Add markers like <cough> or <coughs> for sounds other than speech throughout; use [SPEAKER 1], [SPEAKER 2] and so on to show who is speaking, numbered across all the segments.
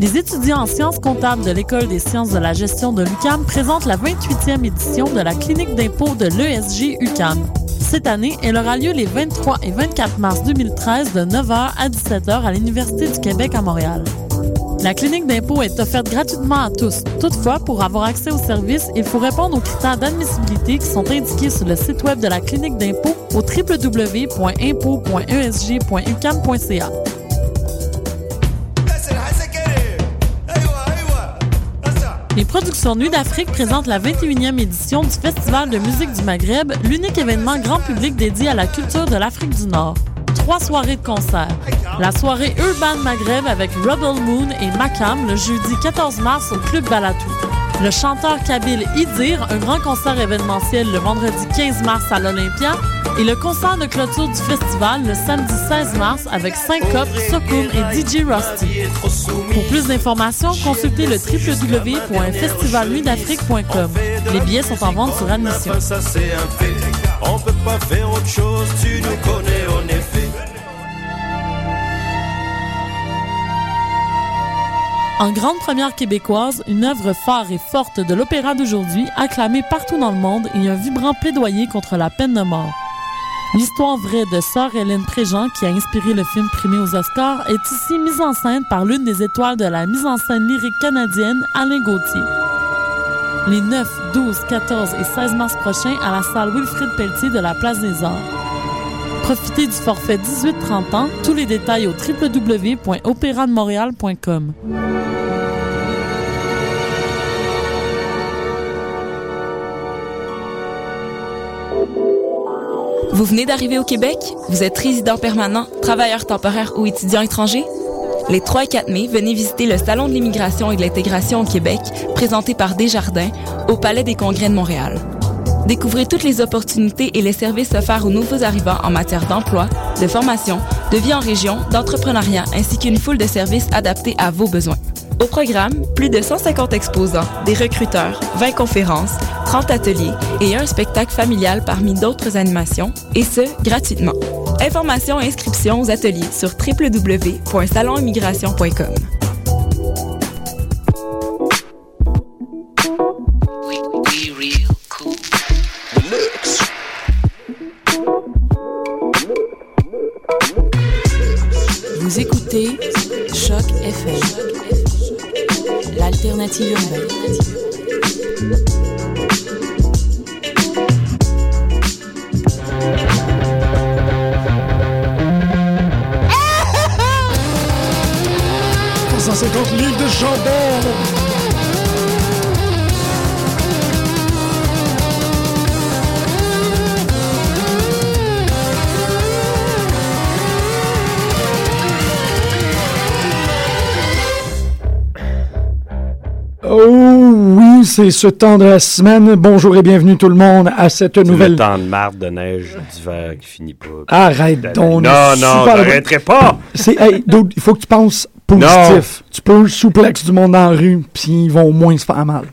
[SPEAKER 1] Les étudiants en sciences comptables de l'École des sciences de la gestion de l'UCAM présentent la 28e édition de la clinique d'impôt de l'ESG UCAM. Cette année, elle aura lieu les 23 et 24 mars 2013 de 9h à 17h à l'Université du Québec à Montréal. La clinique d'impôt est offerte gratuitement à tous. Toutefois, pour avoir accès au service, il faut répondre aux critères d'admissibilité qui sont indiqués sur le site web de la clinique d'impôt au E www.impôt.esg.ucam.ca. Les productions Nuit d'Afrique présentent la 21e édition du Festival de musique du Maghreb, l'unique événement grand public dédié à la culture de l'Afrique du Nord. Trois soirées de concerts. La soirée Urban Maghreb avec Rebel Moon et Macam le jeudi 14 mars au Club Balatou. Le chanteur kabyle Idir, un grand concert événementiel le vendredi 15 mars à l'Olympia. Et le concert de clôture du festival le samedi 16 mars avec Syncope, Sokoum et DJ Rusty. Pour plus d'informations, consultez le www.festivalnuitdafrique.com. Les billets sont en vente sur admission.
[SPEAKER 2] Ça c'est un fait. On peut pas faire autre chose, tu nous connais en effet.
[SPEAKER 1] En grande première québécoise, une œuvre phare et forte de l'opéra d'aujourd'hui, acclamée partout dans le monde et un vibrant plaidoyer contre la peine de mort. L'histoire vraie de Sœur Hélène Préjean, qui a inspiré le film primé aux Oscars, est ici mise en scène par l'une des étoiles de la mise en scène lyrique canadienne, Alain Gauthier. Les 9, 12, 14 et 16 mars prochains à la salle Wilfrid Pelletier de la Place des Arts. Profitez du forfait 18-30 ans. Tous les détails au www.opérademontréal.com.
[SPEAKER 3] Vous venez d'arriver au Québec? Vous êtes résident permanent, travailleur temporaire ou étudiant étranger? Les 3 et 4 mai, venez visiter le Salon de l'immigration et de l'intégration au Québec, présenté par Desjardins, au Palais des congrès de Montréal. Découvrez toutes les opportunités et les services offerts aux nouveaux arrivants en matière d'emploi, de formation, de vie en région, d'entrepreneuriat, ainsi qu'une foule de services adaptés à vos besoins. Au programme, plus de 150 exposants, des recruteurs, 20 conférences, 30 ateliers et un spectacle familial parmi d'autres animations, et ce, gratuitement. Informations et inscriptions aux ateliers sur www.salonimmigration.com.
[SPEAKER 4] Vous écoutez Choc FM, l'alternative urbaine.
[SPEAKER 5] livres de chandelle. Oh oui, c'est ce temps de la semaine. Bonjour et bienvenue tout le monde à cette nouvelle...
[SPEAKER 2] Le temps de marde de neige d'hiver qui finit pas.
[SPEAKER 5] Arrête
[SPEAKER 2] Non,
[SPEAKER 5] donc.
[SPEAKER 2] non,
[SPEAKER 5] super-
[SPEAKER 2] j'arrêterai pas.
[SPEAKER 5] C'est, hey, dude, il faut que tu penses positif. Tu peux souplex du monde en rue, puis ils vont au moins se faire mal.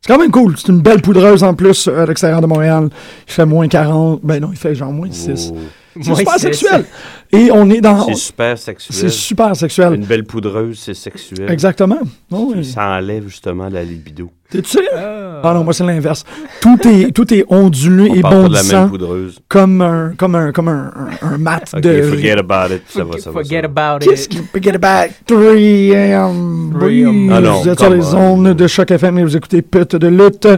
[SPEAKER 5] C'est quand même cool. C'est une belle poudreuse en plus euh, à l'extérieur de Montréal. Il fait moins 40. Ben non, il fait genre moins 6. C'est
[SPEAKER 6] Moins
[SPEAKER 5] super
[SPEAKER 6] six.
[SPEAKER 5] sexuel. Et Ah, on est dans.
[SPEAKER 2] Oh. C'est super sexuel.
[SPEAKER 5] C'est super sexuel.
[SPEAKER 2] Une belle poudreuse, c'est sexuel.
[SPEAKER 5] Exactement. Oh, oui.
[SPEAKER 2] Ça enlève justement la libido.
[SPEAKER 5] T'es-tu sérieux? Ah non, moi c'est l'inverse. Tout est, tout est ondulé
[SPEAKER 2] On
[SPEAKER 5] et
[SPEAKER 2] parle pas de la
[SPEAKER 5] bondissant
[SPEAKER 2] même poudreuse.
[SPEAKER 5] comme un, comme un, comme un, un, un mat
[SPEAKER 2] Ok,
[SPEAKER 5] de.
[SPEAKER 2] forget about it. Ça va, ça va.
[SPEAKER 6] Forget
[SPEAKER 2] ça va.
[SPEAKER 6] about
[SPEAKER 5] Qu'est-ce
[SPEAKER 6] it.
[SPEAKER 5] qui peut get back 3 a.m.
[SPEAKER 6] Three
[SPEAKER 5] boys?
[SPEAKER 6] a.m.
[SPEAKER 2] Ah non,
[SPEAKER 5] Vous êtes sur
[SPEAKER 2] come
[SPEAKER 5] les
[SPEAKER 2] on.
[SPEAKER 5] zones de Choc FM et vous écoutez Pute de lutte.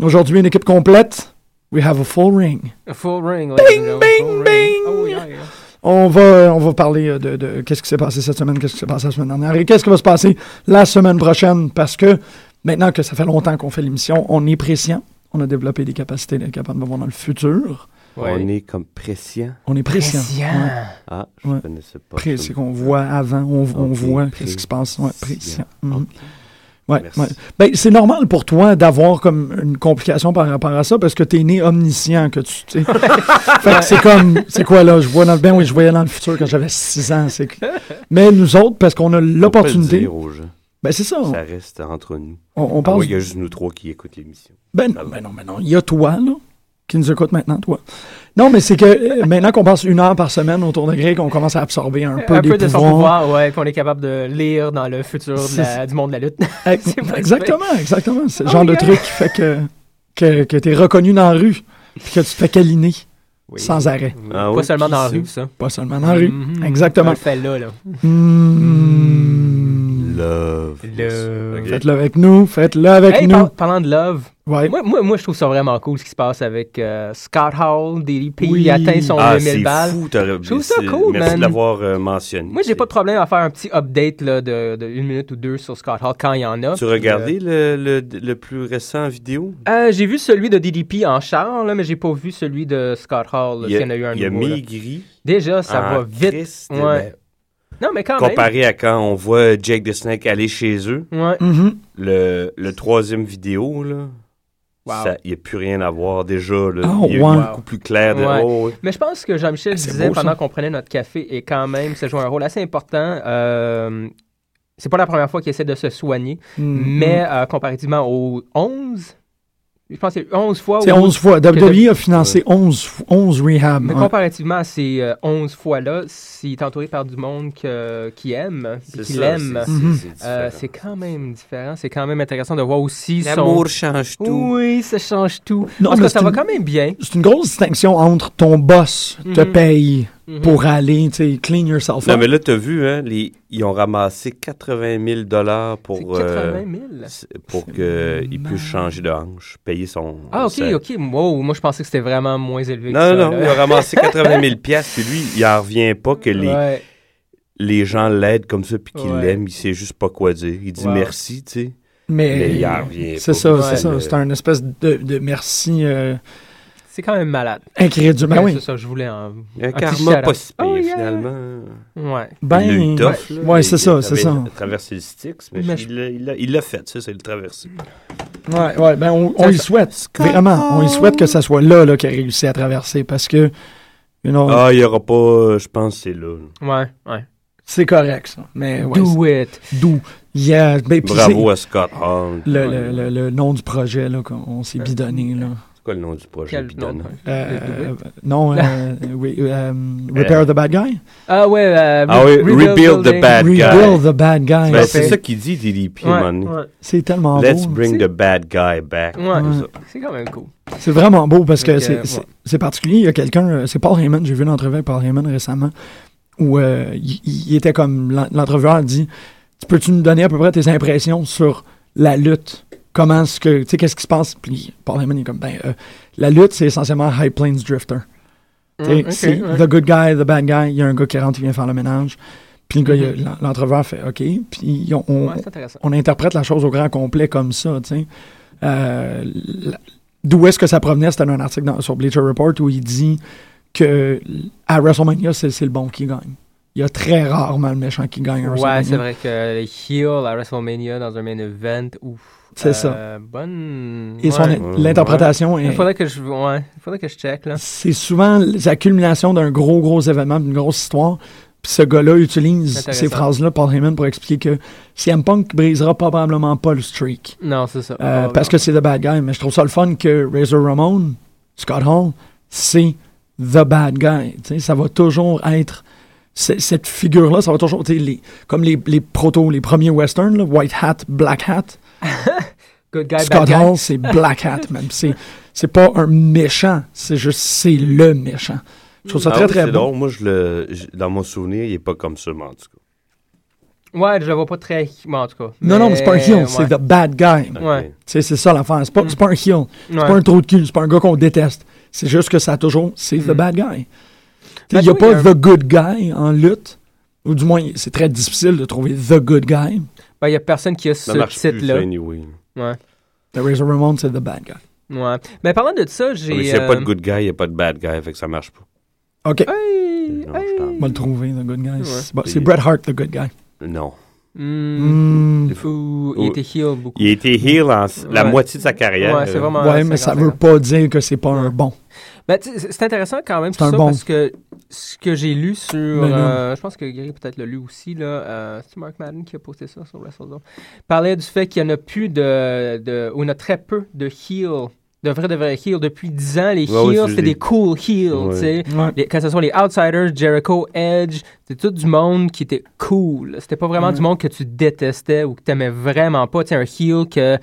[SPEAKER 5] Aujourd'hui, une équipe complète. We have a full ring.
[SPEAKER 6] A full ring. Bing,
[SPEAKER 5] bing, bing.
[SPEAKER 6] Oh, yeah, yeah.
[SPEAKER 5] On va, on va parler euh, de, de qu'est-ce qui s'est passé cette semaine, qu'est-ce qui s'est passé la semaine dernière et qu'est-ce qui va se passer la semaine prochaine parce que maintenant que ça fait longtemps qu'on fait l'émission, on est précient. On a développé des capacités d'être capable de voir dans le futur.
[SPEAKER 6] Ouais.
[SPEAKER 2] On est comme pression.
[SPEAKER 5] On est précient. Ouais.
[SPEAKER 2] Ah, je
[SPEAKER 5] Ouais.
[SPEAKER 2] connaissais pas.
[SPEAKER 5] Pré,
[SPEAKER 2] ça.
[SPEAKER 5] c'est qu'on voit avant, on, on
[SPEAKER 2] Ok,
[SPEAKER 5] voit
[SPEAKER 2] pré-
[SPEAKER 5] ce qui se passe. Ouais, pré-
[SPEAKER 2] sien.
[SPEAKER 5] Mhm.
[SPEAKER 2] Ok.
[SPEAKER 5] Ouais,
[SPEAKER 2] Merci.
[SPEAKER 5] ouais. Ben, c'est normal pour toi d'avoir comme une complication par rapport à ça parce que t'es né omniscient que tu
[SPEAKER 2] <laughs>
[SPEAKER 5] tu sais. fait que c'est comme c'est quoi là, je vois dans le ben oui, je voyais dans le futur quand j'avais 6 ans,
[SPEAKER 2] <laughs>
[SPEAKER 5] c'est que- mais nous autres parce qu'on a
[SPEAKER 2] On peut le
[SPEAKER 5] l'opportunité.
[SPEAKER 2] dire aux gens.
[SPEAKER 5] Ben c'est ça. On,
[SPEAKER 2] Ça reste entre nous.
[SPEAKER 5] on
[SPEAKER 2] Ah
[SPEAKER 5] pense
[SPEAKER 2] oui, il y a juste nous trois qui écoutent l'émission.
[SPEAKER 5] ben, non, ben non, ben non, il y a toi là. qui nous écoutent maintenant, toi. Non, mais c'est que euh, maintenant qu'on passe une heure par semaine autour de Greg, on commence à absorber un peu
[SPEAKER 6] un
[SPEAKER 5] des
[SPEAKER 6] peu de son
[SPEAKER 5] pouvoirs.
[SPEAKER 6] pouvoir, ouais, qu'on est capable de lire dans le futur de la-
[SPEAKER 5] C'est-
[SPEAKER 6] du monde de la lutte. <laughs> C'est pas
[SPEAKER 5] exactement, exactement. C'est le
[SPEAKER 6] Oh
[SPEAKER 5] genre
[SPEAKER 6] my
[SPEAKER 5] de
[SPEAKER 6] God.
[SPEAKER 5] truc qui fait que, que, que t'es reconnu dans la rue, puis que tu te fais câliner,
[SPEAKER 6] Oui.
[SPEAKER 5] sans arrêt.
[SPEAKER 7] Mm-hmm.
[SPEAKER 6] Mhm.
[SPEAKER 2] Ah
[SPEAKER 6] Pas seulement dans la rue, ça.
[SPEAKER 5] Pas seulement dans la rue.
[SPEAKER 6] Mhm. On
[SPEAKER 5] Exactement.
[SPEAKER 6] le fait là, là.
[SPEAKER 5] Mmh.
[SPEAKER 7] Love.
[SPEAKER 6] Le-
[SPEAKER 7] Ok.
[SPEAKER 5] Faites-le avec nous, faites-le avec
[SPEAKER 6] Hey,
[SPEAKER 5] nous.
[SPEAKER 6] par- parlant de love,
[SPEAKER 5] Ouais.
[SPEAKER 6] moi, moi, moi, je trouve ça vraiment cool ce qui se passe avec euh, Scott Hall, DDP,
[SPEAKER 5] Oui.
[SPEAKER 6] il atteint son
[SPEAKER 7] Ah,
[SPEAKER 6] 1000
[SPEAKER 7] c'est
[SPEAKER 6] balles.
[SPEAKER 7] fou, t'aurais-
[SPEAKER 6] Je trouve ça
[SPEAKER 7] c'est-
[SPEAKER 6] cool,
[SPEAKER 7] Merci
[SPEAKER 6] man.
[SPEAKER 7] de l'avoir euh, mentionné.
[SPEAKER 6] Moi, j'ai pas de problème à faire un petit update là, de, de une minute ou deux sur Scott Hall quand il y en a.
[SPEAKER 7] Tu
[SPEAKER 6] Puis, euh,
[SPEAKER 7] regardais le, le, le plus récent vidéo?
[SPEAKER 6] euh, j'ai vu celui de DDP en char, là, mais j'ai pas vu celui de Scott Hall.
[SPEAKER 7] il
[SPEAKER 6] là, s'il
[SPEAKER 7] a,
[SPEAKER 6] y en a eu un
[SPEAKER 7] il a
[SPEAKER 6] nouveau, là.
[SPEAKER 7] maigri.
[SPEAKER 6] Déjà, ça
[SPEAKER 7] en
[SPEAKER 6] va vite.
[SPEAKER 2] eh
[SPEAKER 7] Christ,
[SPEAKER 6] Ouais.
[SPEAKER 7] ben,
[SPEAKER 6] Non, mais quand même.
[SPEAKER 7] comparé à quand on voit Jake the Snake aller chez eux,
[SPEAKER 6] Ouais.
[SPEAKER 5] Mhm.
[SPEAKER 7] le, le troisième vidéo, là,
[SPEAKER 6] Wow.
[SPEAKER 7] ça- il n'y a plus rien à voir déjà. Là,
[SPEAKER 5] Ah,
[SPEAKER 7] il y a eu
[SPEAKER 5] ouais.
[SPEAKER 7] beaucoup plus clair. De,
[SPEAKER 6] Ouais.
[SPEAKER 7] oh, ouais.
[SPEAKER 6] Mais je pense que Jean-Michel
[SPEAKER 5] c'est
[SPEAKER 6] disait
[SPEAKER 5] beau, ça.
[SPEAKER 6] pendant qu'on prenait notre café et quand même, ça joue un rôle assez important. Euh, c'est pas la première fois qu'il essaie de se soigner,
[SPEAKER 7] Mm-hmm.
[SPEAKER 5] Mhm.
[SPEAKER 6] mais euh, comparativement aux 11, je pense que c'est 11 fois.
[SPEAKER 5] Mm-hmm. C'est
[SPEAKER 6] où-
[SPEAKER 5] 11 fois. WWE a financé
[SPEAKER 7] Ouais.
[SPEAKER 5] 11, fo- 11 rehab.
[SPEAKER 6] Mais
[SPEAKER 5] ouais.
[SPEAKER 6] comparativement à ces euh, 11 fois-là, s'il est entouré par du monde que- qui aime, puis
[SPEAKER 7] C'est
[SPEAKER 6] qui
[SPEAKER 7] ça,
[SPEAKER 6] l'aime,
[SPEAKER 7] c'est-
[SPEAKER 5] Mhm.
[SPEAKER 7] c'est- c'est
[SPEAKER 6] euh,
[SPEAKER 7] différent.
[SPEAKER 6] c'est quand même différent. C'est quand même intéressant de voir aussi son.
[SPEAKER 7] L'amour change tout.
[SPEAKER 6] Oui, ça change tout.
[SPEAKER 5] Non,
[SPEAKER 6] en tout
[SPEAKER 5] mais
[SPEAKER 6] cas, ça
[SPEAKER 5] c'est
[SPEAKER 6] va
[SPEAKER 5] une-
[SPEAKER 6] quand même bien.
[SPEAKER 5] C'est une grosse distinction entre ton boss te
[SPEAKER 6] Mhm.
[SPEAKER 5] paye
[SPEAKER 6] Mhm.
[SPEAKER 5] pour aller, tu sais, clean yourself
[SPEAKER 7] Non,
[SPEAKER 5] up.
[SPEAKER 7] mais là, t'as vu, hein, les- ils ont ramassé 80 000 dollars
[SPEAKER 6] C'est
[SPEAKER 7] pour, euh,
[SPEAKER 6] 80 000.
[SPEAKER 7] c'est- pour qu'il puisse changer de hanche, payer son...
[SPEAKER 6] Ah, ok,
[SPEAKER 7] sa-
[SPEAKER 6] ok. Wow, moi, je pensais que c'était vraiment moins élevé que
[SPEAKER 7] Non,
[SPEAKER 6] ça.
[SPEAKER 7] non, non,
[SPEAKER 6] là.
[SPEAKER 7] ils ont
[SPEAKER 6] <laughs>
[SPEAKER 7] ramassé 80 000 piastres, puis lui, il en revient pas que les,
[SPEAKER 6] Ouais.
[SPEAKER 7] les gens l'aident comme ça, puis qu'il
[SPEAKER 6] Ouais.
[SPEAKER 7] l'aime, il sait juste pas quoi dire. Il dit
[SPEAKER 6] Wow.
[SPEAKER 7] merci, tu sais,
[SPEAKER 5] Mais-
[SPEAKER 7] mais il en revient pas.
[SPEAKER 5] C'est ça,
[SPEAKER 6] Ouais.
[SPEAKER 5] c'est ça.
[SPEAKER 7] Le-
[SPEAKER 5] C'est un espèce de, de merci euh,
[SPEAKER 6] C'est quand même malade.
[SPEAKER 5] incrédule. Ben
[SPEAKER 6] Ouais,
[SPEAKER 5] oui.
[SPEAKER 6] C'est ça, je voulais en.
[SPEAKER 7] Un
[SPEAKER 6] petit
[SPEAKER 7] karma pas
[SPEAKER 6] shout-out.
[SPEAKER 7] si pire,
[SPEAKER 6] Oh, yeah.
[SPEAKER 7] finalement.
[SPEAKER 6] Ouais.
[SPEAKER 7] il l'a eu
[SPEAKER 5] Ben,
[SPEAKER 7] tough, là.
[SPEAKER 5] ouais,
[SPEAKER 7] Il-
[SPEAKER 5] c'est
[SPEAKER 7] il
[SPEAKER 5] ça,
[SPEAKER 7] a
[SPEAKER 5] c'est ça.
[SPEAKER 7] traversé le Styx, mais
[SPEAKER 6] Mais
[SPEAKER 7] il l'a- il l'a- il l'a fait, ça, c'est le traversé.
[SPEAKER 5] ouais, ouais, ben on, on
[SPEAKER 6] Ça,
[SPEAKER 5] y
[SPEAKER 6] ça-
[SPEAKER 5] souhaite. Vraiment, on y souhaite que ça soit là, là qu'il a réussi à traverser parce que, you know,
[SPEAKER 7] Ah, il y aura pas, euh, je pense, que c'est là.
[SPEAKER 6] Ouais, ouais.
[SPEAKER 5] c'est correct, ça. Mais ouais,
[SPEAKER 6] Do it.
[SPEAKER 5] c'est doux. Yeah, ben, puis
[SPEAKER 7] Bravo à Scott Hall.
[SPEAKER 5] c'est le, le- le- le nom du projet là, qu'on on s'est bidonné. Là.
[SPEAKER 7] C'est quoi le nom du projet
[SPEAKER 6] Quel
[SPEAKER 7] bidon,
[SPEAKER 6] nom,
[SPEAKER 7] hein?
[SPEAKER 5] Euh, non, euh, oui, euh, Repair the Bad Guy?
[SPEAKER 6] Ah, ouais. euh,
[SPEAKER 7] Ah oui, rebuild the
[SPEAKER 6] building.
[SPEAKER 7] bad
[SPEAKER 5] Rebuild
[SPEAKER 7] guy.
[SPEAKER 5] the Bad Guy.
[SPEAKER 7] Ben,
[SPEAKER 6] Ouais.
[SPEAKER 7] c'est ça qu'il dit, DDP,
[SPEAKER 6] Ouais,
[SPEAKER 7] man.
[SPEAKER 6] ouais,
[SPEAKER 5] C'est tellement
[SPEAKER 7] Let's
[SPEAKER 5] beau.
[SPEAKER 7] bring the bad guy back.
[SPEAKER 6] ouais.
[SPEAKER 5] Ouais.
[SPEAKER 6] C'est quand même cool.
[SPEAKER 5] C'est vraiment beau parce que
[SPEAKER 6] Donc,
[SPEAKER 5] c'est-
[SPEAKER 6] euh,
[SPEAKER 5] c'est
[SPEAKER 6] ouais.
[SPEAKER 5] c'est particulier. Il y a quelqu'un, euh, c'est Paul Heyman, j'ai vu une entrevue avec Paul Heyman récemment, où euh, il, il était comme, l'en- l'entreveueur dit, tu peux-tu nous donner à peu près tes impressions sur la lutte? Comment est-ce que, tu sais, qu'est-ce qui se passe? Puis Paul Heyman il est comme, ben, euh, la lutte, c'est essentiellement High Plains Drifter. Tu sais,
[SPEAKER 6] Ouais, Mm, ok,
[SPEAKER 5] c'est
[SPEAKER 6] ouais.
[SPEAKER 5] The Good Guy, The Bad Guy, il y a un gars qui rentre, il vient faire le ménage. Puis le gars, il a- l'en- l'entreveur fait, OK. Puis on, on-
[SPEAKER 6] Mm-hmm. Ouais, c'est intéressant.
[SPEAKER 5] on interprète la chose au grand complet comme ça, tu sais. Euh, la- D'où est-ce que ça provenait? C'était un article dans- sur Bleacher Report où il dit que l- à WrestleMania, c'est c'est le bon qui gagne. Il y a très rarement le méchant qui gagne à WrestleMania.
[SPEAKER 6] Ouais, c'est vrai que les heels à WrestleMania dans un main event, ouf.
[SPEAKER 5] C'est
[SPEAKER 6] Euh,
[SPEAKER 5] ça.
[SPEAKER 6] Bonne.
[SPEAKER 5] Et son-
[SPEAKER 6] ouais.
[SPEAKER 5] l'interprétation
[SPEAKER 6] Il
[SPEAKER 5] est...
[SPEAKER 6] faudrait que je. Ouais, il faudrait que je check, là.
[SPEAKER 5] C'est souvent l- la culmination d'un gros, gros événement, d'une grosse histoire. Puis ce gars-là utilise
[SPEAKER 6] Intéressant.
[SPEAKER 5] ces phrases-là, Paul Heyman, pour expliquer que CM Punk brisera probablement pas le streak.
[SPEAKER 6] Non, c'est ça.
[SPEAKER 5] Euh,
[SPEAKER 6] Oh,
[SPEAKER 5] parce que c'est The Bad Guy, mais je trouve ça le fun que Razor Ramon, Scott Hall, c'est The Bad Guy. Tu sais, ça va toujours être c- cette figure-là, ça va toujours, tu sais, les, comme les, les protos, les premiers westerns, là, White Hat, Black Hat.
[SPEAKER 6] Good guy, bad
[SPEAKER 5] Scott
[SPEAKER 6] guy.
[SPEAKER 5] Hall, c'est Black Hat, même. C'est, c'est pas un méchant, c'est juste, c'est le méchant. Je trouve ça
[SPEAKER 7] Ah
[SPEAKER 5] très,
[SPEAKER 7] oui,
[SPEAKER 5] très
[SPEAKER 7] c'est
[SPEAKER 5] bon.
[SPEAKER 7] drôle. Moi, je le, je- dans mon souvenir, il n'est pas comme ça, mais en tout cas.
[SPEAKER 6] Ouais, je le vois pas très. Bon, en tout cas.
[SPEAKER 5] Non, non, mais c'est pas un heel,
[SPEAKER 6] ouais.
[SPEAKER 5] c'est The Bad Guy. Tu
[SPEAKER 7] Ok.
[SPEAKER 6] Ouais.
[SPEAKER 5] sais, c'est ça l'affaire. C'est pas, c'est pas un heel, c'est
[SPEAKER 6] Ouais.
[SPEAKER 5] pas un trou de cul, c'est pas un gars qu'on déteste. C'est juste que ça a toujours, c'est The Bad Guy. Il
[SPEAKER 6] Hmm. Ben,
[SPEAKER 5] n'y a
[SPEAKER 6] toi,
[SPEAKER 5] pas
[SPEAKER 6] il y a un-
[SPEAKER 5] The Good Guy en lutte, ou du moins, c'est très difficile de trouver The Good Guy.
[SPEAKER 6] Ben, il y a personne qui a ce
[SPEAKER 7] Ça marche plus, ça,
[SPEAKER 6] titre-là.
[SPEAKER 7] anyway.
[SPEAKER 6] Ouais.
[SPEAKER 5] The Razor Ramon, c'est The Bad Guy.
[SPEAKER 6] Ouais. Mais parlant de ça,
[SPEAKER 7] Mais
[SPEAKER 6] j'ai.
[SPEAKER 7] s'il n'y a pas de
[SPEAKER 6] euh,
[SPEAKER 7] good guy, il n'y a pas de bad guy, fait que ça marche pas.
[SPEAKER 5] OK,
[SPEAKER 6] Hey,
[SPEAKER 7] Non,
[SPEAKER 6] hey.
[SPEAKER 7] je t'en-
[SPEAKER 5] on va le trouver, The Good Guy.
[SPEAKER 6] Ouais.
[SPEAKER 5] C'est bon, c'est Bret Hart, The Good Guy.
[SPEAKER 7] Non.
[SPEAKER 6] Hmm.
[SPEAKER 5] Mm,
[SPEAKER 6] Ou
[SPEAKER 7] Oh.
[SPEAKER 6] il était heel beaucoup.
[SPEAKER 7] Il a été heel en s- la
[SPEAKER 6] Ouais.
[SPEAKER 7] moitié de sa carrière.
[SPEAKER 6] Ouais, c'est vraiment.
[SPEAKER 5] ouais, mais ça
[SPEAKER 6] 50-50.
[SPEAKER 5] veut pas dire que c'est pas un
[SPEAKER 6] Ouais.
[SPEAKER 5] bon.
[SPEAKER 6] Ben, tu sais, c'est c'est intéressant quand même
[SPEAKER 5] C'est
[SPEAKER 6] tout
[SPEAKER 5] un
[SPEAKER 6] ça
[SPEAKER 5] bon. Ben,
[SPEAKER 6] parce que ce que j'ai lu sur.
[SPEAKER 5] non.
[SPEAKER 6] euh, je pense que Gary peut-être l'a lu aussi. là. euh, C'est Mark Madden qui a posté ça sur WrestleZone. Parlait du fait qu'il n'y en a plus de, de- ou il y en a très peu de heel de vrais, de vrais heels. Depuis 10 ans, les
[SPEAKER 7] Ouais, ouais,
[SPEAKER 6] heels,
[SPEAKER 7] c'est-
[SPEAKER 6] c'était des cool heels,
[SPEAKER 7] Ouais.
[SPEAKER 6] tu sais.
[SPEAKER 5] Ouais.
[SPEAKER 6] Les- que ce soit les Outsiders, Jericho, Edge, c'était tout du monde qui était cool. C'était pas vraiment
[SPEAKER 5] Ouais.
[SPEAKER 7] Mm.
[SPEAKER 6] du monde que tu détestais ou que t'aimais vraiment pas. Tu sais, un heel que...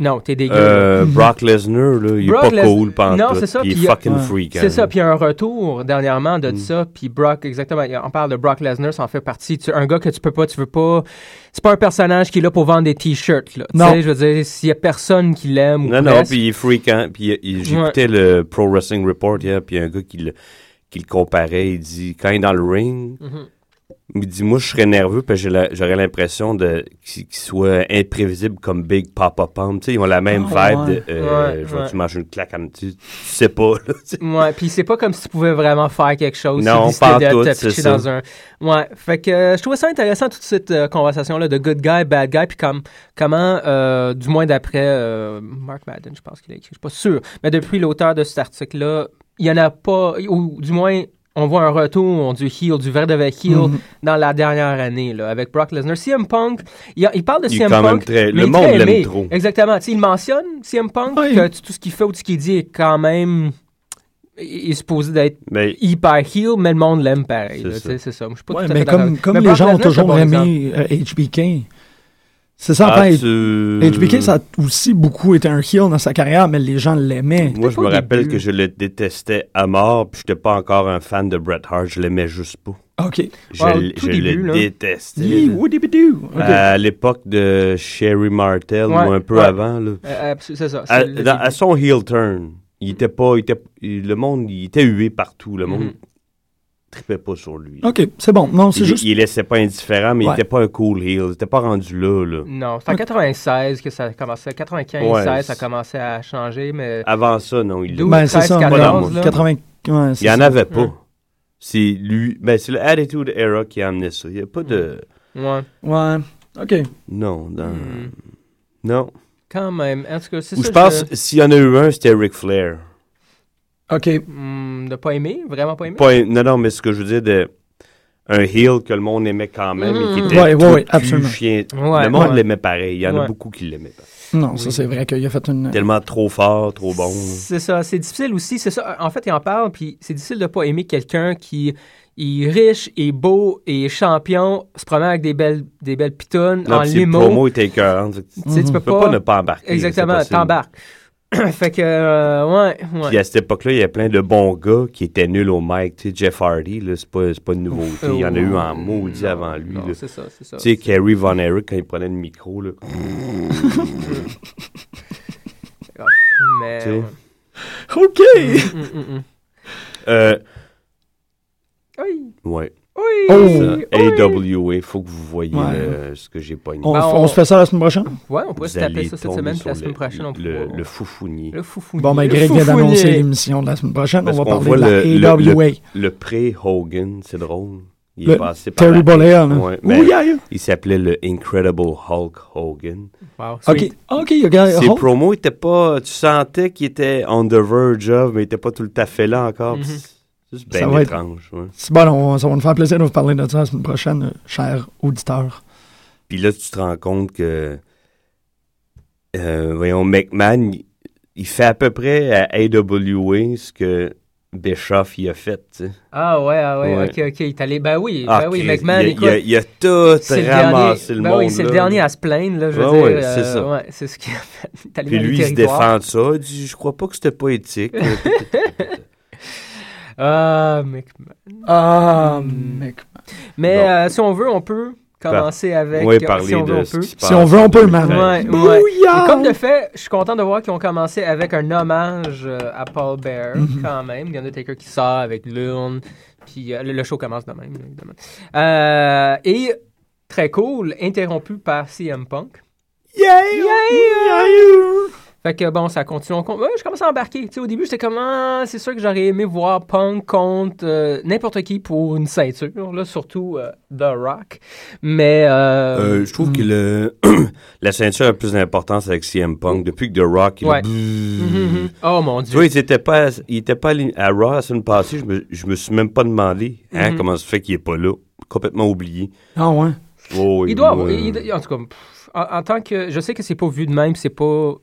[SPEAKER 6] Non, t'es dégueu.
[SPEAKER 7] Euh, Brock Lesnar, là, il est
[SPEAKER 6] Brock
[SPEAKER 7] pas
[SPEAKER 6] Lesnar-
[SPEAKER 7] cool pendant
[SPEAKER 6] Non, c'est ça,
[SPEAKER 7] Il
[SPEAKER 6] puis il
[SPEAKER 7] est
[SPEAKER 6] y a-
[SPEAKER 7] fucking
[SPEAKER 5] Ouais.
[SPEAKER 7] freak. hein.
[SPEAKER 6] C'est ça, puis il y a un retour dernièrement de
[SPEAKER 7] Mm.
[SPEAKER 6] ça, puis Brock, exactement, on parle de Brock Lesnar, ça en fait partie. Tu, un gars que tu peux pas, tu veux pas... C'est pas un personnage qui est là pour vendre des T-shirts, là. Tu
[SPEAKER 5] Non.
[SPEAKER 6] sais, je veux dire, s'il y a personne qui l'aime ou
[SPEAKER 7] Non, non,
[SPEAKER 6] presque,
[SPEAKER 7] puis il est freakant. Puis euh, il- il-
[SPEAKER 6] Ouais.
[SPEAKER 7] j'écoutais le Pro Wrestling Report hier, puis il y a un gars qui le, qui le comparait, il dit, quand il est dans le ring,
[SPEAKER 6] Mhm.
[SPEAKER 7] il dit, moi, je serais nerveux, parce que j'ai la- j'aurais l'impression de qu'il qu'il soit imprévisible comme Big Papa Pump. Tu sais, ils ont la même
[SPEAKER 5] Ah,
[SPEAKER 7] vibe
[SPEAKER 5] ouais.
[SPEAKER 7] de, euh,
[SPEAKER 6] Ouais,
[SPEAKER 7] je vais-tu
[SPEAKER 6] ouais.
[SPEAKER 7] manger une claque, en- tu, tu sais pas, là, tu sais.
[SPEAKER 6] Ouais, puis c'est pas comme si tu pouvais vraiment faire quelque chose.
[SPEAKER 7] Non,
[SPEAKER 6] si tu
[SPEAKER 7] pas
[SPEAKER 6] décidais de
[SPEAKER 7] tout,
[SPEAKER 6] te
[SPEAKER 7] c'est
[SPEAKER 6] pitcher
[SPEAKER 7] ça.
[SPEAKER 6] dans un. Ouais, fait que euh, je trouvais ça intéressant toute cette euh, conversation là de good guy, bad guy, puis comme comment, euh, du moins d'après euh, Mark Madden, je pense qu'il a écrit, je suis pas sûr, mais depuis l'auteur de cet article là, il y en a pas, ou du moins on voit un retour du heel, du vrai de vrai heel
[SPEAKER 5] Mhm.
[SPEAKER 7] Mm-hmm.
[SPEAKER 6] dans la dernière année là, avec Brock Lesnar, CM Punk, il, y a- il parle de
[SPEAKER 7] Il est
[SPEAKER 6] CM
[SPEAKER 7] quand même
[SPEAKER 6] Punk,
[SPEAKER 7] très-
[SPEAKER 6] mais
[SPEAKER 7] le
[SPEAKER 6] il est
[SPEAKER 7] monde
[SPEAKER 6] très
[SPEAKER 7] l'aime
[SPEAKER 6] aimé.
[SPEAKER 7] trop.
[SPEAKER 6] Exactement, tu sais, il mentionne CM Punk
[SPEAKER 5] Ouais.
[SPEAKER 6] que t- tout ce qu'il fait ou tout ce qu'il dit est quand même il est supposé d'être
[SPEAKER 7] Mais
[SPEAKER 6] hyper heel, mais le monde l'aime pareil.
[SPEAKER 7] C'est
[SPEAKER 6] là, tu
[SPEAKER 7] ça.
[SPEAKER 6] sais, C'est ça. Je suis pas
[SPEAKER 5] Ouais,
[SPEAKER 6] tout à
[SPEAKER 5] mais
[SPEAKER 6] fait
[SPEAKER 5] comme,
[SPEAKER 6] d'accord.
[SPEAKER 5] comme
[SPEAKER 6] Mais
[SPEAKER 5] les
[SPEAKER 6] Brock
[SPEAKER 5] gens ont
[SPEAKER 6] Lesnar, c'est un
[SPEAKER 5] toujours
[SPEAKER 6] bon exemple.
[SPEAKER 5] aimé euh, HBK, c'est ça,
[SPEAKER 7] ah,
[SPEAKER 5] enfin,
[SPEAKER 7] tu-
[SPEAKER 5] HBK, ça a aussi beaucoup été un heel dans sa carrière, mais les gens l'aimaient.
[SPEAKER 7] Moi, je
[SPEAKER 6] pas
[SPEAKER 7] me
[SPEAKER 6] au
[SPEAKER 7] rappelle
[SPEAKER 6] début.
[SPEAKER 7] que je le détestais à mort, puis j'étais pas encore un fan de Bret Hart, je l'aimais juste pas.
[SPEAKER 5] OK.
[SPEAKER 7] Je,
[SPEAKER 6] Ouais, au
[SPEAKER 7] l-
[SPEAKER 6] tout
[SPEAKER 7] je
[SPEAKER 6] début,
[SPEAKER 7] le
[SPEAKER 6] là.
[SPEAKER 7] détestais.
[SPEAKER 5] Yee,
[SPEAKER 7] là.
[SPEAKER 5] woodibidoo. OK.
[SPEAKER 7] À l'époque de Sherry Martel,
[SPEAKER 6] Ouais,
[SPEAKER 7] ou un peu
[SPEAKER 6] ouais.
[SPEAKER 7] avant, là.
[SPEAKER 6] Euh, euh, c'est ça. c'est
[SPEAKER 7] À,
[SPEAKER 6] le
[SPEAKER 7] dans-
[SPEAKER 6] début.
[SPEAKER 7] à son heel turn, il était pas. il était- il- le monde, il était hué partout. Le monde
[SPEAKER 6] Mhm.
[SPEAKER 7] tripait pas sur lui.
[SPEAKER 5] OK, c'est bon. Non, c'est
[SPEAKER 7] Il,
[SPEAKER 5] juste.
[SPEAKER 7] il laissait pas indifférent, mais
[SPEAKER 5] Ouais.
[SPEAKER 7] il était pas un cool heel. Il était pas rendu là, là.
[SPEAKER 6] Non, c'est en 96 que ça commençait. 95,
[SPEAKER 7] Ouais,
[SPEAKER 6] 16, ça
[SPEAKER 7] c'est- Ah.
[SPEAKER 6] commençait à changer, mais
[SPEAKER 7] Avant ça, non. Il,
[SPEAKER 6] D'où-
[SPEAKER 5] Ben, c'est
[SPEAKER 6] 13,
[SPEAKER 5] ça.
[SPEAKER 7] 14,
[SPEAKER 5] ben,
[SPEAKER 6] là.
[SPEAKER 5] 80... ouais, c'est
[SPEAKER 7] il en
[SPEAKER 5] ça.
[SPEAKER 7] avait pas.
[SPEAKER 6] Ouais.
[SPEAKER 7] C'est lui. Ben, c'est le Attitude Era qui a amené ça. Il y a pas de.
[SPEAKER 6] ouais.
[SPEAKER 5] Ouais. OK.
[SPEAKER 7] Non, dans-
[SPEAKER 6] Hmm.
[SPEAKER 7] Non.
[SPEAKER 6] Quand même. En tout cas, c'est
[SPEAKER 7] Euh. Ou
[SPEAKER 6] ça,
[SPEAKER 7] je pense, s'il y en a eu un, c'était Ric Flair.
[SPEAKER 5] OK.
[SPEAKER 6] Hmm, de pas aimer, vraiment pas aimer.
[SPEAKER 7] Pas un- non, non, mais ce que je veux dire de un heel que le monde aimait quand même et qui
[SPEAKER 6] Mhm.
[SPEAKER 7] était
[SPEAKER 5] Ouais, ouais,
[SPEAKER 7] tout
[SPEAKER 5] ouais,
[SPEAKER 7] cul,
[SPEAKER 5] absolument.
[SPEAKER 7] chien.
[SPEAKER 6] Ouais,
[SPEAKER 7] le monde
[SPEAKER 6] ouais.
[SPEAKER 7] l'aimait pareil. Il y en a
[SPEAKER 6] Ouais.
[SPEAKER 7] beaucoup qui l'aimaient pas.
[SPEAKER 5] Non,
[SPEAKER 6] Oui.
[SPEAKER 5] ça, c'est vrai qu'il a fait une.
[SPEAKER 7] Tellement trop fort, trop bon.
[SPEAKER 6] C'est ça, c'est difficile aussi, c'est ça. En fait, il en parle, puis c'est difficile de pas aimer quelqu'un qui il est riche, est beau, est champion, se promène avec des belles, des belles pitounes
[SPEAKER 7] Non,
[SPEAKER 6] en
[SPEAKER 7] puis ses
[SPEAKER 6] limo.
[SPEAKER 7] promos étaient écœurants. Tu
[SPEAKER 6] Tu sais, tu peux
[SPEAKER 7] peux pas ne pas embarquer. c'est
[SPEAKER 6] Exactement,
[SPEAKER 7] pas possible.
[SPEAKER 6] t'embarques. <coughs> fait que, euh, ouais, ouais.
[SPEAKER 7] Puis à cette époque-là, il y a plein de bons gars qui étaient nuls au mic. Tu sais, Jeff Hardy, là, c'est pas, c'est pas une nouveauté. Il y en a eu en maudit
[SPEAKER 6] Oh, Non,
[SPEAKER 7] avant lui.
[SPEAKER 6] non,
[SPEAKER 7] là. Tu
[SPEAKER 6] C'est ça, c'est ça.
[SPEAKER 7] sais, Kerry Von Erich, quand il prenait le micro, là,
[SPEAKER 6] Mais,
[SPEAKER 7] tu sais.
[SPEAKER 6] ouais.
[SPEAKER 5] OK.
[SPEAKER 6] Mm, mm, mm.
[SPEAKER 7] Euh,
[SPEAKER 6] Oui,
[SPEAKER 7] ouais,
[SPEAKER 6] oui.
[SPEAKER 5] Oh.
[SPEAKER 7] ça,
[SPEAKER 6] oui.
[SPEAKER 7] AWA, faut que vous voyez
[SPEAKER 5] Ouais.
[SPEAKER 7] euh, ce que j'ai pogné.
[SPEAKER 5] On,
[SPEAKER 6] Ben,
[SPEAKER 5] on
[SPEAKER 6] on-
[SPEAKER 5] se fait ça la semaine prochaine?
[SPEAKER 6] Ouais, on pourrait
[SPEAKER 7] Vous
[SPEAKER 6] se taper
[SPEAKER 7] allez
[SPEAKER 6] ça cette
[SPEAKER 7] tomber
[SPEAKER 6] semaine, puis la
[SPEAKER 7] sur
[SPEAKER 6] semaine
[SPEAKER 7] le-
[SPEAKER 6] prochaine, on
[SPEAKER 7] le,
[SPEAKER 6] pourra-
[SPEAKER 7] le foufounier.
[SPEAKER 6] Le foufou.
[SPEAKER 5] Bon, ben,
[SPEAKER 6] Le
[SPEAKER 5] Greg vient
[SPEAKER 6] foufouillet.
[SPEAKER 5] d'annoncer l'émission de la semaine prochaine.
[SPEAKER 7] Parce
[SPEAKER 5] on va
[SPEAKER 7] qu'on
[SPEAKER 5] parler
[SPEAKER 7] voit
[SPEAKER 5] de
[SPEAKER 7] le-
[SPEAKER 5] la
[SPEAKER 7] le-
[SPEAKER 5] AWA.
[SPEAKER 7] Le pré-Hogan, c'est drôle. Il
[SPEAKER 5] Le
[SPEAKER 7] est passé par
[SPEAKER 5] Terry
[SPEAKER 7] la-
[SPEAKER 5] Bollea, là.
[SPEAKER 7] Ouais, ben, mais-
[SPEAKER 5] Oui, aïe.
[SPEAKER 7] Il s'appelait le Incredible Hulk Hogan.
[SPEAKER 6] Wow,
[SPEAKER 5] OK.
[SPEAKER 6] sweet.
[SPEAKER 5] OK, il y a
[SPEAKER 7] Ses promos étaient pas. Tu sentais qu'il était on the verge of, mais il était pas tout le temps fait là encore.
[SPEAKER 6] Mhm.
[SPEAKER 7] C'est juste
[SPEAKER 5] Ça
[SPEAKER 7] bien
[SPEAKER 5] va être-
[SPEAKER 7] étrange. ouais.
[SPEAKER 5] C'est bon, on, ça va nous faire plaisir de vous parler de ça la semaine prochaine, euh, chers auditeurs.
[SPEAKER 7] Puis là, tu te rends compte que. euh, voyons, McMahon, il- il fait à peu près à AWA ce que Bischoff il a fait. tu sais.
[SPEAKER 6] Ah ouais, ah ouais,
[SPEAKER 7] Ouais.
[SPEAKER 6] ok, ok, il est allé. Ben oui,
[SPEAKER 7] Ah,
[SPEAKER 6] ben oui,
[SPEAKER 7] Christ,
[SPEAKER 6] McMahon,
[SPEAKER 7] il, a-
[SPEAKER 6] écoute.
[SPEAKER 7] il a, il a tout
[SPEAKER 6] C'est
[SPEAKER 7] ramassé
[SPEAKER 6] le dernier.
[SPEAKER 7] le
[SPEAKER 6] ben
[SPEAKER 7] monde.
[SPEAKER 6] oui, c'est le
[SPEAKER 7] là.
[SPEAKER 6] dernier à se plaindre, là, je
[SPEAKER 7] Ouais,
[SPEAKER 6] veux
[SPEAKER 7] ouais,
[SPEAKER 6] dire. euh,
[SPEAKER 7] c'est ça.
[SPEAKER 6] Ouais, c'est ce qu'il a fait. Il est allé
[SPEAKER 7] Puis
[SPEAKER 6] dans les
[SPEAKER 7] lui, il se
[SPEAKER 6] territoires.
[SPEAKER 7] défend de ça. Il dit Je crois pas que c'était pas éthique.
[SPEAKER 6] Ah, McMahon.
[SPEAKER 5] Ah,
[SPEAKER 6] mec. Mais
[SPEAKER 7] Bon.
[SPEAKER 6] euh, si on veut, on peut commencer <laughs> avec.
[SPEAKER 7] Oui,
[SPEAKER 6] euh,
[SPEAKER 7] parler
[SPEAKER 6] si on veut,
[SPEAKER 7] de
[SPEAKER 6] on
[SPEAKER 7] ce
[SPEAKER 6] peut.
[SPEAKER 7] qui se passe.
[SPEAKER 5] Si on veut, on peut, man.
[SPEAKER 6] Ouais, ouais. Et
[SPEAKER 5] Bouillard!
[SPEAKER 6] comme de fait, je suis content de voir qu'ils ont commencé avec un hommage euh, à Paul Bear, quand même. Il y en a quelqu'un qui sort avec l'urne, puis euh, le, le show commence de même, évidemment. Euh, et très cool, interrompu par CM Punk.
[SPEAKER 5] Yeah!
[SPEAKER 6] Fait que bon, ça continue. on con- ouais, je commence à embarquer. Tu sais, au début, j'étais comme, ah, c'est sûr que j'aurais aimé voir Punk contre euh, n'importe qui pour une ceinture, là, surtout euh, The Rock. Mais. euh,
[SPEAKER 7] Euh, je trouve que le- <clears throat> la ceinture a plus d'importance avec CM Punk depuis que The Rock. il-
[SPEAKER 6] Ouais.
[SPEAKER 7] Bzzz.
[SPEAKER 6] Oh mon
[SPEAKER 7] Tu
[SPEAKER 6] dieu.
[SPEAKER 7] vois, ils étaient pas, à- ils étaient pas à, l'in- à Raw la semaine passée. Je me, je me suis même pas demandé hein, comment ça fait qu'il est pas là. Complètement oublié.
[SPEAKER 5] Ah, ouais.
[SPEAKER 7] Oh,
[SPEAKER 6] Il
[SPEAKER 7] oui,
[SPEAKER 6] doit
[SPEAKER 7] oui.
[SPEAKER 6] avoir- il- il- en tout cas, pff, en, en tant que. Je sais que c'est pas vu de même, c'est pas.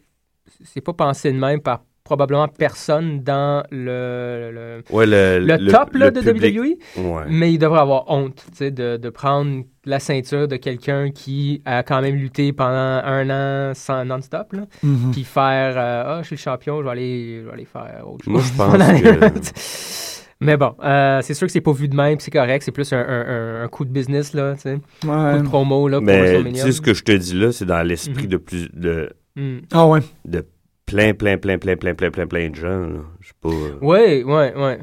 [SPEAKER 6] C'est pas pensé de même par probablement personne dans le, le,
[SPEAKER 7] Ouais, le,
[SPEAKER 6] le top là, de E?
[SPEAKER 7] public-
[SPEAKER 6] WWE,
[SPEAKER 7] Ouais.
[SPEAKER 6] mais il devrait avoir honte tu sais, de, de prendre la ceinture de quelqu'un qui a quand même lutté pendant un an sans non-stop, là,
[SPEAKER 7] Hmm.
[SPEAKER 5] Mhm.
[SPEAKER 6] puis faire euh, Ah, je suis le champion, je vais aller, je vais aller faire autre chose.
[SPEAKER 7] Moi, je pense que.
[SPEAKER 6] Mais bon, euh, c'est sûr que c'est pas vu de même, puis c'est correct, c'est plus un, un- un- un coup de business, là, tu sais,
[SPEAKER 5] Ah, Ouais.
[SPEAKER 6] coup de promo, là, pour
[SPEAKER 7] Mais tu
[SPEAKER 6] WrestleMania.
[SPEAKER 7] sais, ce que je te dis là, c'est dans l'esprit
[SPEAKER 6] Mhm.
[SPEAKER 7] de plus de
[SPEAKER 6] Mm.
[SPEAKER 5] Ah ouais.
[SPEAKER 7] plein, plein, plein, plein, plein, plein, plein, plein de gens. là. Je sais pas. euh,
[SPEAKER 6] Ouais, ouais, ouais.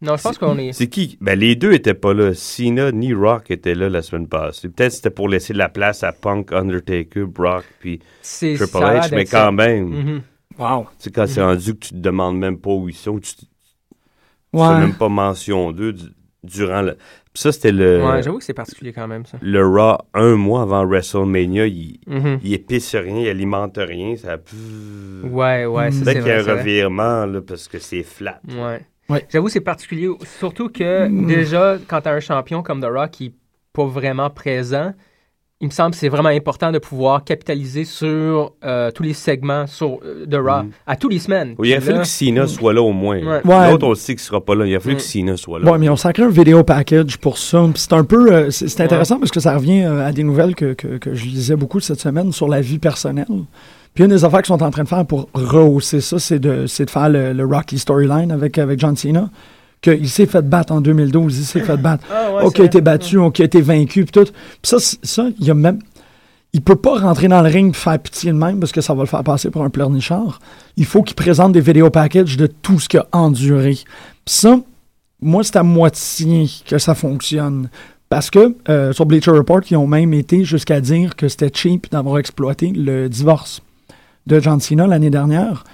[SPEAKER 6] Non, je pense qu'on est...
[SPEAKER 7] C'est qui? Ben, les deux étaient pas là. Cena ni Rock étaient là la semaine passée. Peut-être que c'était pour laisser de la place à Punk, Undertaker, Brock, puis
[SPEAKER 6] c'est
[SPEAKER 7] Triple
[SPEAKER 6] ça a l'air
[SPEAKER 7] H, mais
[SPEAKER 6] d'être ça.
[SPEAKER 7] quand même.
[SPEAKER 6] Mhm.
[SPEAKER 5] Wow.
[SPEAKER 7] Tu sais, quand c'est
[SPEAKER 6] Mhm.
[SPEAKER 7] rendu que tu te demandes même pas où ils sont, tu tu fais
[SPEAKER 5] Ouais.
[SPEAKER 7] même pas mention d'eux du- durant le. Puis ça, c'était le,
[SPEAKER 6] Ouais, j'avoue que c'est particulier quand même, ça.
[SPEAKER 7] le Raw un mois avant WrestleMania. Il,
[SPEAKER 6] Mhm.
[SPEAKER 7] il épice rien, il alimente rien. Ça...
[SPEAKER 6] Ouais, ouais, ça, c'est
[SPEAKER 7] Peut-être Euh, qu'il y a un
[SPEAKER 6] vrai, c'est vrai. Mm.
[SPEAKER 7] revirement, là, parce que c'est flat.
[SPEAKER 6] Ouais.
[SPEAKER 5] Ouais. Mm.
[SPEAKER 6] J'avoue, c'est particulier. Surtout que déjà, quand t'as un champion comme The Rock qui n'est pas vraiment présent, il me semble que c'est vraiment important de pouvoir capitaliser sur euh, tous les segments sur, euh, de Raw à tous les semaines.
[SPEAKER 7] Mm. Oui, il a
[SPEAKER 6] Puis
[SPEAKER 7] fallu
[SPEAKER 6] là- mm.
[SPEAKER 7] que Cena soit là au moins.
[SPEAKER 6] Ouais.
[SPEAKER 5] Ouais.
[SPEAKER 7] L'autre, on le sait qu'il sera pas là. Il a fallu
[SPEAKER 6] Mm.
[SPEAKER 7] que Cena soit là.
[SPEAKER 5] Ouais, mais on s'en crée un vidéo package pour ça. Puis C'est un peu. euh, c'est c'est intéressant parce que ça revient euh, à des nouvelles que, que- que je lisais beaucoup cette semaine sur la vie personnelle. Puis une des affaires qu'ils sont en train de faire pour rehausser ça, c'est de, c'est de faire le, le Rocky storyline avec, avec John Cena. Qu'il s'est fait battre en 2012, il s'est fait battre.
[SPEAKER 6] Ah, <laughs> ouais,
[SPEAKER 5] ok,
[SPEAKER 6] c'est
[SPEAKER 5] a été
[SPEAKER 6] vrai.
[SPEAKER 5] battu, ok, a été vaincu, puis tout. Puis ça, c- ça, il y a même. Il peut pas rentrer dans le ring et faire pitié de même parce que ça va le faire passer pour un pleurnichard. Il faut qu'il présente des vidéos packages de tout ce qu'il a enduré. Puis ça, moi, c'est à moitié que ça fonctionne. Parce que euh, sur Bleacher Report, ils ont même été jusqu'à dire que c'était cheap d'avoir exploité le divorce de John Cena l'année dernière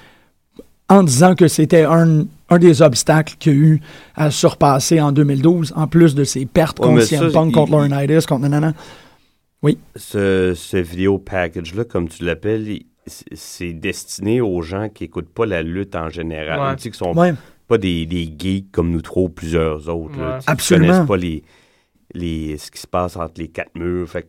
[SPEAKER 5] en disant que c'était un, un des obstacles qu'il y a eu à surpasser en 2012, en plus de ses pertes
[SPEAKER 7] Ouais,
[SPEAKER 5] contre
[SPEAKER 7] mais
[SPEAKER 5] CM
[SPEAKER 7] ça,
[SPEAKER 5] Punk,
[SPEAKER 7] il-
[SPEAKER 5] contre
[SPEAKER 7] il-
[SPEAKER 5] Laurinaitis, contre nanana.
[SPEAKER 7] ce, ce vidéo package-là, comme tu l'appelles, il- c'est- c'est destiné aux gens qui n'écoutent pas la lutte en général.
[SPEAKER 6] Ouais.
[SPEAKER 7] Tu sais, qui sont
[SPEAKER 5] Ouais,
[SPEAKER 7] pas des, des geeks comme nous trois ou plusieurs autres.
[SPEAKER 6] Ouais.
[SPEAKER 7] là. Tu sais,
[SPEAKER 5] Absolument.
[SPEAKER 7] Qui connaissent pas les, les, ce qui se passe entre les quatre murs. Fait que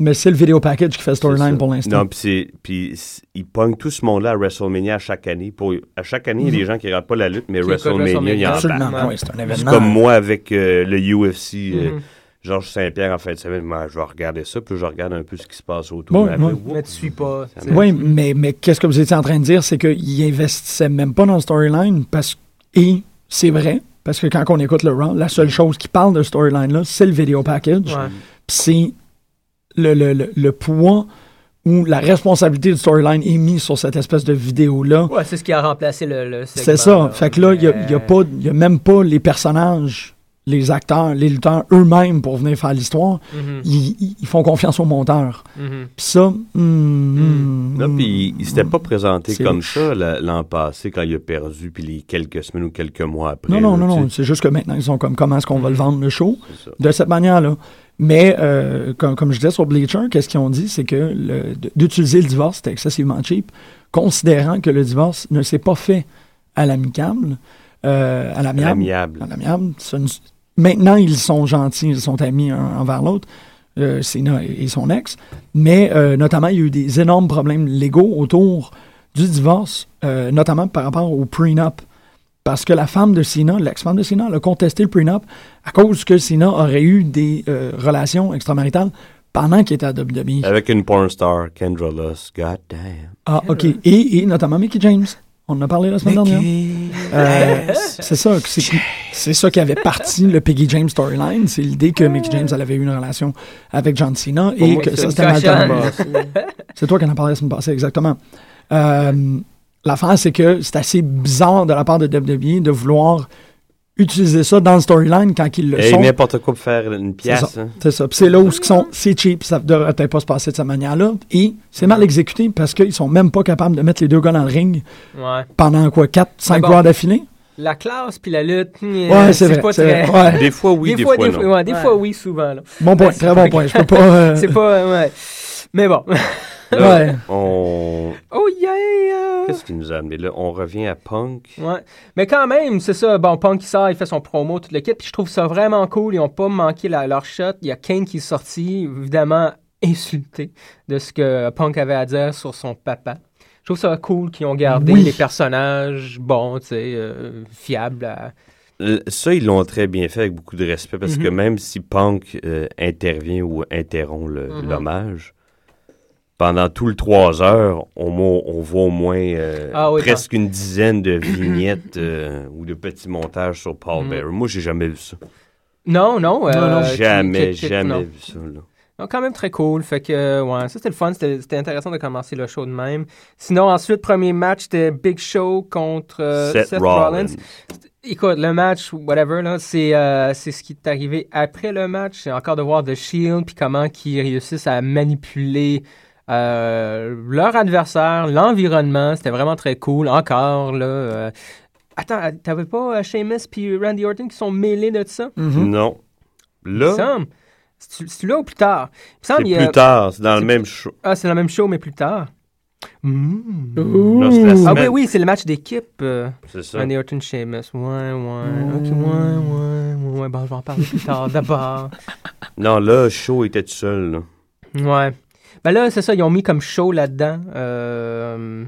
[SPEAKER 5] mais c'est le vidéo package qui fait
[SPEAKER 7] c'est ça.
[SPEAKER 5] storyline pour l'instant.
[SPEAKER 7] Non, puis c'est- puis c'est- ils pognent tout ce monde-là à WrestleMania à chaque année. Pour, à chaque année, il y a des gens qui regardent pas la lutte, mais
[SPEAKER 6] Mhm. Qui écoutent
[SPEAKER 7] WrestleMania, il y
[SPEAKER 6] WrestleMania.
[SPEAKER 7] en parle.
[SPEAKER 5] Absolument,
[SPEAKER 6] Ouais.
[SPEAKER 5] ouais, c'est un
[SPEAKER 7] C'est
[SPEAKER 5] événement.
[SPEAKER 7] comme moi avec euh, le UFC. euh,
[SPEAKER 6] Mhm.
[SPEAKER 7] Georges Saint-Pierre, en fin de semaine, moi, je vais regarder ça, puis je regarde un peu ce qui se passe autour.
[SPEAKER 5] Bon,
[SPEAKER 7] mais après,
[SPEAKER 5] ouais.
[SPEAKER 7] whoop,
[SPEAKER 6] Mais tu suis pas. tu sais.
[SPEAKER 5] Oui, mais, mais qu'est-ce que vous étiez en train de dire, c'est qu'ils investissaient même pas dans le storyline parce et c'est vrai parce que quand on écoute le Raw, la seule chose qui parle de storyline là, c'est le vidéo package,
[SPEAKER 6] Ouais.
[SPEAKER 5] Puis c'est le, le, le, le poids où la responsabilité du storyline est mise sur cette espèce de vidéo là.
[SPEAKER 6] Ouais, c'est ce qui a remplacé le. le
[SPEAKER 5] C'est
[SPEAKER 6] segment,
[SPEAKER 5] ça. Fait que là, il n'y a, il y a pas- il y a même pas les personnages, les acteurs, les lutteurs eux-mêmes pour venir faire l'histoire.
[SPEAKER 6] Mhm,
[SPEAKER 5] Ils, ils- ils font confiance au monteur.
[SPEAKER 6] mhm.
[SPEAKER 5] Puis ça, hum, hum,
[SPEAKER 7] Là, puis il s'était pas présenté
[SPEAKER 5] C'est
[SPEAKER 7] comme
[SPEAKER 5] louche.
[SPEAKER 7] ça la- l'an passé quand il a perdu, puis les quelques semaines ou quelques mois après.
[SPEAKER 5] Non, non,
[SPEAKER 7] là,
[SPEAKER 5] non,
[SPEAKER 7] euh, tu Mm.
[SPEAKER 5] non.
[SPEAKER 7] sais,
[SPEAKER 5] C'est juste que maintenant, ils sont comme comment est-ce qu'on va le vendre le show
[SPEAKER 7] c'est ça.
[SPEAKER 5] de cette manière-là. Mais euh, comme, comme je disais sur Bleacher, qu'est-ce qu'ils ont dit, c'est que le- d- d'utiliser le divorce, c'était excessivement cheap, considérant que le divorce ne s'est pas fait à l'amicable, euh, à
[SPEAKER 7] À
[SPEAKER 5] l'amiable.
[SPEAKER 7] l'amiable.
[SPEAKER 5] À l'amiable. Ce ne- Maintenant, ils sont gentils, ils sont amis un envers l'autre, euh, Cena et et son ex. Mais euh, notamment, il y a eu des énormes problèmes légaux autour du divorce, euh, notamment par rapport au prenup. Parce que la femme de Cena, l'ex-femme de Cena, elle a contesté le prenup à cause que Cena aurait eu des euh, relations extramaritales pendant qu'il était à E. WWE.
[SPEAKER 7] Avec une porn star, Kendra Loss. God damn.
[SPEAKER 5] Ah, OK. Et, et notamment Mickey James. On en a parlé la semaine dernière. Euh, c'est ça, que c'est, c'est ça qui avait parti le Peggy James storyline. C'est l'idée que Mickey James elle avait eu une relation avec John Cena et
[SPEAKER 6] Ah. moi,
[SPEAKER 5] que
[SPEAKER 6] c'est
[SPEAKER 5] ça
[SPEAKER 6] une
[SPEAKER 5] c'était mal tombé.
[SPEAKER 6] cochonne.
[SPEAKER 5] C'est toi qui en as parlé la semaine passée, exactement. Euh, L'affaire, c'est que c'est assez bizarre de la part de WWE de vouloir utiliser ça dans le storyline quand ils le
[SPEAKER 7] Hey,
[SPEAKER 5] sont.
[SPEAKER 7] n'importe quoi pour faire une
[SPEAKER 5] C'est
[SPEAKER 7] pièce.
[SPEAKER 5] ça.
[SPEAKER 7] hein.
[SPEAKER 5] C'est ça. Puis c'est là où ce qu'ils sont, c'est cheap, ça ne devrait peut-être pas se passer de cette manière-là. Et c'est mal exécuté parce qu'ils sont même pas capables de mettre les deux gars dans le ring
[SPEAKER 6] <laughs> Ouais.
[SPEAKER 5] pendant quoi, 4, 5
[SPEAKER 6] Ah bon.
[SPEAKER 5] rounds d'affilée?
[SPEAKER 6] La classe puis la lutte. hmm,
[SPEAKER 5] Ouais, c'est vrai.
[SPEAKER 6] Pas
[SPEAKER 5] c'est
[SPEAKER 6] très...
[SPEAKER 5] vrai. Ouais.
[SPEAKER 7] Des fois oui, des,
[SPEAKER 6] fois,
[SPEAKER 7] fois,
[SPEAKER 6] des
[SPEAKER 7] non.
[SPEAKER 6] fois, ouais, des fois, oui, souvent. là.
[SPEAKER 5] Bon point,
[SPEAKER 6] <laughs> Ouais, c'est
[SPEAKER 5] très bon
[SPEAKER 6] pas-
[SPEAKER 5] point. Je peux pas. euh,
[SPEAKER 6] C'est pas. Ouais. Mais bon. <laughs>
[SPEAKER 7] Là,
[SPEAKER 5] Ouais.
[SPEAKER 7] on...
[SPEAKER 6] oh yeah!
[SPEAKER 7] Qu'est-ce qui nous a amené là? On revient à Punk.
[SPEAKER 6] Ouais. Mais quand même, c'est ça. Bon, Punk qui sort, il fait son promo, tout le kit. Puis je trouve ça vraiment cool. Ils ont pas manqué la- leur shot. Il y a Kane qui est sorti, évidemment insulté de ce que Punk avait à dire sur son papa. Je trouve ça cool qu'ils ont gardé
[SPEAKER 5] Oui.
[SPEAKER 6] les personnages bons, tu sais, euh, fiables. à-
[SPEAKER 7] L- Ça, ils l'ont très bien fait avec beaucoup de respect parce
[SPEAKER 6] Mhm.
[SPEAKER 7] que même si Punk euh, intervient ou interrompt le-
[SPEAKER 6] Mhm.
[SPEAKER 7] l'hommage, pendant tout le trois heures, au moins- on voit au moins euh,
[SPEAKER 6] Ah oui,
[SPEAKER 7] presque une dizaine de vignettes euh, ou de petits montages sur Paul
[SPEAKER 6] Mhm.
[SPEAKER 7] Bearer. Moi, j'ai jamais vu ça.
[SPEAKER 6] Non, non. euh,
[SPEAKER 5] non,
[SPEAKER 6] qui-
[SPEAKER 7] jamais,
[SPEAKER 6] qui- qui-
[SPEAKER 7] jamais
[SPEAKER 6] non.
[SPEAKER 7] vu ça. là.
[SPEAKER 6] Donc, quand même très cool. Fait que, euh, ouais, ça c'était le fun. C'était c'était intéressant de commencer le show de même. Sinon, ensuite, premier match, c'était Big Show contre euh,
[SPEAKER 7] Seth, Rollins.
[SPEAKER 6] Écoute, le match, whatever, là, c'est euh, c'est ce qui est arrivé après le match. C'est encore de voir The Shield, puis comment qu'ils réussissent à manipuler euh, leur adversaire, l'environnement. C'était vraiment très cool. Encore, là. euh, Attends, t'avais pas euh, Sheamus puis Randy Orton qui sont mêlés de ça?
[SPEAKER 5] Mhm.
[SPEAKER 7] Non.
[SPEAKER 6] Hmm? Il
[SPEAKER 7] Là,
[SPEAKER 6] me semble. C'est-tu c'est-tu là ou plus tard? Il me semble,
[SPEAKER 7] c'est
[SPEAKER 6] il y
[SPEAKER 7] plus
[SPEAKER 6] a-
[SPEAKER 7] tard. C'est dans le
[SPEAKER 6] c'est-
[SPEAKER 7] même show.
[SPEAKER 6] Ah, c'est dans le même show, mais plus tard. Mm.
[SPEAKER 7] Là, c'est la
[SPEAKER 5] Ouh.
[SPEAKER 6] Ah
[SPEAKER 7] semaine.
[SPEAKER 6] oui, oui, c'est le match d'équipe. euh,
[SPEAKER 7] C'est ça. Mmh.
[SPEAKER 6] Randy Orton Sheamus. Ouais, ouais. Ok, ouais, ouais, ouais, ouais. Bon, je vais en parler plus tard d'abord.
[SPEAKER 7] Non, là, le show était tout seul. là.
[SPEAKER 6] Ouais. Ben là, c'est ça, ils ont mis comme show là-dedans. Euh,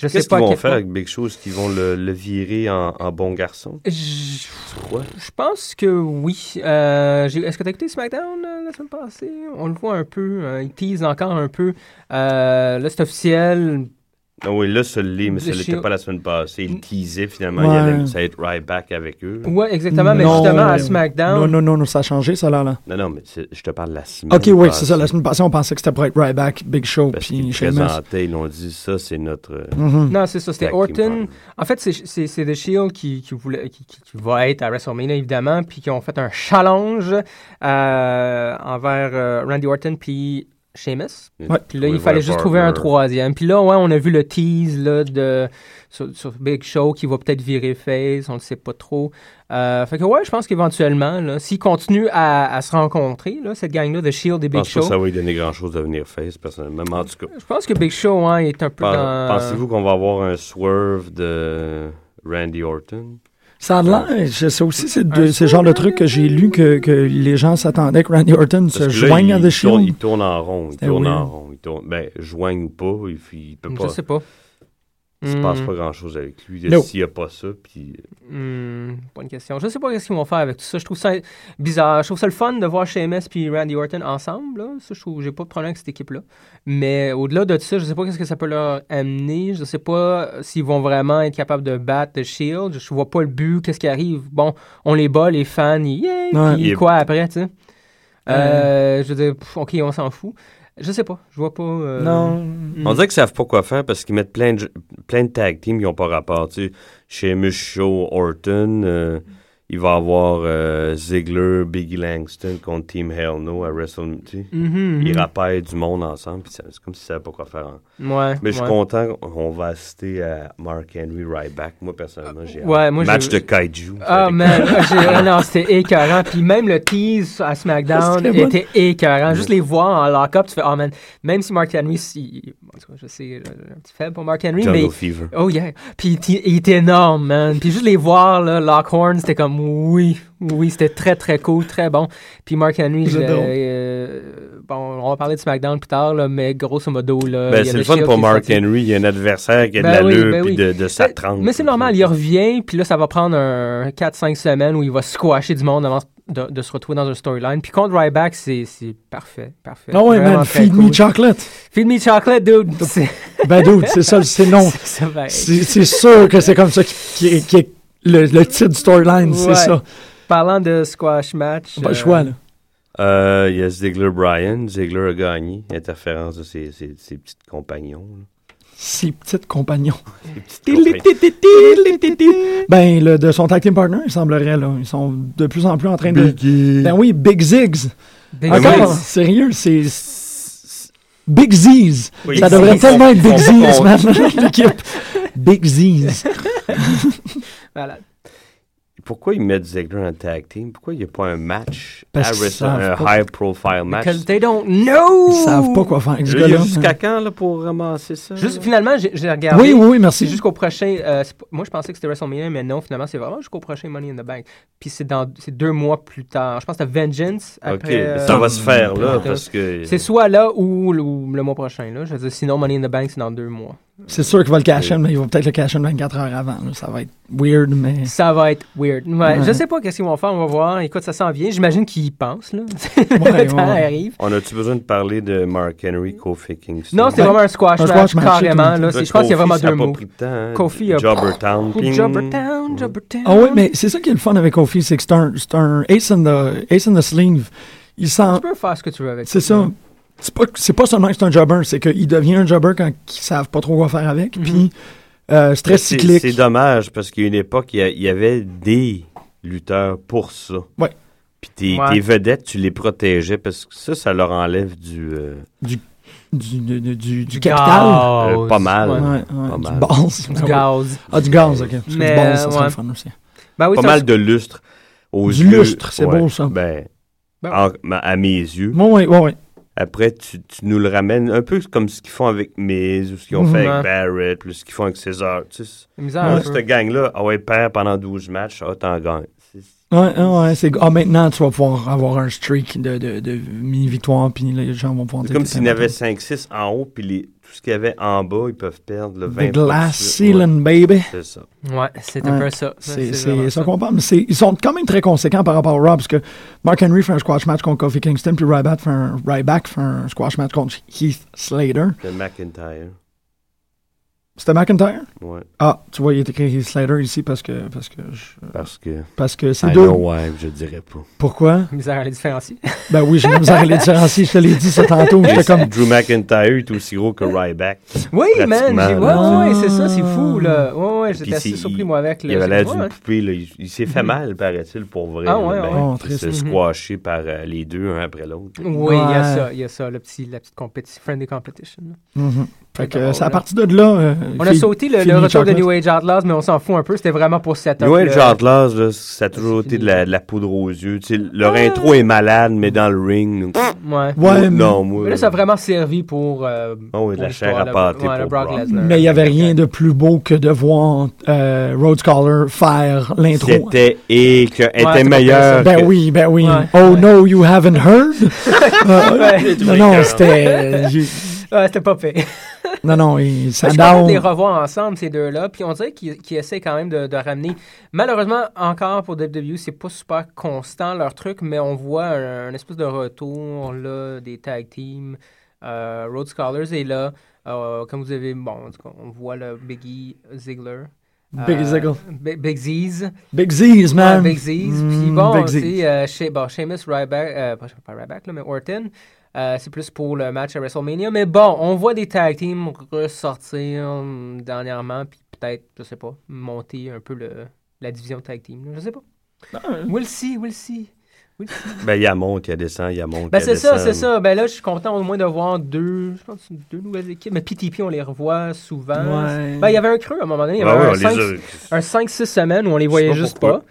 [SPEAKER 6] je sais
[SPEAKER 7] Qu'est-ce
[SPEAKER 6] pas
[SPEAKER 7] qu'ils
[SPEAKER 6] à
[SPEAKER 7] vont
[SPEAKER 6] quel
[SPEAKER 7] faire
[SPEAKER 6] point-
[SPEAKER 7] avec Big Show? Est-ce qu'ils vont le, le virer en, en bon garçon?
[SPEAKER 6] Je
[SPEAKER 7] Tu crois?
[SPEAKER 6] je pense que oui. Euh, j'ai- Est-ce que t'as écouté SmackDown euh, la semaine passée? On le voit un peu. euh, ils teasent encore un peu. Euh, là, c'est officiel.
[SPEAKER 7] Ah oui, là, ça l'est, mais
[SPEAKER 6] The
[SPEAKER 7] ça l'était
[SPEAKER 6] Shield.
[SPEAKER 7] pas la semaine passée. Ils teasaient finalement,
[SPEAKER 5] Ouais.
[SPEAKER 7] il allait, ça allait être right back avec eux.
[SPEAKER 6] Ouais, exactement. Mais
[SPEAKER 5] Non.
[SPEAKER 6] justement, à SmackDown,
[SPEAKER 5] Non, non, non, non, ça a changé, ça, là. là.
[SPEAKER 7] Non, non, mais c'est- je te parle de la semaine.
[SPEAKER 5] Ok, oui, c'est
[SPEAKER 7] passée.
[SPEAKER 5] ça. La semaine passée, on pensait que c'était pour être right back, Big Show,
[SPEAKER 7] Parce
[SPEAKER 5] puis
[SPEAKER 7] qu'ils
[SPEAKER 5] Sheamus.
[SPEAKER 7] présentaient, ils l'ont dit, ça, c'est notre. euh,
[SPEAKER 5] Mhm.
[SPEAKER 6] Non, c'est ça. C'était
[SPEAKER 7] tag team
[SPEAKER 6] Orton.
[SPEAKER 7] partner.
[SPEAKER 6] En fait, c'est- c'est c'est The Shield qui, qui, voulait, qui, qui- qui va être à WrestleMania, évidemment, puis qui ont fait un challenge euh, envers euh, Randy Orton puis Sheamus.
[SPEAKER 5] Ouais.
[SPEAKER 6] Puis
[SPEAKER 7] Trouver
[SPEAKER 6] là, il fallait juste trouver un
[SPEAKER 7] partner.
[SPEAKER 6] troisième. Puis là, ouais, on a vu le tease là, de, sur, sur Big Show qui va peut-être virer face, on ne sait pas trop. Euh, fait que ouais, je pense qu'éventuellement, là, s'ils continuent à, à se rencontrer, là, cette gang-là, The Shield et
[SPEAKER 7] Je
[SPEAKER 6] Big
[SPEAKER 7] pense pas
[SPEAKER 6] Show,
[SPEAKER 7] que ça va lui donner grand-chose de venir face, personnellement. Mais en tout cas,
[SPEAKER 6] je pense que Big Show hein, est un peu
[SPEAKER 7] pen-
[SPEAKER 6] dans...
[SPEAKER 7] pensez-vous qu'on va avoir un swerve de Randy Orton?
[SPEAKER 5] Ça a l'air, je- ça aussi, c'est de- c'est le genre de truc que j'ai lu que, que les gens s'attendaient que Randy Orton se
[SPEAKER 7] Parce que là,
[SPEAKER 5] joigne
[SPEAKER 7] il,
[SPEAKER 5] à The
[SPEAKER 7] il tourne,
[SPEAKER 5] Shield.
[SPEAKER 7] il tourne en rond. Il
[SPEAKER 5] C'était
[SPEAKER 7] tourne en
[SPEAKER 5] weird.
[SPEAKER 7] rond. Il tourne, ben, joigne ou pas, il, il peut
[SPEAKER 6] Je
[SPEAKER 7] pas.
[SPEAKER 6] sais pas.
[SPEAKER 7] Il se passe
[SPEAKER 6] Hmm.
[SPEAKER 7] pas grand-chose avec lui.
[SPEAKER 5] No.
[SPEAKER 7] S'il n'y a pas ça, puis
[SPEAKER 6] Hmm, bonne question. Je sais pas ce qu'ils vont faire avec tout ça. Je trouve ça bizarre. Je trouve ça le fun de voir Sheamus puis Randy Orton ensemble. là. Ça, je trouve, j'ai pas de problème avec cette équipe-là. Mais au-delà de ça, je sais pas qu'est-ce que ça peut leur amener. Je sais pas s'ils vont vraiment être capables de battre The Shield. Je vois pas le but. Qu'est-ce qui arrive Bon, on les bat, les fans, ils- yeah,
[SPEAKER 5] Ouais.
[SPEAKER 6] puis
[SPEAKER 7] Ah, Il-
[SPEAKER 6] quoi après, tu sais Euh, Je veux dire, pff, ok, on s'en fout. Je sais pas. Je vois pas. euh,
[SPEAKER 5] Non.
[SPEAKER 7] On dirait qu'ils savent pas quoi faire parce qu'ils mettent plein de, plein de tag teams qui n'ont pas rapport. Tu sais, Sheamus, Shaw, Orton, euh, il va avoir euh, Ziggler, Biggie Langston contre Team Hell No à WrestleMania. tu sais.
[SPEAKER 6] Mhm,
[SPEAKER 7] Ils
[SPEAKER 6] mhm.
[SPEAKER 7] rappellent du monde ensemble, puis ça- c'est comme si ça savaient pas quoi faire. en-
[SPEAKER 6] Ouais,
[SPEAKER 7] Mais je suis
[SPEAKER 6] ouais.
[SPEAKER 7] content qu'on va assister à Mark Henry Ryback. Moi, personnellement, j'ai
[SPEAKER 6] Ouais,
[SPEAKER 7] hâte.
[SPEAKER 6] moi,
[SPEAKER 7] match de
[SPEAKER 6] j'ai-
[SPEAKER 7] kaiju. ça va
[SPEAKER 6] Ah,
[SPEAKER 7] être <laughs>
[SPEAKER 6] man, j'ai- ah non, c'était écœurant. Puis même le tease à SmackDown
[SPEAKER 5] C'était bon.
[SPEAKER 6] était écœurant. Juste les voir en lock-up, tu fais, oh man, même si Mark Henry, si... en tout cas, je sais, j'ai un petit faible pour Mark Henry,
[SPEAKER 7] Jungle
[SPEAKER 6] mais.
[SPEAKER 7] Fever.
[SPEAKER 6] Oh yeah. Puis il était- il était énorme, man. Puis juste les voir, là, Lockhorn, c'était comme, oui, oui, c'était très, très cool, très bon. Puis Mark Henry, je l'ai-
[SPEAKER 5] J'adore.
[SPEAKER 6] euh, bon, on va parler de SmackDown plus tard, là, mais grosso modo, là. Euh, il
[SPEAKER 7] Ben,
[SPEAKER 6] y a
[SPEAKER 7] c'est le
[SPEAKER 6] The
[SPEAKER 7] fun
[SPEAKER 6] Shield
[SPEAKER 7] pour
[SPEAKER 6] qui est
[SPEAKER 7] Mark
[SPEAKER 6] sorti.
[SPEAKER 7] Henry. Il y a un adversaire qui a de
[SPEAKER 6] Ben oui,
[SPEAKER 7] l'allure
[SPEAKER 6] ben
[SPEAKER 7] puis
[SPEAKER 6] oui.
[SPEAKER 7] de, de sa
[SPEAKER 6] Ben,
[SPEAKER 7] trempe.
[SPEAKER 6] Mais c'est normal, il revient, puis là, ça va prendre un 4-5 semaines où il va squasher du monde avant de, de se retrouver dans un storyline. Puis contre Ryback, c'est c'est parfait, parfait.
[SPEAKER 5] Ah ouais,
[SPEAKER 6] Vraiment
[SPEAKER 5] man,
[SPEAKER 6] très
[SPEAKER 5] feed
[SPEAKER 6] cool.
[SPEAKER 5] me chocolate.
[SPEAKER 6] Feed me chocolate, dude. <laughs> C'est-
[SPEAKER 5] Ben, dude, c'est ça, c'est non.
[SPEAKER 6] <laughs> ça ben, va être-
[SPEAKER 5] C'est c'est sûr que c'est comme ça qui, qui- qui est le, le titre du storyline,
[SPEAKER 6] Ouais.
[SPEAKER 5] c'est ça. Ben,
[SPEAKER 6] Parlant de squash match.
[SPEAKER 5] Pas
[SPEAKER 6] euh,
[SPEAKER 5] le
[SPEAKER 6] <laughs>
[SPEAKER 5] choix, là.
[SPEAKER 7] Euh, il y a Ziggler Bryan. Ziggler a gagné. Interférence de ses, ses- ses petits compagnons. là.
[SPEAKER 5] Ses petites compagnons.
[SPEAKER 7] Ses petits compagnons.
[SPEAKER 5] Ben, le, de son tag team partner, il semblerait, là. Ils sont de plus en plus en train de.
[SPEAKER 6] E.
[SPEAKER 5] Ben oui, Big Zigs.
[SPEAKER 6] Big
[SPEAKER 5] Encore,
[SPEAKER 6] Ziz.
[SPEAKER 5] sérieux, c'est. Big Z's.
[SPEAKER 7] Oui,
[SPEAKER 5] ça
[SPEAKER 7] ils
[SPEAKER 5] devrait
[SPEAKER 7] sont-
[SPEAKER 5] tellement être Big E,
[SPEAKER 7] sont-
[SPEAKER 5] Z's,
[SPEAKER 7] sont-
[SPEAKER 5] man, <laughs> l'équipe. Big Z's.
[SPEAKER 6] Voilà.
[SPEAKER 7] Pourquoi ils mettent Ziggler en tag team? Pourquoi il n'y a pas un match
[SPEAKER 5] Parce
[SPEAKER 7] à
[SPEAKER 5] qu'ils
[SPEAKER 7] Wrestle- un
[SPEAKER 5] savent pas.
[SPEAKER 7] high profile match?
[SPEAKER 6] Because they don't know.
[SPEAKER 5] Ils savent pas quoi faire avec ce
[SPEAKER 7] Là, il y a
[SPEAKER 5] gars-là. hein.
[SPEAKER 7] jusqu'à quand là, pour ramasser ça?
[SPEAKER 6] hein. Juste,
[SPEAKER 7] là?
[SPEAKER 6] finalement, j'ai j'ai regardé.
[SPEAKER 5] Oui, oui, oui,
[SPEAKER 6] C'est
[SPEAKER 5] merci.
[SPEAKER 6] jusqu'au prochain. euh, c'est pas- moi, je pensais que c'était WrestleMania, mais non, finalement, c'est vraiment jusqu'au prochain Money in the Bank. Puis c'est dans c'est deux mois plus tard. Je pense que c'est Vengeance.
[SPEAKER 7] OK, ben,
[SPEAKER 6] Après, euh,
[SPEAKER 7] ça va se faire là
[SPEAKER 6] après-
[SPEAKER 7] parce que...
[SPEAKER 6] C'est soit là ou, le- ou le mois prochain. Là. Je veux dire, sinon, Money in the Bank, c'est dans deux mois.
[SPEAKER 5] C'est sûr qu'il va le cash in, mais il va peut-être le cash in 24 heures avant. là. Ça va être weird, mais.
[SPEAKER 6] Ça va être weird. Ouais,
[SPEAKER 5] Ouais.
[SPEAKER 6] Je sais pas qu'est-ce qu'ils vont faire, on va voir. Écoute, ça s'en vient. J'imagine qu'ils y pensent,
[SPEAKER 5] <laughs>
[SPEAKER 6] là.
[SPEAKER 5] Ouais,
[SPEAKER 6] Le temps
[SPEAKER 5] ouais.
[SPEAKER 6] arrive.
[SPEAKER 7] On a-tu besoin de parler de Mark Henry, Kofi Kingston?
[SPEAKER 6] Non, c'est
[SPEAKER 5] Ouais.
[SPEAKER 6] vraiment un squash,
[SPEAKER 5] Un
[SPEAKER 6] match,
[SPEAKER 5] squash match,
[SPEAKER 6] carrément.
[SPEAKER 5] tout
[SPEAKER 6] Là,
[SPEAKER 5] le
[SPEAKER 6] c'est- je pense qu'il y a vraiment deux mots. Kofi
[SPEAKER 7] Kofi
[SPEAKER 6] a-
[SPEAKER 7] a... Jobbertown. ping.
[SPEAKER 6] Jobbertown, Jobbertown.
[SPEAKER 5] Ah oui, mais c'est ça qui est le fun avec Kofi, c'est que c'est un, c'est un ace, in the, ace in the sleeve. Il sent.
[SPEAKER 6] Tu peux faire ce que tu veux avec
[SPEAKER 5] C'est ça. C'est pas, c'est pas seulement que c'est un jobber, c'est qu'il devient un jobber quand ils savent pas trop quoi faire avec. Puis, euh, c'est très
[SPEAKER 7] Mm-hmm. C'est-
[SPEAKER 5] cyclique.
[SPEAKER 7] C'est dommage parce qu'à une époque, il y a- il y, avait des lutteurs pour ça.
[SPEAKER 5] Ouais.
[SPEAKER 7] Puis tes,
[SPEAKER 6] Ouais.
[SPEAKER 7] tes vedettes, tu les protégeais parce que ça, ça leur enlève du. euh,
[SPEAKER 5] Du, du, du- du capital.
[SPEAKER 6] Ah,
[SPEAKER 7] euh, pas mal.
[SPEAKER 5] Ouais,
[SPEAKER 7] Gaz.
[SPEAKER 5] ouais,
[SPEAKER 7] Pas
[SPEAKER 5] du
[SPEAKER 7] mal.
[SPEAKER 5] balls.
[SPEAKER 6] Du gaz.
[SPEAKER 5] Ah, du gaz, ok. Parce que
[SPEAKER 6] Mais,
[SPEAKER 5] du balls, ça serait
[SPEAKER 6] ouais.
[SPEAKER 5] le fun aussi.
[SPEAKER 6] Ben oui,
[SPEAKER 7] pas
[SPEAKER 6] ça-
[SPEAKER 7] mal de lustre aux
[SPEAKER 5] Du
[SPEAKER 7] yeux.
[SPEAKER 5] lustre, c'est beau, ça.
[SPEAKER 7] Ben,
[SPEAKER 6] Ben
[SPEAKER 7] en- ma- à mes yeux.
[SPEAKER 5] Oui, oui, oui.
[SPEAKER 7] Après, tu, tu nous le ramènes un peu comme ce qu'ils font avec Miz ou ce qu'ils ont
[SPEAKER 5] Mhm.
[SPEAKER 7] fait
[SPEAKER 6] Ouais.
[SPEAKER 7] avec Barrett ou ce qu'ils font avec César. Tu sais,
[SPEAKER 6] la misère,
[SPEAKER 5] Ouais,
[SPEAKER 6] un
[SPEAKER 7] Moi,
[SPEAKER 6] peu.
[SPEAKER 7] cette gang-là, ah ouais, perd pendant 12 matchs, ah, t'en gagnes. C'est-
[SPEAKER 5] Ouais, ouais, ouais, c'est... Ah, maintenant, tu vas pouvoir avoir un streak de, de, de mini-victoire, puis les gens vont pouvoir...
[SPEAKER 7] C'est comme
[SPEAKER 5] t'écouter.
[SPEAKER 7] s'il y en avait 5-6 en haut, puis les, tout ce qu'il y avait en bas, ils peuvent perdre le 20
[SPEAKER 5] The glass
[SPEAKER 7] Ouais,
[SPEAKER 5] ceiling, baby.
[SPEAKER 7] C'est ça.
[SPEAKER 6] Ouais, c'est un
[SPEAKER 5] Ouais.
[SPEAKER 6] peu ça.
[SPEAKER 5] C'est,
[SPEAKER 6] vraiment
[SPEAKER 5] c'est ça qu'on parle. Mais c'est- ils sont quand même très conséquents par rapport au Raw, parce que Mark Henry fait un squash match contre Kofi Kingston, puis Ryback fait un, Ryback fait un squash match contre Heath Slater.
[SPEAKER 7] Le McIntyre.
[SPEAKER 5] C'était McIntyre?
[SPEAKER 7] Ouais.
[SPEAKER 5] Ah, tu vois, il est écrit Heath Slater ici parce que, parce que, je-
[SPEAKER 7] Parce que.
[SPEAKER 5] parce que c'est
[SPEAKER 7] I
[SPEAKER 5] deux.
[SPEAKER 7] know why, je dirais
[SPEAKER 6] <laughs>
[SPEAKER 7] pas.
[SPEAKER 5] Pourquoi?
[SPEAKER 6] Misère à les différencier.
[SPEAKER 5] Ben oui, j'ai mis à les différencier, je te l'ai dit ça tantôt. J'étais comme,
[SPEAKER 7] Drew McIntyre est aussi gros que
[SPEAKER 6] <laughs>
[SPEAKER 7] Ryback.
[SPEAKER 6] <laughs> Oui, man.
[SPEAKER 7] Pratiquement,
[SPEAKER 6] j'ai- Ouais,
[SPEAKER 5] là.
[SPEAKER 6] ouais, c'est ça, c'est fou, là. Ouais, ouais, j'étais
[SPEAKER 7] Puis
[SPEAKER 6] assez
[SPEAKER 7] c'est-
[SPEAKER 6] surpris, moi, avec.
[SPEAKER 7] Il
[SPEAKER 6] là.
[SPEAKER 7] avait l'air
[SPEAKER 6] Ouais,
[SPEAKER 7] d'une
[SPEAKER 6] ouais. Mm-hmm.
[SPEAKER 7] poupée, là. Il, il s'est fait mal, paraît-il, pour vrai.
[SPEAKER 6] Ah
[SPEAKER 7] là,
[SPEAKER 6] ouais, Mm-hmm.
[SPEAKER 7] ben,
[SPEAKER 6] ouais.
[SPEAKER 5] Oh,
[SPEAKER 7] il
[SPEAKER 5] triste.
[SPEAKER 7] s'est squashé par euh, les deux, un après l'autre.
[SPEAKER 6] Oui, il y a
[SPEAKER 5] Ouais.
[SPEAKER 6] ça, il y a ça, le petit, la petite compétition, friendly competition. là.
[SPEAKER 5] Mhm. Fait que euh, c'est à
[SPEAKER 6] drôle,
[SPEAKER 5] partir de là. euh,
[SPEAKER 6] On a
[SPEAKER 5] fille-
[SPEAKER 6] sauté le,
[SPEAKER 5] fille
[SPEAKER 6] le retour de
[SPEAKER 5] chocolate.
[SPEAKER 6] New Age Outlaws, mais on s'en fout un peu, c'était vraiment pour cette
[SPEAKER 7] New Age Outlaws, là, ça a toujours été de la, de la poudre aux yeux. Tu sais, leur intro est malade, mais dans le ring. nous-
[SPEAKER 6] Ah! Ouais.
[SPEAKER 5] Ouais, mais-
[SPEAKER 7] non, moi.
[SPEAKER 6] Mais là, ça a vraiment servi pour. euh,
[SPEAKER 7] Ah oui, de
[SPEAKER 6] pour
[SPEAKER 7] la
[SPEAKER 6] l'histoire,
[SPEAKER 7] chair à
[SPEAKER 6] là,
[SPEAKER 7] pâté
[SPEAKER 6] ouais, le
[SPEAKER 7] pour
[SPEAKER 6] Brock
[SPEAKER 7] Brock.
[SPEAKER 6] Lesnar.
[SPEAKER 5] Mais il n'y avait rien de plus beau que de voir euh, Rhodes Collar faire l'intro.
[SPEAKER 7] C'était et que
[SPEAKER 6] c'était
[SPEAKER 7] était meilleur.
[SPEAKER 5] Ben
[SPEAKER 7] que-
[SPEAKER 5] oui, ben oui.
[SPEAKER 6] Ouais.
[SPEAKER 5] Oh no, you haven't
[SPEAKER 6] <laughs>
[SPEAKER 5] heard? Euh, non, non,
[SPEAKER 7] écœurant.
[SPEAKER 5] c'était. j'ai-
[SPEAKER 6] Ouais, Ah, c'était pas fait.
[SPEAKER 5] Non, non, il
[SPEAKER 6] Je suis content de les
[SPEAKER 5] s'adore.
[SPEAKER 6] revoir ensemble, ces deux-là. Puis on dirait qu'ils qu'ils essaient quand même de, de ramener. Malheureusement, encore pour WWE, c'est pas super constant leur truc, mais on voit un, un espèce de retour là, des tag teams. Euh, Road Scholars est là. Euh, comme vous avez, bon, en tout cas, on voit le Biggie Ziggler.
[SPEAKER 5] Big Ziggle.
[SPEAKER 6] Bi- Big Z's.
[SPEAKER 5] Big Z's,
[SPEAKER 6] Ouais,
[SPEAKER 5] man.
[SPEAKER 6] Big Z's.
[SPEAKER 5] Mm,
[SPEAKER 6] Puis bon,
[SPEAKER 5] Big
[SPEAKER 6] tu
[SPEAKER 5] Z's.
[SPEAKER 6] sais, euh, chez- bon, Sheamus, Ryback, euh, pas, pas Ryback, là, mais Orton, euh, c'est plus pour le match à WrestleMania. Mais bon, on voit des tag teams ressortir hum, dernièrement, puis peut-être, je sais pas, monter un peu le, la division tag team. là, Je sais pas. We'll see, we'll see. We'll see.
[SPEAKER 7] Ben, il y a monte, il y a descend, il y a monte.
[SPEAKER 6] Ben
[SPEAKER 7] il y a
[SPEAKER 6] c'est ça,
[SPEAKER 7] descend.
[SPEAKER 6] c'est ça. Ben là, je suis content au moins de voir deux, je pense, deux nouvelles équipes. Mais PTP, on les revoit souvent.
[SPEAKER 5] Ouais.
[SPEAKER 6] Ben, il y avait un creux à un moment donné. Il y
[SPEAKER 7] Ah
[SPEAKER 6] avait
[SPEAKER 7] ouais,
[SPEAKER 6] un
[SPEAKER 7] on
[SPEAKER 6] cinq-
[SPEAKER 7] les a-
[SPEAKER 6] un 5-6 semaines où on les voyait
[SPEAKER 7] pas
[SPEAKER 6] juste
[SPEAKER 7] pourquoi.
[SPEAKER 6] pas.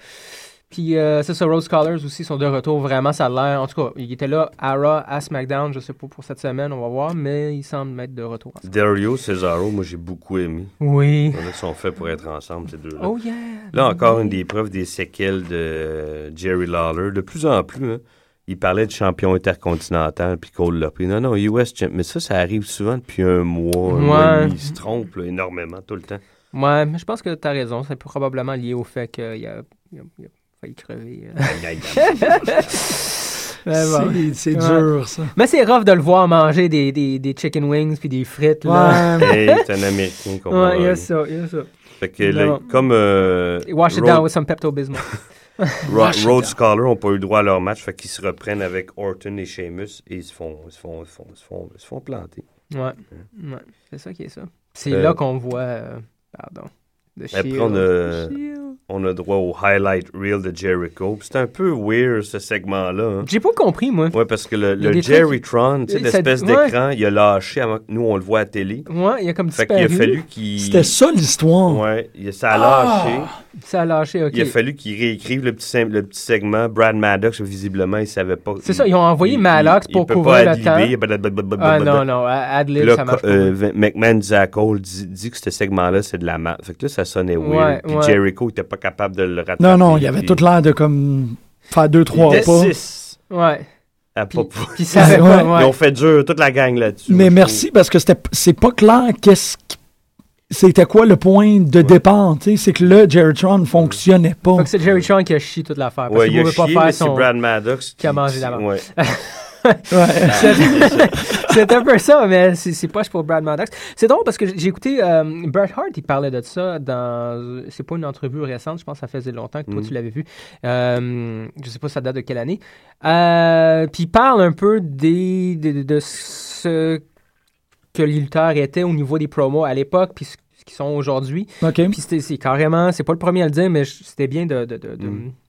[SPEAKER 6] Puis euh, c'est ça, Rose Scholars aussi sont de retour vraiment, ça a l'air. En tout cas, ils étaient là à Raw, à SmackDown, je sais pas pour cette semaine, on va voir, mais ils semblent être de retour.
[SPEAKER 7] Dario, Cesaro, moi j'ai beaucoup aimé.
[SPEAKER 6] Oui.
[SPEAKER 7] On a sont faits pour être ensemble, ces deux-là.
[SPEAKER 6] Oh yeah!
[SPEAKER 7] Là encore, une des preuves des séquelles de euh, Jerry Lawler. De plus en plus, hein, il parlait de champion intercontinental, puis Cole l'a pris. Non, non, US champ. Mais ça, ça arrive souvent depuis un mois, un mois
[SPEAKER 6] Ouais.
[SPEAKER 7] et demi. Il se trompe là, énormément tout le temps. <laughs>
[SPEAKER 6] Ouais, mais je pense que t'as raison, c'est probablement lié au fait qu'il a, il a- il a failli crever.
[SPEAKER 7] <laughs>
[SPEAKER 6] euh.
[SPEAKER 7] Aïe, aïe, aïe. Ben,
[SPEAKER 5] C'est- C'est
[SPEAKER 6] Ouais.
[SPEAKER 5] dur, ça.
[SPEAKER 6] mais c'est rough de le voir manger des, des, des chicken wings puis des frites, là.
[SPEAKER 5] Ouais.
[SPEAKER 7] hey, c'est un Américain qu'on va
[SPEAKER 6] Ouais, il y
[SPEAKER 7] aller.
[SPEAKER 6] a ça, il y a ça.
[SPEAKER 7] Fait que, là,
[SPEAKER 6] Non.
[SPEAKER 7] comme euh,
[SPEAKER 6] Wash it
[SPEAKER 7] Road-
[SPEAKER 6] down with some Pepto-Bismol.
[SPEAKER 7] Ro- Road Scholar n'ont pas eu droit à leur match, fait qu'ils se reprennent avec Orton et Sheamus et ils se font, ils se font, ils se font, ils se font, ils se font planter.
[SPEAKER 6] Ouais. ouais. C'est ça qui est ça. C'est
[SPEAKER 7] Euh,
[SPEAKER 6] là qu'on voit. euh, pardon. The
[SPEAKER 7] Après,
[SPEAKER 6] Shield.
[SPEAKER 7] on a-
[SPEAKER 6] The Shield.
[SPEAKER 7] On a droit au highlight reel de Jericho. C'est un peu weird ce segment-là. Hein?
[SPEAKER 6] J'ai pas compris, moi.
[SPEAKER 7] Ouais, parce que le,
[SPEAKER 6] Il y a
[SPEAKER 7] le
[SPEAKER 6] des trucs-
[SPEAKER 7] Jerrytron, tu sais,
[SPEAKER 6] Ça-
[SPEAKER 7] l'espèce
[SPEAKER 6] ouais.
[SPEAKER 7] d'écran, il a lâché avant que nous on le voit à télé.
[SPEAKER 6] Ouais, il y a comme
[SPEAKER 7] Fait
[SPEAKER 6] disparu.
[SPEAKER 7] qu'il a fallu qu'il.
[SPEAKER 5] C'était ça l'histoire.
[SPEAKER 7] Ouais, il- ça a lâché.
[SPEAKER 6] Ça a lâché, Ah! OK.
[SPEAKER 7] Il a fallu qu'il réécrive le petit, sem- le petit segment. Brad Maddox, visiblement, il savait pas.
[SPEAKER 6] C'est ça, ils ont envoyé Maddox pour couvrir le temps.
[SPEAKER 7] temps.
[SPEAKER 6] Ah non, non, à- Adlib,
[SPEAKER 7] Là,
[SPEAKER 6] ça marche
[SPEAKER 7] co-
[SPEAKER 6] pas.
[SPEAKER 7] euh, Vin- McMahon disait à Cole, dit, dit que ce segment-là, c'est de la merde. Fait que là, ça sonnait
[SPEAKER 6] Ouais,
[SPEAKER 7] weird. Puis
[SPEAKER 6] ouais.
[SPEAKER 7] Jericho n'était pas capable de le rattraper.
[SPEAKER 5] Non, non, il y avait
[SPEAKER 7] Puis-
[SPEAKER 5] toute l'air de comme faire deux,
[SPEAKER 7] Il
[SPEAKER 5] trois
[SPEAKER 7] était
[SPEAKER 5] pas.
[SPEAKER 7] six
[SPEAKER 6] Ouais.
[SPEAKER 7] à
[SPEAKER 6] Puis,
[SPEAKER 7] pas pouvoir- <laughs>
[SPEAKER 6] puis ça avait pas,
[SPEAKER 5] Ouais.
[SPEAKER 6] ouais.
[SPEAKER 7] Ils ont fait dur toute la gang là-dessus.
[SPEAKER 5] Mais
[SPEAKER 7] Je
[SPEAKER 5] merci parce que c'était c'est pas clair qu'est-ce qui- c'était quoi le point de départ? tu sais? C'est que là, Jared Tron fonctionnait pas.
[SPEAKER 6] Fait que c'est Jerry Sean qui a chié toute l'affaire. Ah, Parce
[SPEAKER 7] Ouais,
[SPEAKER 6] qu'il
[SPEAKER 7] il a
[SPEAKER 6] pouvait
[SPEAKER 7] chié, mais
[SPEAKER 6] pas faire
[SPEAKER 7] c'est
[SPEAKER 6] son.
[SPEAKER 7] Brad Maddox
[SPEAKER 6] qui a mangé la barbe.
[SPEAKER 7] Ouais.
[SPEAKER 5] Ouais.
[SPEAKER 6] c'est un peu ça, mais c'est c'est poche pour Brad Maddox. C'est drôle parce que j'ai j'ai écouté euh, Bret Hart, il parlait de ça dans. C'est pas une entrevue récente, je pense que ça faisait longtemps que toi tu l'avais vu. Euh, je sais pas ça date de quelle année. Euh, Puis il parle un peu des, de, de ce que les lutteurs étaient au niveau des promos à l'époque, puis ce ce qu'ils sont aujourd'hui.
[SPEAKER 5] OK.
[SPEAKER 6] Puis c'était- c'est carrément, c'est pas le premier à le dire, mais je- c'était bien de- de- de- de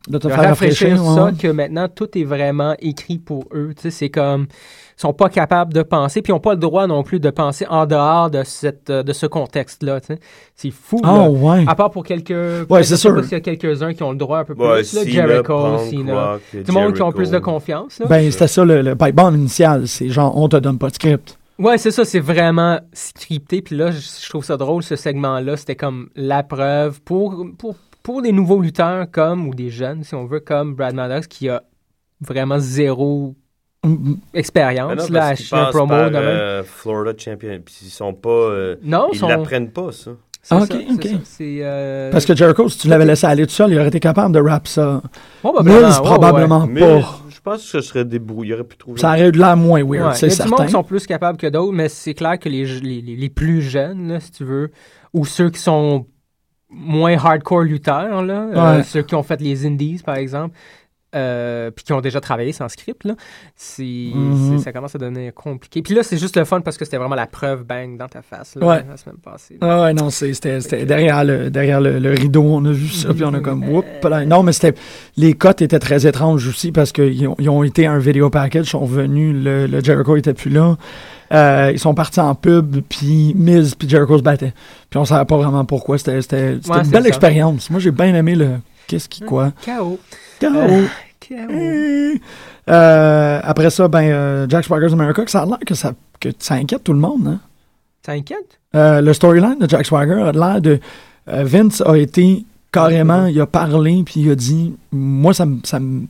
[SPEAKER 5] De te
[SPEAKER 6] de
[SPEAKER 5] faire rafraîchir.
[SPEAKER 6] ça
[SPEAKER 5] ouais.
[SPEAKER 6] que maintenant tout est vraiment écrit pour eux. Tu sais, c'est comme ils sont pas capables de penser, puis ils n'ont pas le droit non plus de penser en dehors de cette euh, de ce contexte-là. tu sais. C'est fou.
[SPEAKER 5] Ah,
[SPEAKER 6] là.
[SPEAKER 5] ouais.
[SPEAKER 6] À part pour quelques, ouais,
[SPEAKER 5] c'est sûr.
[SPEAKER 6] Parce qu'il y a quelques uns qui ont le droit un peu plus.
[SPEAKER 7] Ouais,
[SPEAKER 6] là,
[SPEAKER 7] Bah, Cena,
[SPEAKER 6] Jericho,
[SPEAKER 7] Punk,
[SPEAKER 6] Cena.
[SPEAKER 7] Rock,
[SPEAKER 6] Tout le monde qui ont
[SPEAKER 7] Jericho.
[SPEAKER 6] plus de confiance. Là.
[SPEAKER 5] Ben, c'était ça le, le pipe bomb initial. C'est genre, on te donne pas de script.
[SPEAKER 6] Ouais, c'est ça, c'est vraiment scripté. Puis là, je, je trouve ça drôle, ce segment-là. C'était comme la preuve pour, pour, pour des nouveaux lutteurs comme, ou des jeunes, si on veut, comme Brad Maddox, qui a vraiment zéro Euh,
[SPEAKER 5] Mm, mm.
[SPEAKER 7] Ben non,
[SPEAKER 6] expérience là, à
[SPEAKER 7] parce qu'ils
[SPEAKER 6] acheter un
[SPEAKER 7] passent
[SPEAKER 6] promo
[SPEAKER 7] par,
[SPEAKER 6] de même.
[SPEAKER 7] euh, Florida Champion. Puis ils sont pas. euh,
[SPEAKER 6] non,
[SPEAKER 7] ils
[SPEAKER 6] sont-
[SPEAKER 7] l'apprennent pas, ça.
[SPEAKER 6] c'est
[SPEAKER 5] Ah,
[SPEAKER 6] ça,
[SPEAKER 5] ok,
[SPEAKER 6] c'est
[SPEAKER 5] ok.
[SPEAKER 6] ça, c'est, euh,
[SPEAKER 5] Parce que Jericho, si tu l'avais laissé aller tout seul, il aurait été capable de rap ça.
[SPEAKER 6] bon, bah,
[SPEAKER 5] Mills,
[SPEAKER 6] vraiment, ouais,
[SPEAKER 5] probablement
[SPEAKER 7] Mais
[SPEAKER 5] Ah, pas.
[SPEAKER 7] je pense que ce serait débrouillé. Il aurait pu trouver.
[SPEAKER 5] Ça aurait eu de l'air moins
[SPEAKER 6] ouais.
[SPEAKER 5] weird,
[SPEAKER 6] Ouais. Il y a
[SPEAKER 5] c'est
[SPEAKER 6] du monde
[SPEAKER 5] certain.
[SPEAKER 6] qui sont plus capables que d'autres, mais c'est clair que les, les, les- les plus jeunes, là, si tu veux, ou ceux qui sont moins hardcore lutteurs, là, euh,
[SPEAKER 5] Ouais.
[SPEAKER 6] ceux qui ont fait les indies, par exemple, euh, puis qui ont déjà travaillé sans script, là, c'est,
[SPEAKER 5] Mhm.
[SPEAKER 6] c'est- ça commence à devenir compliqué. Puis là, c'est juste le fun parce que c'était vraiment la preuve bang dans ta face là,
[SPEAKER 5] Ouais.
[SPEAKER 6] la semaine passée. là.
[SPEAKER 5] Ah ouais, non, c'est- c'était c'était derrière, le, derrière le, le rideau, on a vu ça, puis on a
[SPEAKER 6] Mm.
[SPEAKER 5] comme, whoop, là. Non, mais c'était, les cotes étaient très étranges aussi parce qu'ils ont, ils ont été un vidéo package, ils sont revenus, le, le Jericho était plus là. Euh, ils sont partis en pub, puis Miz, puis Jericho se battaient. Puis on savait pas vraiment pourquoi, c'était c'était- c'était
[SPEAKER 6] Ouais,
[SPEAKER 5] une
[SPEAKER 6] c'est
[SPEAKER 5] belle
[SPEAKER 6] ça. Mm.
[SPEAKER 5] expérience. Moi, j'ai bien aimé le qu'est-ce qui quoi.
[SPEAKER 6] Chaos.
[SPEAKER 5] Ciao.
[SPEAKER 6] Chaos.
[SPEAKER 5] Euh, après ça, ben, euh, Jack Swagger's America, que ça a l'air que ça, que ça inquiète tout le monde, hein?
[SPEAKER 6] T'inquiète?
[SPEAKER 5] Euh, le storyline de Jack Swagger a l'air de. euh, Vince a été carrément, il a parlé, puis il a dit Moi, ça me. Ça, me-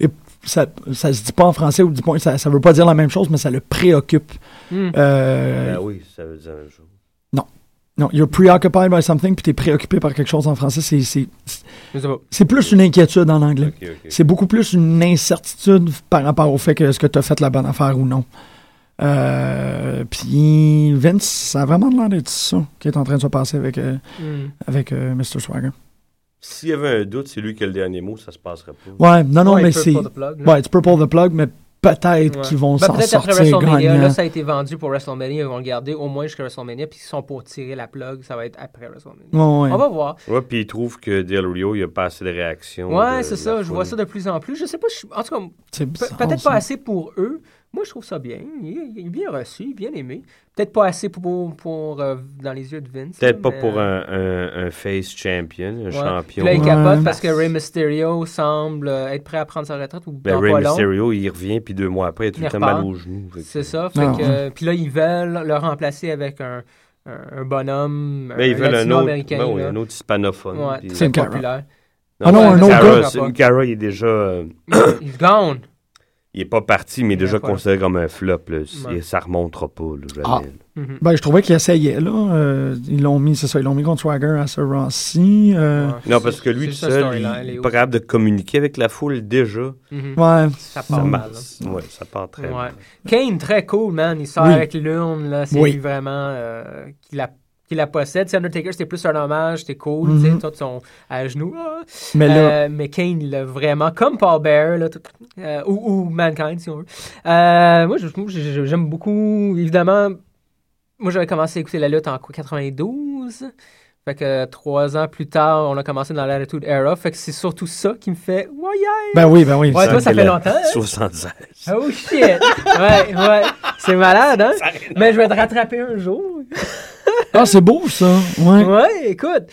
[SPEAKER 5] et ça, ça se dit pas en français, ou du point, ça, ça veut pas dire la même chose, mais ça le préoccupe.
[SPEAKER 6] Hmm.
[SPEAKER 5] Euh,
[SPEAKER 7] Ben oui, ça veut dire la même chose.
[SPEAKER 5] Non, you're preoccupied by something, puis t'es préoccupé par quelque chose en français. C'est- C'est
[SPEAKER 6] Je sais pas.
[SPEAKER 5] c'est plus une inquiétude en anglais.
[SPEAKER 7] Ok, ok.
[SPEAKER 5] C'est beaucoup plus une incertitude par rapport au fait que est-ce que tu as fait la bonne affaire ou non. Euh, puis Vince, ça a vraiment l'air d'être ça qui est en train de se passer avec, euh,
[SPEAKER 6] Hmm.
[SPEAKER 5] avec euh, Mr. Swagger.
[SPEAKER 7] S'il y avait un doute, c'est lui qui a le dernier mot, ça se passerait pas.
[SPEAKER 5] Ouais, Ah non, non,
[SPEAKER 6] Ouais,
[SPEAKER 5] mais
[SPEAKER 6] Purple
[SPEAKER 5] c'est.
[SPEAKER 6] the Plug, là.
[SPEAKER 5] Ouais, tu peux pour the plug, mais peut-être
[SPEAKER 6] Ouais.
[SPEAKER 5] qu'ils vont
[SPEAKER 6] Ben,
[SPEAKER 5] s'en
[SPEAKER 6] peut-être après
[SPEAKER 5] sortir
[SPEAKER 6] WrestleMania,
[SPEAKER 5] gagnants.
[SPEAKER 6] là, ça a été vendu pour WrestleMania, ils vont le garder au moins jusqu'à WrestleMania, puis ils sont pour tirer la plug, ça va être après WrestleMania.
[SPEAKER 5] Ouais, ouais.
[SPEAKER 6] On va voir.
[SPEAKER 7] Ouais, puis il trouve que Del Rio, il a pas assez de réactions.
[SPEAKER 6] Ouais,
[SPEAKER 7] de
[SPEAKER 6] c'est
[SPEAKER 7] la
[SPEAKER 6] ça, je
[SPEAKER 7] foule.
[SPEAKER 6] vois ça de plus en plus. Je sais pas, je suis- en tout cas,
[SPEAKER 5] C'est
[SPEAKER 6] pe-
[SPEAKER 5] bizarre,
[SPEAKER 6] peut-être
[SPEAKER 5] ça.
[SPEAKER 6] pas assez pour eux. Moi, je trouve ça bien. Il il est bien reçu, il est bien aimé. Peut-être pas assez pour, pour, pour, euh, dans les yeux de Vince.
[SPEAKER 7] Peut-être
[SPEAKER 6] là,
[SPEAKER 7] pas
[SPEAKER 6] mais- euh,
[SPEAKER 7] pour un, un- un face champion, un
[SPEAKER 6] Ouais. Puis
[SPEAKER 7] champion.
[SPEAKER 6] Là, il
[SPEAKER 5] Ouais.
[SPEAKER 6] capote parce que Rey Mysterio semble euh, être prêt à prendre sa retraite ou
[SPEAKER 7] Ben,
[SPEAKER 6] dans
[SPEAKER 7] Rey
[SPEAKER 6] pas long.
[SPEAKER 7] Mysterio, il revient, puis deux mois après, il a tout
[SPEAKER 6] Il
[SPEAKER 7] le temps mal
[SPEAKER 6] repart.
[SPEAKER 7] aux genoux. fait que-
[SPEAKER 6] C'est ça. Fait
[SPEAKER 5] Non,
[SPEAKER 6] que, Puis là, ils veulent le remplacer avec un, un, un bonhomme
[SPEAKER 7] Mais
[SPEAKER 6] un
[SPEAKER 7] il veut un autre,
[SPEAKER 6] latino-américain.
[SPEAKER 7] ben oui,
[SPEAKER 6] là.
[SPEAKER 7] un autre hispanophone.
[SPEAKER 6] Ouais,
[SPEAKER 7] puis- euh,
[SPEAKER 5] C'est
[SPEAKER 6] très
[SPEAKER 5] une Cara.
[SPEAKER 6] populaire.
[SPEAKER 5] Ah non,
[SPEAKER 6] Ouais,
[SPEAKER 5] un autre
[SPEAKER 6] Cara,
[SPEAKER 5] gars.
[SPEAKER 6] gars.
[SPEAKER 7] Cara, c'est- Cara, il est déjà. euh,
[SPEAKER 6] He's gone.
[SPEAKER 7] il est pas parti, mais
[SPEAKER 6] Il
[SPEAKER 7] déjà
[SPEAKER 6] est pas là.
[SPEAKER 7] considéré comme un flop. Là. Si-
[SPEAKER 6] Ouais.
[SPEAKER 7] Ça remontera pas. Là, jamais,
[SPEAKER 5] Ah.
[SPEAKER 7] là.
[SPEAKER 6] Mhm.
[SPEAKER 5] Ben, je trouvais qu'ils essayaient, là. Euh, ils l'ont mis, c'est ça, ils l'ont mis contre Swagger à ce Rossi. euh,
[SPEAKER 7] Non, parce que lui, tout
[SPEAKER 6] C'est ça,
[SPEAKER 7] seul, il
[SPEAKER 6] storyline, elle
[SPEAKER 7] il
[SPEAKER 6] est
[SPEAKER 7] est
[SPEAKER 6] où?
[SPEAKER 7] pas capable de communiquer avec la foule déjà.
[SPEAKER 6] Mhm.
[SPEAKER 5] ouais.
[SPEAKER 7] Ça
[SPEAKER 6] Ça part mal.
[SPEAKER 7] marche.
[SPEAKER 6] là.
[SPEAKER 7] Ouais, ça part très
[SPEAKER 6] Ouais.
[SPEAKER 7] mal.
[SPEAKER 6] Kane, très cool, man. Il sort
[SPEAKER 5] Oui.
[SPEAKER 6] avec l'urne. là. C'est
[SPEAKER 5] Oui.
[SPEAKER 6] lui vraiment euh, qui, la, qui la possède. C'est Undertaker, c'était plus un hommage. C'était cool.
[SPEAKER 5] Mhm.
[SPEAKER 6] tu sais, Tous sont à genoux. Ah.
[SPEAKER 5] Mais là,
[SPEAKER 6] Euh, mais Kane, il l'a vraiment, comme Paul Bear, là, tout- euh, ou, ou Mankind, si on veut. Euh, moi, je- moi, j'ai- j'ai- j'aime beaucoup, évidemment, moi, j'avais commencé à écouter la lutte en quoi, 92. Fait que euh, trois ans plus tard, on a commencé dans l'Attitude Era. Fait que c'est surtout ça qui me fait « Ouais, yeah!
[SPEAKER 5] ben oui, ben oui.
[SPEAKER 6] Ouais,
[SPEAKER 5] ça-
[SPEAKER 6] toi, ça
[SPEAKER 7] Quel
[SPEAKER 6] fait
[SPEAKER 7] est-
[SPEAKER 6] longtemps, hein?
[SPEAKER 7] 76.
[SPEAKER 6] Oh shit! ouais, ouais. C'est malade, hein? Mais je vais te rattraper un jour.
[SPEAKER 5] Ah, c'est beau, ça. Ouais.
[SPEAKER 6] Ouais, écoute.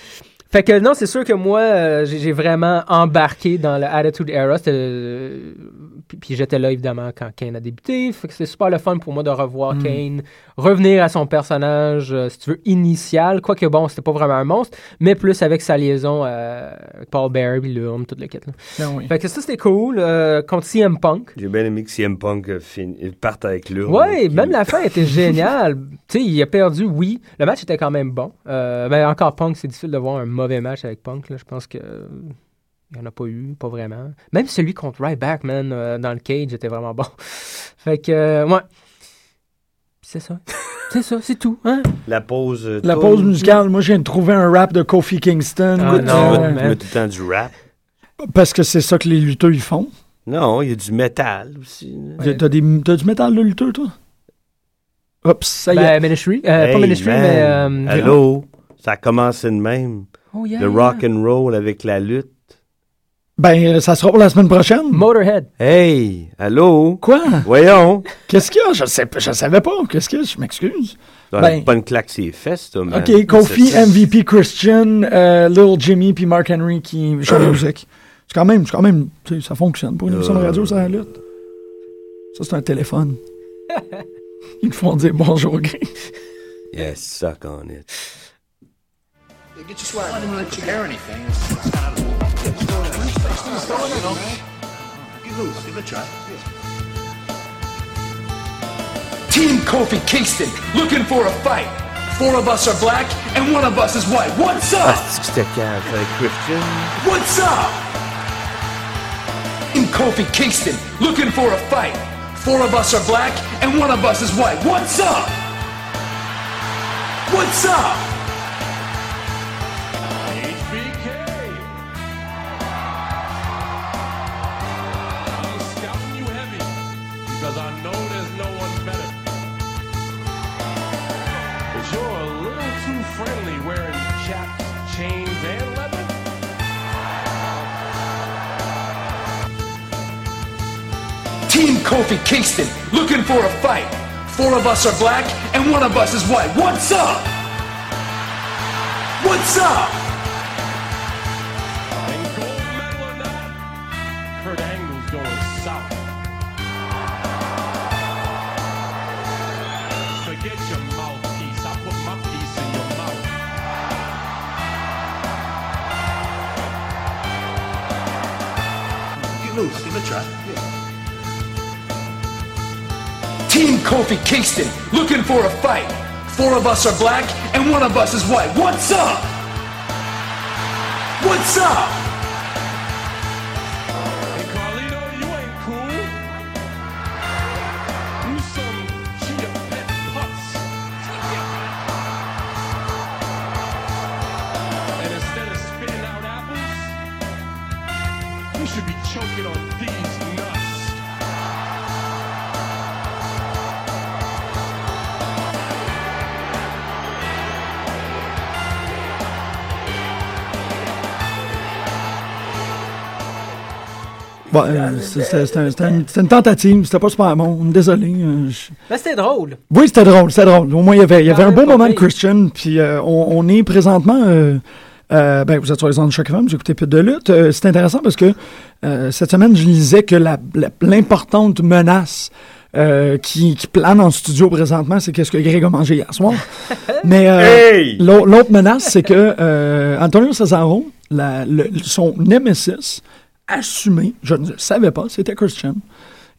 [SPEAKER 6] Fait que non, c'est sûr que moi, euh, j'ai j'ai vraiment embarqué dans la Attitude Era. C'était, euh, puis puis j'étais là, évidemment, quand Kane a débuté. Fait que c'est super le fun pour moi de revoir Kane revenir à son personnage, euh, si tu veux, initial. Quoique, bon, c'était pas vraiment un monstre, mais plus avec sa liaison euh, avec Paul Bear, puis Lurm, toute la quête. là.
[SPEAKER 5] Ben oui.
[SPEAKER 6] Fait que ça, c'était cool. euh, contre CM Punk.
[SPEAKER 7] J'ai bien aimé que CM Punk euh, fin- euh, parte avec l'urne. Qui-
[SPEAKER 6] Ouais, même la fin était géniale. <laughs> tu sais, il a perdu, oui. Le match était quand même bon. Euh, ben, encore Punk, c'est difficile de voir un mauvais match avec Punk. là. Je pense que euh, il n'y en a pas eu, pas vraiment. Même celui contre Ryback, man, euh, dans le cage, était vraiment bon. <laughs> fait que, euh, ouais. C'est ça. <laughs> c'est ça, c'est tout. Hein?
[SPEAKER 7] La pause. euh,
[SPEAKER 5] La
[SPEAKER 7] tourne.
[SPEAKER 5] pause musicale, moi, je viens de trouver un rap de Kofi Kingston. euh,
[SPEAKER 6] Ah,
[SPEAKER 7] Écoute,
[SPEAKER 6] non,
[SPEAKER 7] tu mets-
[SPEAKER 6] man.
[SPEAKER 7] tu mets tout le temps du rap.
[SPEAKER 5] Parce que c'est ça que les lutteurs, ils font.
[SPEAKER 7] Non, il y a du métal aussi.
[SPEAKER 5] T'as T'as des- t'as du métal de lutteur, toi? Hop,
[SPEAKER 7] Ah,
[SPEAKER 5] ça y est.
[SPEAKER 6] Ben, Ministry. euh, pas
[SPEAKER 7] Hey,
[SPEAKER 6] Ministry,
[SPEAKER 7] man.
[SPEAKER 6] mais. euh,
[SPEAKER 7] Allô? Ça a commencé de même.
[SPEAKER 6] oh, yeah,
[SPEAKER 7] Le
[SPEAKER 6] yeah.
[SPEAKER 7] rock and roll avec la lutte.
[SPEAKER 5] Ben, euh, ça sera pour la semaine prochaine.
[SPEAKER 6] Motorhead.
[SPEAKER 7] Hey! Allô?
[SPEAKER 5] Quoi?
[SPEAKER 7] Voyons!
[SPEAKER 5] Qu'est-ce qu'il y a? Je sais pas- je savais pas. Qu'est-ce qu'il y a? Je m'excuse.
[SPEAKER 7] Donne
[SPEAKER 5] Ben-
[SPEAKER 7] pas une claque ses fesses, toi, man.
[SPEAKER 5] OK, Kofi,
[SPEAKER 7] C'est-
[SPEAKER 5] MVP, Christian, euh, Little Jimmy, puis Mark Henry qui chante la musique. C'est quand même, c'est quand même, tu sais, ça fonctionne. Pour une émission de radio, ça la lutte. Ça, c'est un <laughs> téléphone. Ils me font dire bonjour, Greg.
[SPEAKER 7] Yes, suck on it.
[SPEAKER 8] Team Kofi Kingston looking for a fight. Four of us are black and one of us is white. What's
[SPEAKER 7] Ah,
[SPEAKER 8] up?
[SPEAKER 7] c'est que c'était cave avec Christian.
[SPEAKER 8] What's up? Team Kofi Kingston looking for a fight. Four of us are black and one of us is white. What's up? What's up? HBK.
[SPEAKER 9] I'm scouting you heavy because I know there's no one better. But you're a little too friendly wearing chaps, chains, and leather.
[SPEAKER 8] Team Kofi Kingston looking for a fight. Four of us are black and one of us is white. What's up? What's up?
[SPEAKER 9] And gold medal or not, Kurt Angle's going south. Forget your mouthpiece. I put my piece in your mouth.
[SPEAKER 8] Team Kofi Kingston looking for a fight. Four of us are black and one of us is white. What's up? What's up?
[SPEAKER 9] Hey Carlito, you ain't cool. You some cheetah pet putz. And instead of spitting out apples, you should be choking on these nuts.
[SPEAKER 5] Bon, euh, c'est- c'est- c'est un- c'était une, c'était une tentative, c'était pas super bon. Désolé. euh, je-
[SPEAKER 6] Mais Ben, c'était drôle.
[SPEAKER 5] Oui, c'était drôle, c'était drôle. Au moins, il y avait, il y avait
[SPEAKER 6] Quand
[SPEAKER 5] un
[SPEAKER 6] même
[SPEAKER 5] beau
[SPEAKER 6] pas
[SPEAKER 5] moment de
[SPEAKER 6] pire.
[SPEAKER 5] Christian. Puis euh, on, on est présentement. euh, euh, ben, vous êtes sur les ondes de Choc FM, vous écoutez Pute de lutte. Euh, c'est intéressant parce que euh, cette semaine, je lisais que la- la- l'importante menace euh, qui, qui plane en studio présentement, c'est qu'est-ce que Greg a mangé hier soir. Mais euh,
[SPEAKER 7] Hey!
[SPEAKER 5] l'au- l'autre menace, c'est que euh, Antonio Cesaro, la- le- son nemesis, assumé, je ne le savais pas, c'était Christian.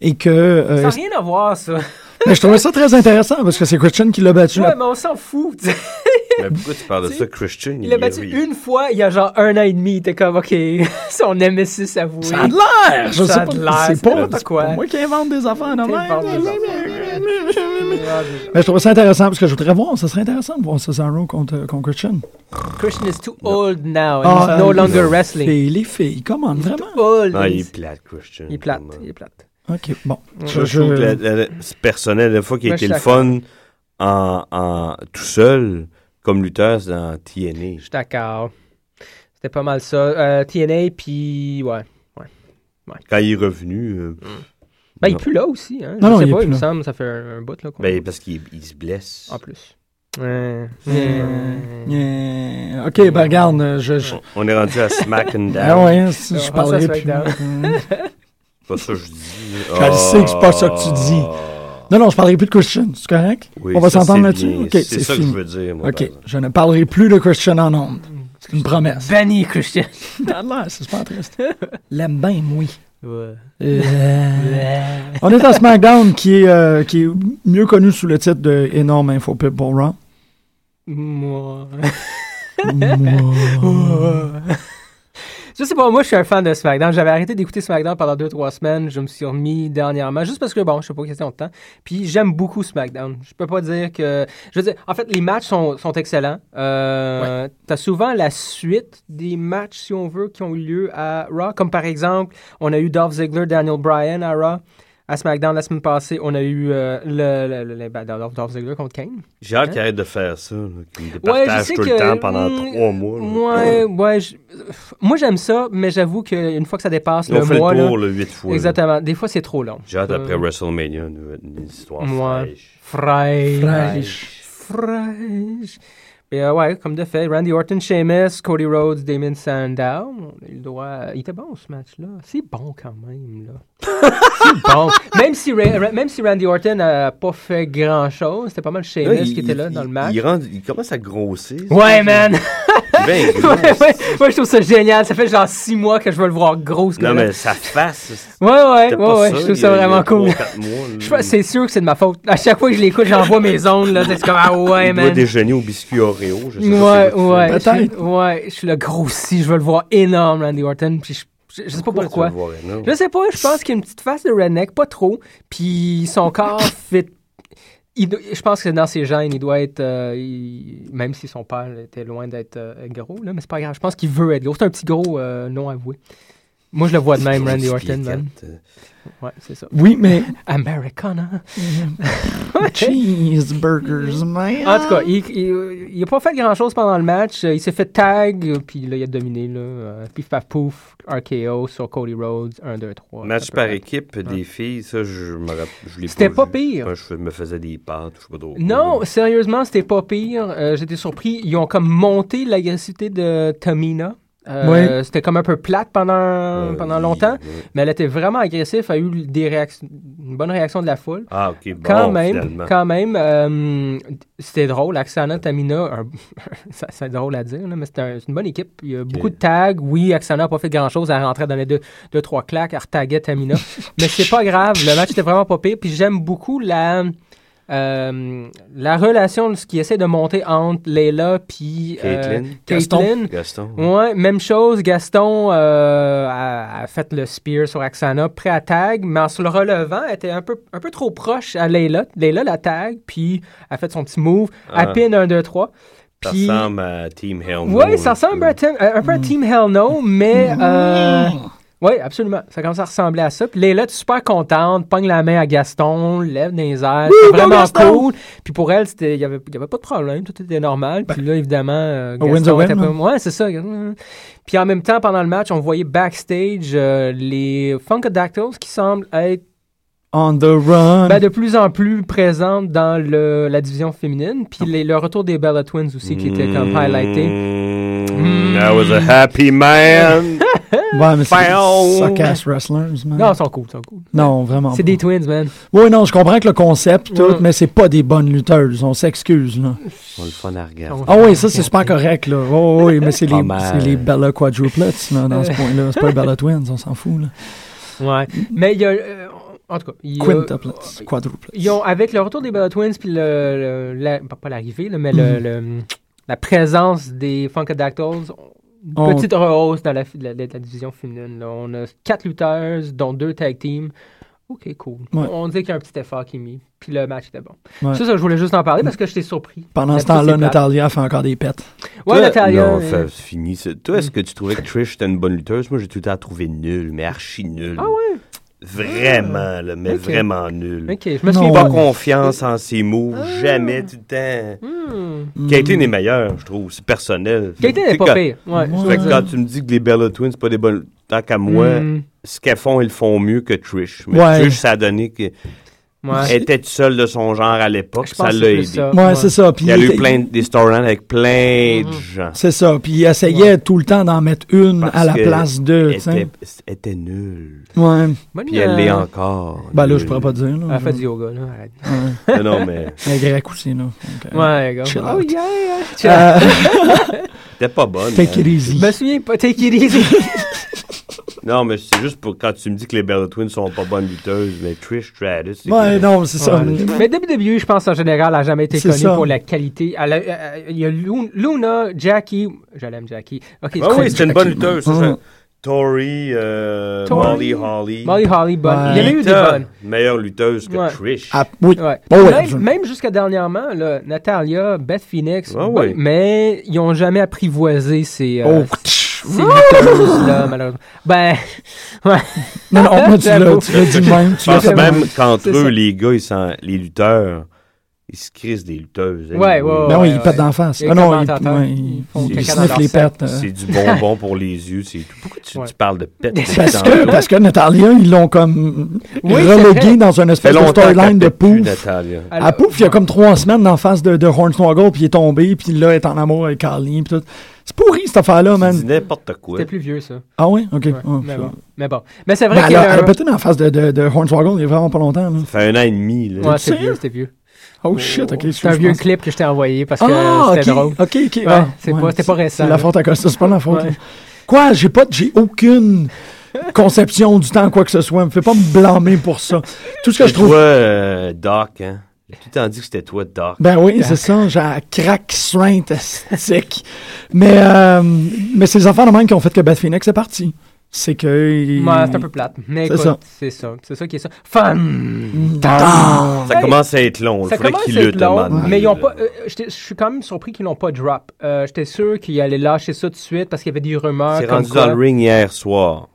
[SPEAKER 5] Et que. euh,
[SPEAKER 7] Ben,
[SPEAKER 6] Ça n'a rien à voir, ça.
[SPEAKER 7] <laughs>
[SPEAKER 5] mais je trouvais ça très intéressant parce que c'est Christian qui l'a battu.
[SPEAKER 6] Ouais, mais on s'en fout. tu sais.
[SPEAKER 7] Mais pourquoi tu parles de ça, Christian?
[SPEAKER 6] Il l'a battu
[SPEAKER 7] il-
[SPEAKER 6] une fois, il y a genre un an et demi. Il était comme, OK, <laughs> son nemesis avoué.
[SPEAKER 5] Ça a de l'air! Je
[SPEAKER 6] Ça
[SPEAKER 5] sais
[SPEAKER 6] a
[SPEAKER 5] pas,
[SPEAKER 6] de l'air,
[SPEAKER 5] c'est
[SPEAKER 6] c'est
[SPEAKER 5] pas,
[SPEAKER 6] n'importe
[SPEAKER 5] c'est
[SPEAKER 6] quoi.
[SPEAKER 5] pas moi qui invente des affaires de
[SPEAKER 6] T'inventes des
[SPEAKER 5] même.
[SPEAKER 6] Ah,
[SPEAKER 5] Mais je trouve ça intéressant parce que je voudrais voir, ça serait intéressant de voir Cesaro contre, contre Christian.
[SPEAKER 6] Christian is too old now and
[SPEAKER 5] Ah,
[SPEAKER 6] he's no
[SPEAKER 5] euh,
[SPEAKER 6] longer
[SPEAKER 5] les
[SPEAKER 6] wrestling.
[SPEAKER 5] filles, les filles, comment,
[SPEAKER 6] Too
[SPEAKER 5] vraiment? Ah,
[SPEAKER 6] old.
[SPEAKER 7] Non, il
[SPEAKER 6] il...
[SPEAKER 7] est plate, Christian.
[SPEAKER 6] est plate,
[SPEAKER 7] Comment?
[SPEAKER 6] il est plate.
[SPEAKER 5] Ok, bon.
[SPEAKER 7] Je, trouve que la- la- c'est personnel. La fois qu'il a
[SPEAKER 6] Moi,
[SPEAKER 7] été
[SPEAKER 6] je
[SPEAKER 7] le
[SPEAKER 6] suis d'accord.
[SPEAKER 7] fun en, en- tout seul, comme lutteur, c'est dans TNA.
[SPEAKER 6] Je suis d'accord. C'était pas mal ça. Euh, TNA, puis ouais.
[SPEAKER 7] Quand il est revenu, euh,
[SPEAKER 6] Ben, il
[SPEAKER 7] Non.
[SPEAKER 6] pue là aussi. Hein?
[SPEAKER 5] Non,
[SPEAKER 6] Je
[SPEAKER 5] non,
[SPEAKER 6] sais
[SPEAKER 5] il est
[SPEAKER 6] pas,
[SPEAKER 5] plus
[SPEAKER 6] il me
[SPEAKER 5] là. Ben,
[SPEAKER 6] semble, ça fait un, un bout. Là, qu'on- Ah,
[SPEAKER 7] ben, parce qu'il il se blesse.
[SPEAKER 6] En plus. Ouais. Ben,
[SPEAKER 5] Yeah. OK, ben regarde, euh, je... je-
[SPEAKER 7] On est rendu à Smack and Down.
[SPEAKER 5] <laughs> Ah ouais, si je
[SPEAKER 6] On
[SPEAKER 5] parlais
[SPEAKER 6] passe à
[SPEAKER 5] plus.
[SPEAKER 6] SmackDown.
[SPEAKER 5] Mm.
[SPEAKER 7] C'est pas ça que je dis. Ah.
[SPEAKER 5] Je le sais que c'est pas ça que tu dis. <laughs> Non, non, je parlerai plus de Christian, c'est correct?
[SPEAKER 7] Oui,
[SPEAKER 5] On va
[SPEAKER 7] ça,
[SPEAKER 5] s'entendre
[SPEAKER 7] c'est
[SPEAKER 5] là-dessus?
[SPEAKER 7] bien.
[SPEAKER 5] OK,
[SPEAKER 7] c'est
[SPEAKER 5] c'est
[SPEAKER 7] ça que je
[SPEAKER 5] fini.
[SPEAKER 7] veux dire. Moi, par
[SPEAKER 5] OK,
[SPEAKER 7] exemple.
[SPEAKER 5] je ne parlerai plus de Christian en ondes. C'est une promesse.
[SPEAKER 6] Banni, Christian.
[SPEAKER 5] T'as l'air, c'est super triste. L'aime bien, Euh, oui.
[SPEAKER 6] Ouais.
[SPEAKER 5] On est à SmackDown, qui est, euh, qui est mieux connu sous le titre de Énorme Info Pub pour Raw.
[SPEAKER 6] Moi.
[SPEAKER 5] Mouah.
[SPEAKER 6] <laughs> Je sais pas, moi je suis un fan de SmackDown. J'avais arrêté d'écouter SmackDown pendant 2-3 semaines. Je me suis remis dernièrement, juste parce que bon, je sais pas question de temps. Puis j'aime beaucoup SmackDown. Je peux pas dire que. Je veux dire, en fait, les matchs sont, sont excellents. Euh, T'as souvent la suite des matchs, si on veut, qui ont eu lieu à Raw. Comme par exemple, on a eu Dolph Ziggler, Daniel Bryan à Raw. À SmackDown la semaine passée, on a eu euh, le, le- le- le- ben, Dolph Dolph Ziggler contre Kane.
[SPEAKER 7] J'ai hâte qu'il arrête de faire ça. là, Qu'il me départage tout le temps pendant
[SPEAKER 6] mm,
[SPEAKER 7] trois mois. là.
[SPEAKER 6] Ouais, ouais, je- moi j'aime ça, mais j'avoue qu'une fois que ça dépasse
[SPEAKER 7] Ils ont
[SPEAKER 6] le
[SPEAKER 7] fait
[SPEAKER 6] mois,
[SPEAKER 7] le
[SPEAKER 6] là,
[SPEAKER 7] tour le huit fois. là.
[SPEAKER 6] exactement, des fois c'est trop long.
[SPEAKER 7] J'ai hâte après
[SPEAKER 6] Euh,
[SPEAKER 7] WrestleMania, une, une histoire
[SPEAKER 6] Ouais.
[SPEAKER 7] fraîche.
[SPEAKER 6] Fraîche.
[SPEAKER 5] Fraîche.
[SPEAKER 6] Fraîche. Mais, euh, ouais, comme de fait, Randy Orton, Sheamus, Cody Rhodes, Damon Sandow, on a eu le droit. à- Il était bon ce match-là. C'est bon quand
[SPEAKER 7] <laughs>
[SPEAKER 6] même, là. c'est bon. Même si, Ra- Ra- même si Randy Orton n'a pas fait grand-chose, c'était pas mal Sheamus
[SPEAKER 7] Là, il-
[SPEAKER 6] qui était là
[SPEAKER 7] il-
[SPEAKER 6] dans le match.
[SPEAKER 7] Il, rend- il commence à grossir. ça.
[SPEAKER 6] Ouais, man!
[SPEAKER 7] Il est bien gros.
[SPEAKER 6] <laughs> ouais, ouais. Moi, je trouve ça génial. Ça fait genre six mois que je veux le voir gros, ce
[SPEAKER 7] Non,
[SPEAKER 6] gars-là.
[SPEAKER 7] mais sa face.
[SPEAKER 6] Ouais, ouais,
[SPEAKER 7] c'était
[SPEAKER 6] ouais,
[SPEAKER 7] pas
[SPEAKER 6] ouais. Je
[SPEAKER 7] il
[SPEAKER 6] trouve
[SPEAKER 7] y a-
[SPEAKER 6] ça
[SPEAKER 7] il y a
[SPEAKER 6] vraiment
[SPEAKER 7] trois,
[SPEAKER 6] cool.
[SPEAKER 7] quatre mois, là.
[SPEAKER 6] Je sais- C'est sûr que c'est de ma faute. À chaque fois que je l'écoute, j'envoie mes ondes, là. C'est comme, ah ouais,
[SPEAKER 7] Il doit
[SPEAKER 6] man.
[SPEAKER 7] déjeuner au biscuit Oreo. Je sais pas
[SPEAKER 6] Ouais,
[SPEAKER 7] c'est quoi
[SPEAKER 6] ouais.
[SPEAKER 7] qu'il fait.
[SPEAKER 5] Peut-être.
[SPEAKER 6] je- Ouais, je suis le grossi. Je veux le voir énorme, Randy Orton. Puis je, je- je sais pas
[SPEAKER 7] Pourquoi
[SPEAKER 6] pourquoi.
[SPEAKER 7] tu veux le voir énorme?
[SPEAKER 6] Je sais pas, je pense qu'il a une petite face de redneck, pas trop. Puis son corps fit. il do- je pense que dans ses gènes, il doit être. euh, il- même si son père était loin d'être euh, gros, là, mais c'est pas grave. Je pense qu'il veut être gros. C'est un petit gros euh, non avoué. Moi, je le vois de même,
[SPEAKER 7] Petit
[SPEAKER 6] Randy
[SPEAKER 7] pied
[SPEAKER 6] Orton, man.
[SPEAKER 7] quatre, euh,
[SPEAKER 6] Ouais, c'est ça.
[SPEAKER 5] Oui, <laughs> mais
[SPEAKER 6] Americana.
[SPEAKER 5] cheeseburgers, man.
[SPEAKER 6] En tout cas, il, il, il a pas fait grand-chose pendant le match. Euh, Il s'est fait tag, euh, puis là, il a dominé. Là. Euh, Pif paf pouf, RKO sur Cody Rhodes, 1, 2, 3.
[SPEAKER 7] Match par équipe des filles, ça, je me rappelle. je l'ai
[SPEAKER 6] C'était pas
[SPEAKER 7] vu.
[SPEAKER 6] pire.
[SPEAKER 7] Moi, je me faisais des pâtes, je sais pas trop.
[SPEAKER 6] Non, sérieusement, c'était pas pire. Euh, J'étais surpris. Ils ont comme monté l'agressivité de Tamina. Euh, C'était comme un peu plate pendant,
[SPEAKER 7] Euh,
[SPEAKER 6] pendant
[SPEAKER 7] il-
[SPEAKER 6] longtemps,
[SPEAKER 7] ouais.
[SPEAKER 6] mais elle était vraiment agressive, a eu des réac- une bonne réaction de la foule.
[SPEAKER 7] Ah, ok, bon,
[SPEAKER 6] Quand même,
[SPEAKER 7] finalement.
[SPEAKER 6] quand même, euh, c'était drôle. Axana Tamina, un- <laughs> ça- c'est drôle à dire, là, mais c'est un- c'est une bonne équipe. Il y a beaucoup de tags. Oui, Axana n'a pas fait grand-chose. Elle rentrait dans les deux, deux trois claques. Elle
[SPEAKER 7] <laughs>
[SPEAKER 6] retaguait Tamina. mais c'est pas grave. Le match était vraiment pas pire. Puis j'aime beaucoup la, euh, la relation, ce qui essaie de monter entre Layla puis euh,
[SPEAKER 7] Caitlyn.
[SPEAKER 6] Caitlyn.
[SPEAKER 7] Gaston.
[SPEAKER 6] Ouais, même chose. Gaston euh, a, a fait le spear sur Axana, prêt à tag, mais en se le relevant, elle était un peu, un peu trop proche à Layla. Layla la tag, puis a fait son petit move, à
[SPEAKER 7] Ah.
[SPEAKER 6] pin 1, 2, 3.
[SPEAKER 7] Ça
[SPEAKER 6] Puis...
[SPEAKER 7] ressemble à Team Hell No,
[SPEAKER 6] Ouais, ça
[SPEAKER 7] un
[SPEAKER 6] ressemble
[SPEAKER 7] peu.
[SPEAKER 6] un, team- euh, un peu à Team Hell No, mais. Euh, oui, absolument. Ça commence à ressembler à ça. Puis Léla, tu es super contente, pogne la main à Gaston, lève dans les airs. c'est
[SPEAKER 5] go
[SPEAKER 6] vraiment
[SPEAKER 5] Gaston!
[SPEAKER 6] cool. Puis pour elle, c'était- il n'y avait, il y avait pas de problème. Tout était normal. Puis là, évidemment, euh,
[SPEAKER 5] a win,
[SPEAKER 6] Gaston
[SPEAKER 5] a
[SPEAKER 6] était
[SPEAKER 5] win,
[SPEAKER 6] pas- Ouais, c'est ça. Puis en même temps, pendant le match, on voyait backstage euh, les Funkadactyls qui semblent être
[SPEAKER 5] On the run.
[SPEAKER 6] ben, de plus en plus présentes dans le, la division féminine. Puis les- le retour des Bella Twins aussi qui était
[SPEAKER 7] Mmh.
[SPEAKER 6] comme highlighté.
[SPEAKER 7] Mm, I was a happy
[SPEAKER 6] <laughs>
[SPEAKER 7] man.
[SPEAKER 5] ouais,
[SPEAKER 7] Pow!
[SPEAKER 5] mais c'est suck-ass wrestlers, man.
[SPEAKER 6] Non, ils sont cool, ils sont cool.
[SPEAKER 5] Non, vraiment
[SPEAKER 6] C'est
[SPEAKER 5] pas.
[SPEAKER 6] des Mm. Twins, man.
[SPEAKER 5] Oui, non, je comprends que le concept, tout,
[SPEAKER 6] Ouais.
[SPEAKER 5] mais c'est pas des bonnes lutteuses. On s'excuse, là.
[SPEAKER 7] On le fun à regarder.
[SPEAKER 5] Ah oui, ça, c'est super correct, là. Oh, oui, mais c'est
[SPEAKER 7] Pas
[SPEAKER 5] les,
[SPEAKER 7] mal.
[SPEAKER 5] c'est les Bella Quadruplets, là, dans ce point-là. C'est pas les Bella Twins, on s'en fout, là.
[SPEAKER 6] Ouais. Mais il y a. euh, en tout cas, il y a-
[SPEAKER 5] Quintuplets, quadruplets.
[SPEAKER 6] Ils ont, avec le retour des Bella Twins, puis le, le- la- pas- pas l'arrivée, là, mais le, le- la présence des Funkadactyls, une
[SPEAKER 5] On-
[SPEAKER 6] petite rehausse dans la, fi- la- la- la division féminine. là. On a quatre lutteuses, dont deux tag teams. Ok, cool.
[SPEAKER 5] Ouais.
[SPEAKER 6] On dit qu'il y a un petit effort qui est mis, puis le match était bon.
[SPEAKER 5] Ouais.
[SPEAKER 6] C'est ça, je voulais juste en parler parce que j'étais surpris.
[SPEAKER 5] Pendant
[SPEAKER 6] La
[SPEAKER 5] ce temps-là,
[SPEAKER 6] petite étape.
[SPEAKER 5] Natalia fait encore des pets.
[SPEAKER 6] Ouais,
[SPEAKER 7] Toi-
[SPEAKER 6] Natalia.
[SPEAKER 7] Non,
[SPEAKER 6] euh,
[SPEAKER 7] fait- c'est fini. c'est- Toi, est-ce que tu trouvais que Trish était une bonne lutteuse? Moi, j'ai tout le temps trouvé nulle, mais archi nulle. Ah ouais? Vraiment, là, mais
[SPEAKER 6] Ok.
[SPEAKER 7] vraiment nulle.
[SPEAKER 6] Ok, Ah. je me
[SPEAKER 5] Non.
[SPEAKER 6] suis
[SPEAKER 7] Pas
[SPEAKER 6] pas.
[SPEAKER 7] confiance en ses moves, jamais, tout le temps. Caitlyn est meilleure, je trouve. C'est personnel.
[SPEAKER 6] Caitlyn
[SPEAKER 7] Tu sais,
[SPEAKER 6] n'est Hmm. pas
[SPEAKER 7] quand-
[SPEAKER 6] pire. Ouais, je
[SPEAKER 7] Fait
[SPEAKER 6] dois
[SPEAKER 7] que
[SPEAKER 6] dire.
[SPEAKER 7] quand tu me dis que les Bella Twins, c'est pas des bonnes. Tant qu'à moi,
[SPEAKER 6] Mm.
[SPEAKER 7] ce qu'elles font, ils le font mieux que Trish. Mais
[SPEAKER 5] Ouais.
[SPEAKER 7] Trish, ça a donné que.
[SPEAKER 6] Ouais.
[SPEAKER 7] était tout seul de son genre à l'époque,
[SPEAKER 6] Je pense
[SPEAKER 7] ça
[SPEAKER 6] que
[SPEAKER 7] l'a
[SPEAKER 6] c'est plus
[SPEAKER 7] aidé.
[SPEAKER 6] ça. Mm-hmm.
[SPEAKER 5] Ouais, c'est ça. Puis
[SPEAKER 7] Il y a
[SPEAKER 5] il
[SPEAKER 7] eu
[SPEAKER 5] était-
[SPEAKER 7] plein de- des storylines avec plein de gens.
[SPEAKER 5] C'est ça. Puis il essayait tout le temps d'en mettre une
[SPEAKER 7] Parce
[SPEAKER 5] à la
[SPEAKER 7] que
[SPEAKER 5] place de. tu sais.
[SPEAKER 7] Était, était nul.
[SPEAKER 5] Ouais.
[SPEAKER 6] Bonne,
[SPEAKER 7] Puis elle l'est
[SPEAKER 6] euh,
[SPEAKER 7] encore.
[SPEAKER 5] Ben là,
[SPEAKER 7] nulle.
[SPEAKER 5] je pourrais pas dire. Là,
[SPEAKER 6] Elle fait du
[SPEAKER 5] Je-
[SPEAKER 6] yoga, là. arrête.
[SPEAKER 5] Ouais.
[SPEAKER 7] Non, non, mais
[SPEAKER 5] Mais grec aussi, là. Donc, euh,
[SPEAKER 6] Ouais, gars.
[SPEAKER 5] Chill
[SPEAKER 6] Oh,
[SPEAKER 5] out.
[SPEAKER 6] yeah, yeah. Chill out.
[SPEAKER 5] Euh, <laughs>
[SPEAKER 7] t'es pas bonne.
[SPEAKER 5] take
[SPEAKER 7] hein.
[SPEAKER 5] it easy.
[SPEAKER 6] Je me souviens pas. Take it easy.
[SPEAKER 7] Non, mais c'est juste pour quand tu me dis que les Bella Twins sont pas bonnes lutteuses, mais Trish Stratus. c'est
[SPEAKER 5] Ouais,
[SPEAKER 7] que-
[SPEAKER 5] non, c'est ça.
[SPEAKER 6] Mais WWE, je pense, en général, n'a jamais été
[SPEAKER 5] C'est
[SPEAKER 6] connue
[SPEAKER 5] ça.
[SPEAKER 6] pour la qualité. Elle a- euh, Il y a Lu- Luna, Jackie. Je l'aime, Jackie. Ok,
[SPEAKER 7] Ah oui, c'était une bonne lutteuse. ça,
[SPEAKER 5] Ouais.
[SPEAKER 7] ça. Tori, euh,
[SPEAKER 6] Tori.
[SPEAKER 7] Molly Holly.
[SPEAKER 6] Molly Holly, bonne.
[SPEAKER 5] Ouais.
[SPEAKER 6] Il y en a eu des
[SPEAKER 7] Lita,
[SPEAKER 6] bonnes.
[SPEAKER 7] Meilleure lutteuse que
[SPEAKER 6] Ouais.
[SPEAKER 7] Trish.
[SPEAKER 5] Ah, oui.
[SPEAKER 6] Ouais.
[SPEAKER 5] Bon, ouais, je-
[SPEAKER 6] même même jusqu'à dernièrement, là, Natalia, Beth Phoenix,
[SPEAKER 7] Ouais,
[SPEAKER 6] bon,
[SPEAKER 7] ouais.
[SPEAKER 6] mais ils n'ont jamais apprivoisé ces, euh,
[SPEAKER 5] Oh, tch.
[SPEAKER 6] ces lutteuses-là, malheureusement. Ben, ouais.
[SPEAKER 5] Non, non, moi, tu l'as
[SPEAKER 6] Ah, J'avoue. Ah,
[SPEAKER 5] tu l'as dit de même.
[SPEAKER 7] Je
[SPEAKER 5] Tu l'as
[SPEAKER 7] pense
[SPEAKER 5] fait de
[SPEAKER 7] même qu'entre
[SPEAKER 6] C'est
[SPEAKER 7] eux,
[SPEAKER 6] ça.
[SPEAKER 7] les gars, ils sont, les lutteurs, ils se crissent des lutteuses. hein.
[SPEAKER 6] Ouais,
[SPEAKER 7] anyway.
[SPEAKER 6] ouais, ouais.
[SPEAKER 5] Non,
[SPEAKER 6] ouais,
[SPEAKER 5] ils pètent d'en face.
[SPEAKER 6] Les
[SPEAKER 5] Ah non, ils,
[SPEAKER 6] commentateurs,
[SPEAKER 5] ouais,
[SPEAKER 6] ils
[SPEAKER 5] ils,
[SPEAKER 6] font
[SPEAKER 5] ils
[SPEAKER 7] caca dans
[SPEAKER 5] sniffent
[SPEAKER 6] leur
[SPEAKER 5] les
[SPEAKER 6] sac.
[SPEAKER 5] pertes. euh.
[SPEAKER 7] C'est du bonbon pour les yeux, c'est tout. Pourquoi tu,
[SPEAKER 6] Ouais.
[SPEAKER 7] tu parles de pète?
[SPEAKER 5] Parce que, parce que Natalia, ils l'ont comme
[SPEAKER 6] Oui, c'est vrai.
[SPEAKER 5] relégué dans une
[SPEAKER 7] fait
[SPEAKER 5] espèce de
[SPEAKER 7] longtemps
[SPEAKER 5] storyline
[SPEAKER 7] qu'elle
[SPEAKER 5] de
[SPEAKER 7] pète plus,
[SPEAKER 5] pouf.
[SPEAKER 7] Natalia.
[SPEAKER 5] À Ah, pouf, il y a comme trois semaines en face de, de Hornswoggle, puis il est tombé, puis là, il est en amour avec Carly, puis tout. C'est pourri, cette affaire-là,
[SPEAKER 7] Tu dis
[SPEAKER 5] man.
[SPEAKER 7] n'importe quoi.
[SPEAKER 6] C'était plus vieux, ça.
[SPEAKER 5] Ah ouais? OK.
[SPEAKER 6] Ouais,
[SPEAKER 5] Oh,
[SPEAKER 6] mais,
[SPEAKER 5] ça.
[SPEAKER 6] bon. mais bon. Mais c'est vrai euh,
[SPEAKER 5] Ben,
[SPEAKER 6] qu'il
[SPEAKER 5] elle,
[SPEAKER 6] y
[SPEAKER 5] a,
[SPEAKER 6] a
[SPEAKER 5] elle a
[SPEAKER 6] un-
[SPEAKER 5] pété en face de, de, de Hornswoggle il y a vraiment pas longtemps. Là.
[SPEAKER 7] Ça fait un an et demi. Là.
[SPEAKER 6] Ouais, c'était
[SPEAKER 5] sérieux?
[SPEAKER 6] vieux, c'était vieux.
[SPEAKER 5] Oh shit, OK.
[SPEAKER 6] C'est un vieux clip que je t'ai envoyé parce que
[SPEAKER 5] Ah,
[SPEAKER 6] c'était
[SPEAKER 5] OK,
[SPEAKER 6] drôle.
[SPEAKER 5] OK, OK.
[SPEAKER 6] Ouais,
[SPEAKER 5] ah,
[SPEAKER 6] c'est pas- c'était pas récent,
[SPEAKER 5] C'est
[SPEAKER 6] là.
[SPEAKER 5] la faute à Costa, c'est pas la faute.
[SPEAKER 6] Ouais.
[SPEAKER 5] là. Quoi? J'ai pas, j'ai aucune conception du temps, quoi que ce soit. Me fais pas me blâmer pour ça. Tout ce que
[SPEAKER 7] C'est
[SPEAKER 5] je trouve...
[SPEAKER 7] Toi, euh, Doc, hein? J'ai Tout le temps dit que c'était toi, Doc.
[SPEAKER 5] Ben oui, c'est ça, j'ai un crack <laughs> sainte esthétique. mais, euh, mais c'est les enfants de même qui ont fait que Beth Phoenix est parti. C'est que. il-
[SPEAKER 6] Ouais, c'est un peu plate. Mais
[SPEAKER 5] C'est
[SPEAKER 6] écoute,
[SPEAKER 5] ça.
[SPEAKER 6] c'est ça. C'est ça qui est ça. Fun!
[SPEAKER 5] Ah!
[SPEAKER 7] Ça
[SPEAKER 6] Hey!
[SPEAKER 7] commence à être long. Il
[SPEAKER 6] Ça
[SPEAKER 7] faudrait
[SPEAKER 6] commence
[SPEAKER 7] qu'il
[SPEAKER 6] à
[SPEAKER 7] lutte.
[SPEAKER 6] être long,
[SPEAKER 7] maintenant.
[SPEAKER 6] mais ils ont pas. euh, j'étais- je suis quand même surpris qu'ils l'ont pas drop. Euh, J'étais sûr qu'ils allaient lâcher ça tout de suite parce qu'il y avait des rumeurs.
[SPEAKER 7] C'est
[SPEAKER 6] comme
[SPEAKER 7] rendu
[SPEAKER 6] quoi.
[SPEAKER 7] dans le ring hier soir.